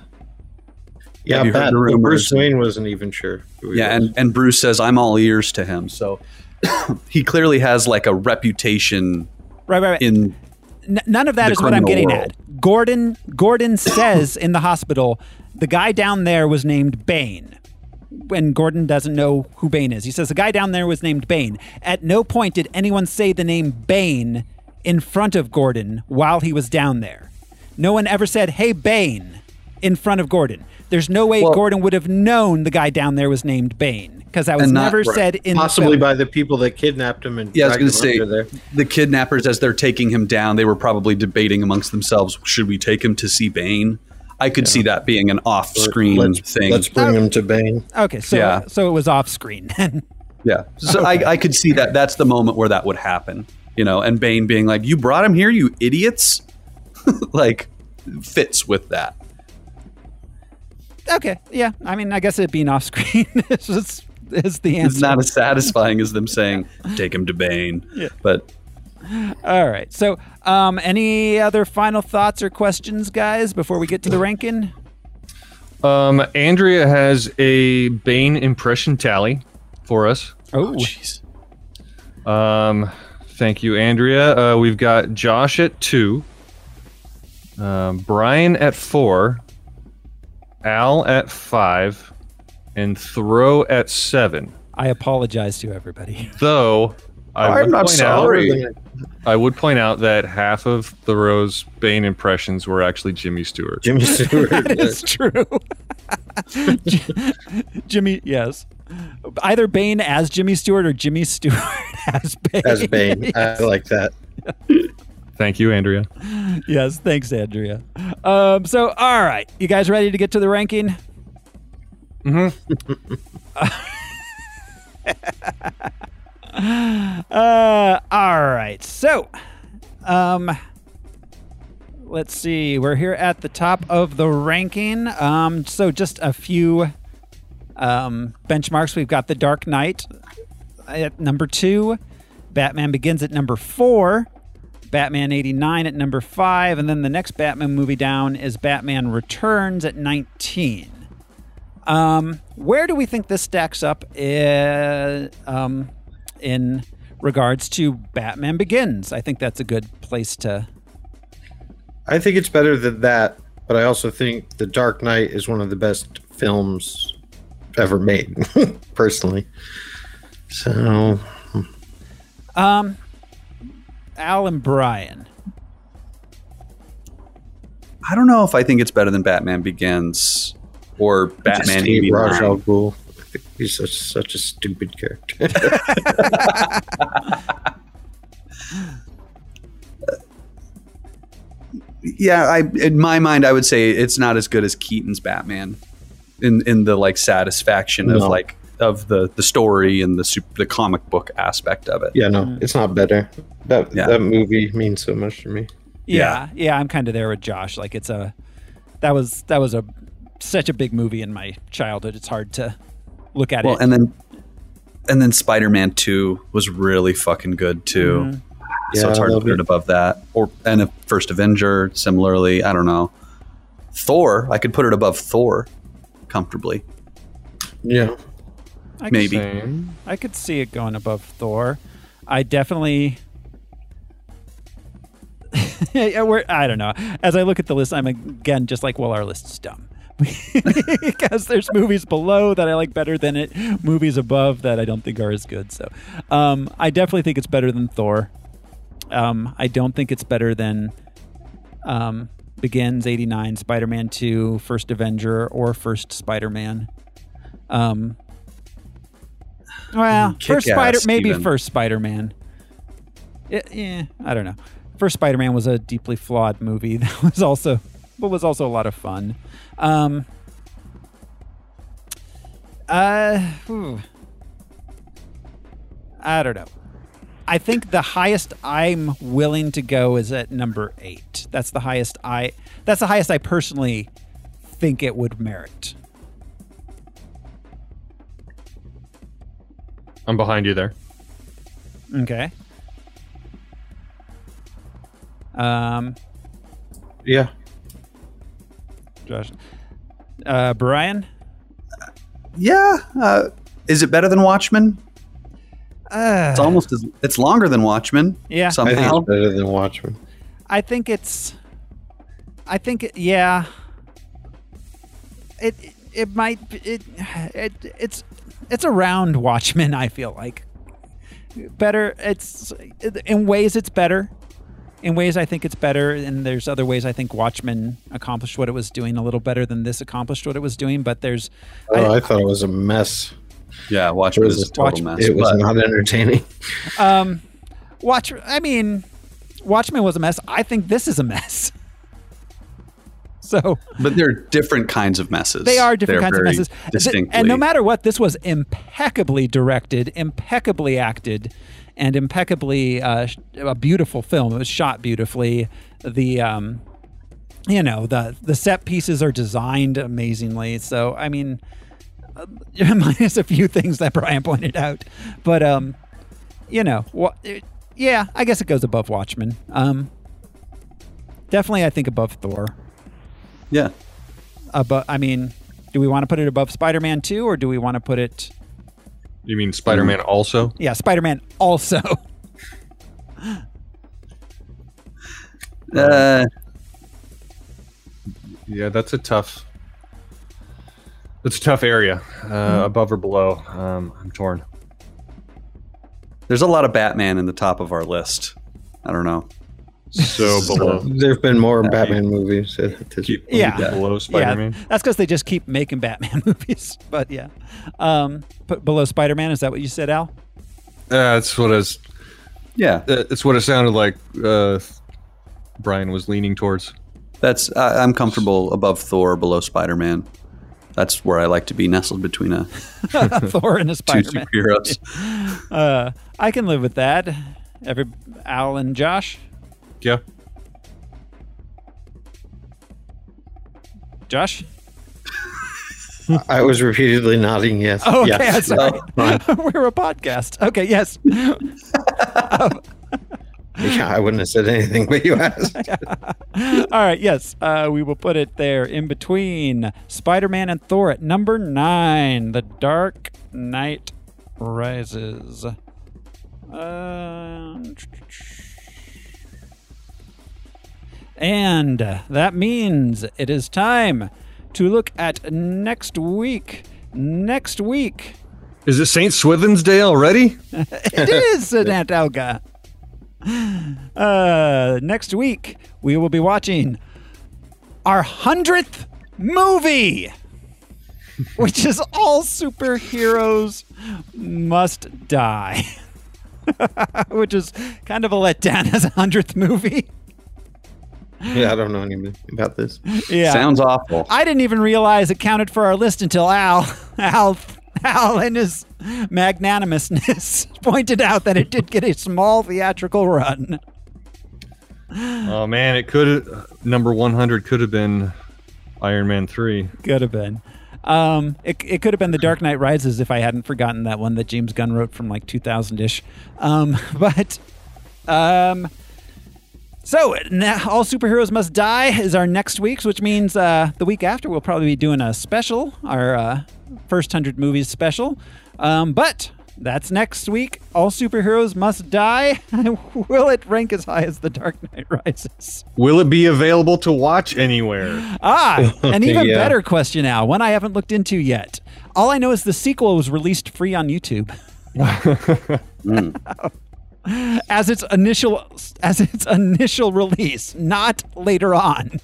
[SPEAKER 2] Yeah,
[SPEAKER 3] Have you heard
[SPEAKER 2] Pat,
[SPEAKER 3] the rumors?
[SPEAKER 2] Bruce Wayne wasn't even sure. who he
[SPEAKER 3] Yeah,
[SPEAKER 2] was.
[SPEAKER 3] and and Bruce says, "I'm all ears to him." So he clearly has like a reputation
[SPEAKER 1] Right, right, right.
[SPEAKER 3] in
[SPEAKER 1] N- none of that
[SPEAKER 3] the
[SPEAKER 1] is what I'm
[SPEAKER 3] criminal
[SPEAKER 1] getting
[SPEAKER 3] world.
[SPEAKER 1] at. Gordon Gordon says in the hospital, the guy down there was named Bane. When Gordon doesn't know who Bane is, he says the guy down there was named Bane. At no point did anyone say the name Bane in front of Gordon while he was down there. No one ever said, "Hey Bane," in front of Gordon. There's no way
[SPEAKER 3] Well-
[SPEAKER 1] Gordon would have known the guy down there was named Bane because that was
[SPEAKER 3] And not-
[SPEAKER 1] never
[SPEAKER 3] right.
[SPEAKER 1] said in
[SPEAKER 2] possibly
[SPEAKER 1] the film.
[SPEAKER 2] by the people that kidnapped him and
[SPEAKER 3] yeah. I was
[SPEAKER 2] dragged
[SPEAKER 3] going to say
[SPEAKER 2] him under there.
[SPEAKER 3] the kidnappers as they're taking him down, they were probably debating amongst themselves: should we take him to see Bane? I could see that being an off-screen
[SPEAKER 2] Let's,
[SPEAKER 3] thing.
[SPEAKER 2] let's bring him to Bane.
[SPEAKER 1] Okay, so
[SPEAKER 3] Yeah.
[SPEAKER 1] so it was off screen then.
[SPEAKER 3] Yeah. So I, I could see that that's the moment where that would happen, you know, and Bane being like, You brought him here, you idiots. like, fits with that.
[SPEAKER 1] Okay, yeah. I mean, I guess it being off screen is, is, is the answer.
[SPEAKER 3] It's not as satisfying as them saying, Take him to Bane. Yeah. But
[SPEAKER 1] All right. So, um, any other final thoughts or questions, guys, before we get to the ranking?
[SPEAKER 10] Um, Andrea has a Bane impression tally for us.
[SPEAKER 1] Oh,
[SPEAKER 3] jeez.
[SPEAKER 10] Um, thank you, Andrea. Uh, we've got Josh at two. Um, Brian at four, Al at five, and Throw at seven.
[SPEAKER 1] I apologize to everybody.
[SPEAKER 10] Though I
[SPEAKER 1] I'm
[SPEAKER 10] would
[SPEAKER 1] not
[SPEAKER 10] point
[SPEAKER 1] sorry.
[SPEAKER 10] out, I would point out that half of Thoreau's Bane impressions were actually Jimmy Stewart.
[SPEAKER 2] Jimmy Stewart.
[SPEAKER 1] That is true. J- Jimmy, yes. Either Bane as Jimmy Stewart or Jimmy Stewart as Bane.
[SPEAKER 2] As Bane. I like that.
[SPEAKER 10] Thank you, Andrea.
[SPEAKER 1] yes, thanks, Andrea. Um, so, all right, you guys ready to get to the ranking?
[SPEAKER 10] Mm-hmm.
[SPEAKER 1] Uh, all right, so, um, let's see. We're here at the top of the ranking. Um, so, just a few um, benchmarks. We've got The Dark Knight at number two, Batman Begins at number four. Batman 89 at number 5 and then the next Batman movie down is Batman Returns at 19. Um where do we think this stacks up in, um in regards to Batman Begins? I think that's a good place to
[SPEAKER 2] I think it's better than that, but I also think The Dark Knight is one of the best films ever made, personally. So,
[SPEAKER 1] um Al and Brian.
[SPEAKER 3] I don't know if I think it's better than Batman Begins or Batman
[SPEAKER 2] just hate Ra's al
[SPEAKER 3] 89.
[SPEAKER 2] Ghul. I think He's such, such a stupid character.
[SPEAKER 3] Yeah, I in my mind I would say it's not as good as Keaton's Batman in in the like satisfaction
[SPEAKER 2] No.
[SPEAKER 3] of like of the the story and the sup- the comic book aspect of it.
[SPEAKER 2] yeah, no, it's not better. That
[SPEAKER 3] Yeah.
[SPEAKER 2] that movie means so much to me.
[SPEAKER 1] Yeah, yeah, I'm kind of there with Josh. Like it's a that was that was a such a big movie in my childhood. It's hard to look at
[SPEAKER 3] Well,
[SPEAKER 1] it.
[SPEAKER 3] and then and then Spider-Man 2 was really fucking good too.
[SPEAKER 1] Mhm.
[SPEAKER 3] So
[SPEAKER 2] Yeah,
[SPEAKER 3] it's hard
[SPEAKER 2] I
[SPEAKER 3] to
[SPEAKER 2] love
[SPEAKER 3] put
[SPEAKER 2] it.
[SPEAKER 3] it above that. Or and a First Avenger similarly, I don't know. Thor, I could put it above Thor comfortably.
[SPEAKER 2] Yeah.
[SPEAKER 1] I could-
[SPEAKER 3] maybe.
[SPEAKER 1] I could see it going above Thor. I definitely. yeah, we're, I don't know. As I look at the list, I'm again just like, well, our list's dumb. because there's movies below that I like better than it, movies above that I don't think are as good. So um, I definitely think it's better than Thor. Um, I don't think it's better than um, Begins 89, Spider Man 2, First Avenger, or First Spider Man. Um, well,
[SPEAKER 3] Mm,
[SPEAKER 1] first
[SPEAKER 3] Kick-Ass
[SPEAKER 1] Spider, maybe
[SPEAKER 3] even.
[SPEAKER 1] first Spider Man. Yeah, I don't know. First Spider Man was a deeply flawed movie that was also, but was also a lot of fun. Um, uh, whew. I don't know. I think the highest I'm willing to go is at number eight. That's the highest I. That's the highest I personally think it would merit.
[SPEAKER 10] I'm behind you there.
[SPEAKER 1] Okay. Um,
[SPEAKER 2] Yeah.
[SPEAKER 1] Josh, uh, Brian.
[SPEAKER 3] Yeah, uh, is it better than Watchmen?
[SPEAKER 1] Uh,
[SPEAKER 3] It's almost as it's longer than Watchmen.
[SPEAKER 1] Yeah. I
[SPEAKER 2] I think
[SPEAKER 3] somehow.
[SPEAKER 2] it's better than Watchmen.
[SPEAKER 1] I think it's. I think it, yeah. It it might be- it, it it's it's around Watchmen. I feel like better. It's in ways it's better. In ways I think it's better, and there's other ways I think Watchmen accomplished what it was doing a little better than this accomplished what it was doing. But there's
[SPEAKER 2] Oh, I, thought it was a mess.
[SPEAKER 3] Yeah, Watchmen is a total
[SPEAKER 1] Watchmen.
[SPEAKER 3] mess.
[SPEAKER 2] It was
[SPEAKER 3] but-
[SPEAKER 2] not entertaining.
[SPEAKER 1] um, Watch. I mean, Watchmen was a mess. I think this is a mess. So
[SPEAKER 3] But they're different kinds of messes.
[SPEAKER 1] They are different
[SPEAKER 3] They're
[SPEAKER 1] kinds of
[SPEAKER 3] very
[SPEAKER 1] messes. Th-
[SPEAKER 3] Distinctly.
[SPEAKER 1] And no matter what, this was impeccably directed, impeccably acted, and impeccably uh, sh- a beautiful film. It was shot beautifully. The um, you know the the set pieces are designed amazingly. So I mean, uh, minus a few things that Brian pointed out, but um, you know, wa- it, yeah, I guess it goes above Watchmen. Um, definitely, I think above Thor
[SPEAKER 3] yeah,
[SPEAKER 1] above I mean, do we want to put it above Spider-Man 2 or do we want to put it
[SPEAKER 10] You mean Spider-Man
[SPEAKER 1] Mm.
[SPEAKER 10] also?
[SPEAKER 1] Yeah, Spider-Man also.
[SPEAKER 3] uh,
[SPEAKER 10] yeah, that's a tough. That's a tough area, uh,
[SPEAKER 1] Mm-hmm.
[SPEAKER 10] above or below. Um, I'm torn.
[SPEAKER 3] There's a lot of Batman in the top of our list. I don't know.
[SPEAKER 10] So below.
[SPEAKER 2] There have been more Batman movies. at this point.
[SPEAKER 1] yeah,
[SPEAKER 10] below Spider-Man?
[SPEAKER 1] Yeah, that's because they just keep making Batman movies. But yeah, um, but below Spider Man, is that what you said, Al?
[SPEAKER 10] Uh, that's what I was.
[SPEAKER 3] Yeah,
[SPEAKER 10] uh, That's what it sounded like. Uh, Brian was leaning towards.
[SPEAKER 3] that's I I'm comfortable above Thor, below Spider Man. That's where I like to be nestled between a
[SPEAKER 1] Thor and a
[SPEAKER 3] two
[SPEAKER 1] Spider Man.
[SPEAKER 3] superheroes.
[SPEAKER 1] Uh, I can live with that. Every Al and Josh,
[SPEAKER 10] Yeah.
[SPEAKER 1] Josh.
[SPEAKER 2] I was repeatedly nodding yes.
[SPEAKER 1] Oh, okay.
[SPEAKER 2] yes.
[SPEAKER 1] I'm sorry. We're a podcast. Okay. Yes.
[SPEAKER 2] Yeah, I wouldn't have said anything, but you asked.
[SPEAKER 1] All right, yes, uh, we will put it there in between Spider Man and Thor at number nine. The Dark Knight Rises. Um, and that means it is time to look at next week. Next week,
[SPEAKER 10] Is it Saint Swithin's Day already?
[SPEAKER 1] it is an Aunt Elga. Uh, next week we will be watching our hundredth movie, which is all superheroes must die, which is kind of a letdown as a hundredth movie.
[SPEAKER 2] Yeah, I don't know anything about this.
[SPEAKER 1] Yeah,
[SPEAKER 3] Sounds awful.
[SPEAKER 1] I didn't even realize it counted for our list until Al, Al, Al, in his magnanimousness, pointed out that it did get a small theatrical run.
[SPEAKER 10] Oh man, it could number 100 could have been Iron Man 3.
[SPEAKER 1] Could have been. Um, it, it could have been The Dark Knight Rises if I hadn't forgotten that one that James Gunn wrote from like 2000 ish. Um, but, um, so now all superheroes must die is our next week's, which means uh, the week after we'll probably be doing a special, our uh, first hundred movies special. Um, but that's next week. All superheroes must die. Will it rank as high as The Dark Knight Rises?
[SPEAKER 10] Will it be available to watch anywhere?
[SPEAKER 1] Ah, an even
[SPEAKER 2] Yeah.
[SPEAKER 1] better question now, one I haven't looked into yet. All I know is the sequel was released free on YouTube. as its initial as its initial release, not later on.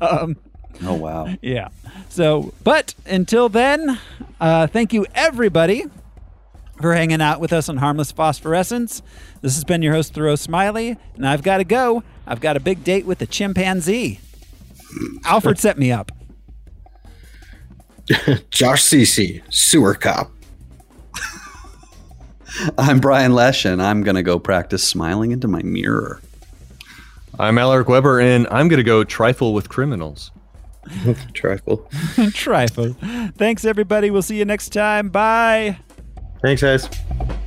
[SPEAKER 3] Oh wow.
[SPEAKER 1] Yeah. So, but until then, uh, thank you everybody for hanging out with us on Harmless Phosphorescence. This has been your host Thoreau Smiley, and I've got to go. I've got a big date with a chimpanzee. Alfred set me up.
[SPEAKER 2] Josh CC, sewer cop.
[SPEAKER 3] I'm Brian Lesh, and I'm gonna go practice smiling into my mirror.
[SPEAKER 10] I'm Alaric Weber and I'm going to go trifle with criminals.
[SPEAKER 2] Trifle.
[SPEAKER 1] trifle. Thanks, everybody. We'll see you next time. Bye.
[SPEAKER 2] Thanks, guys.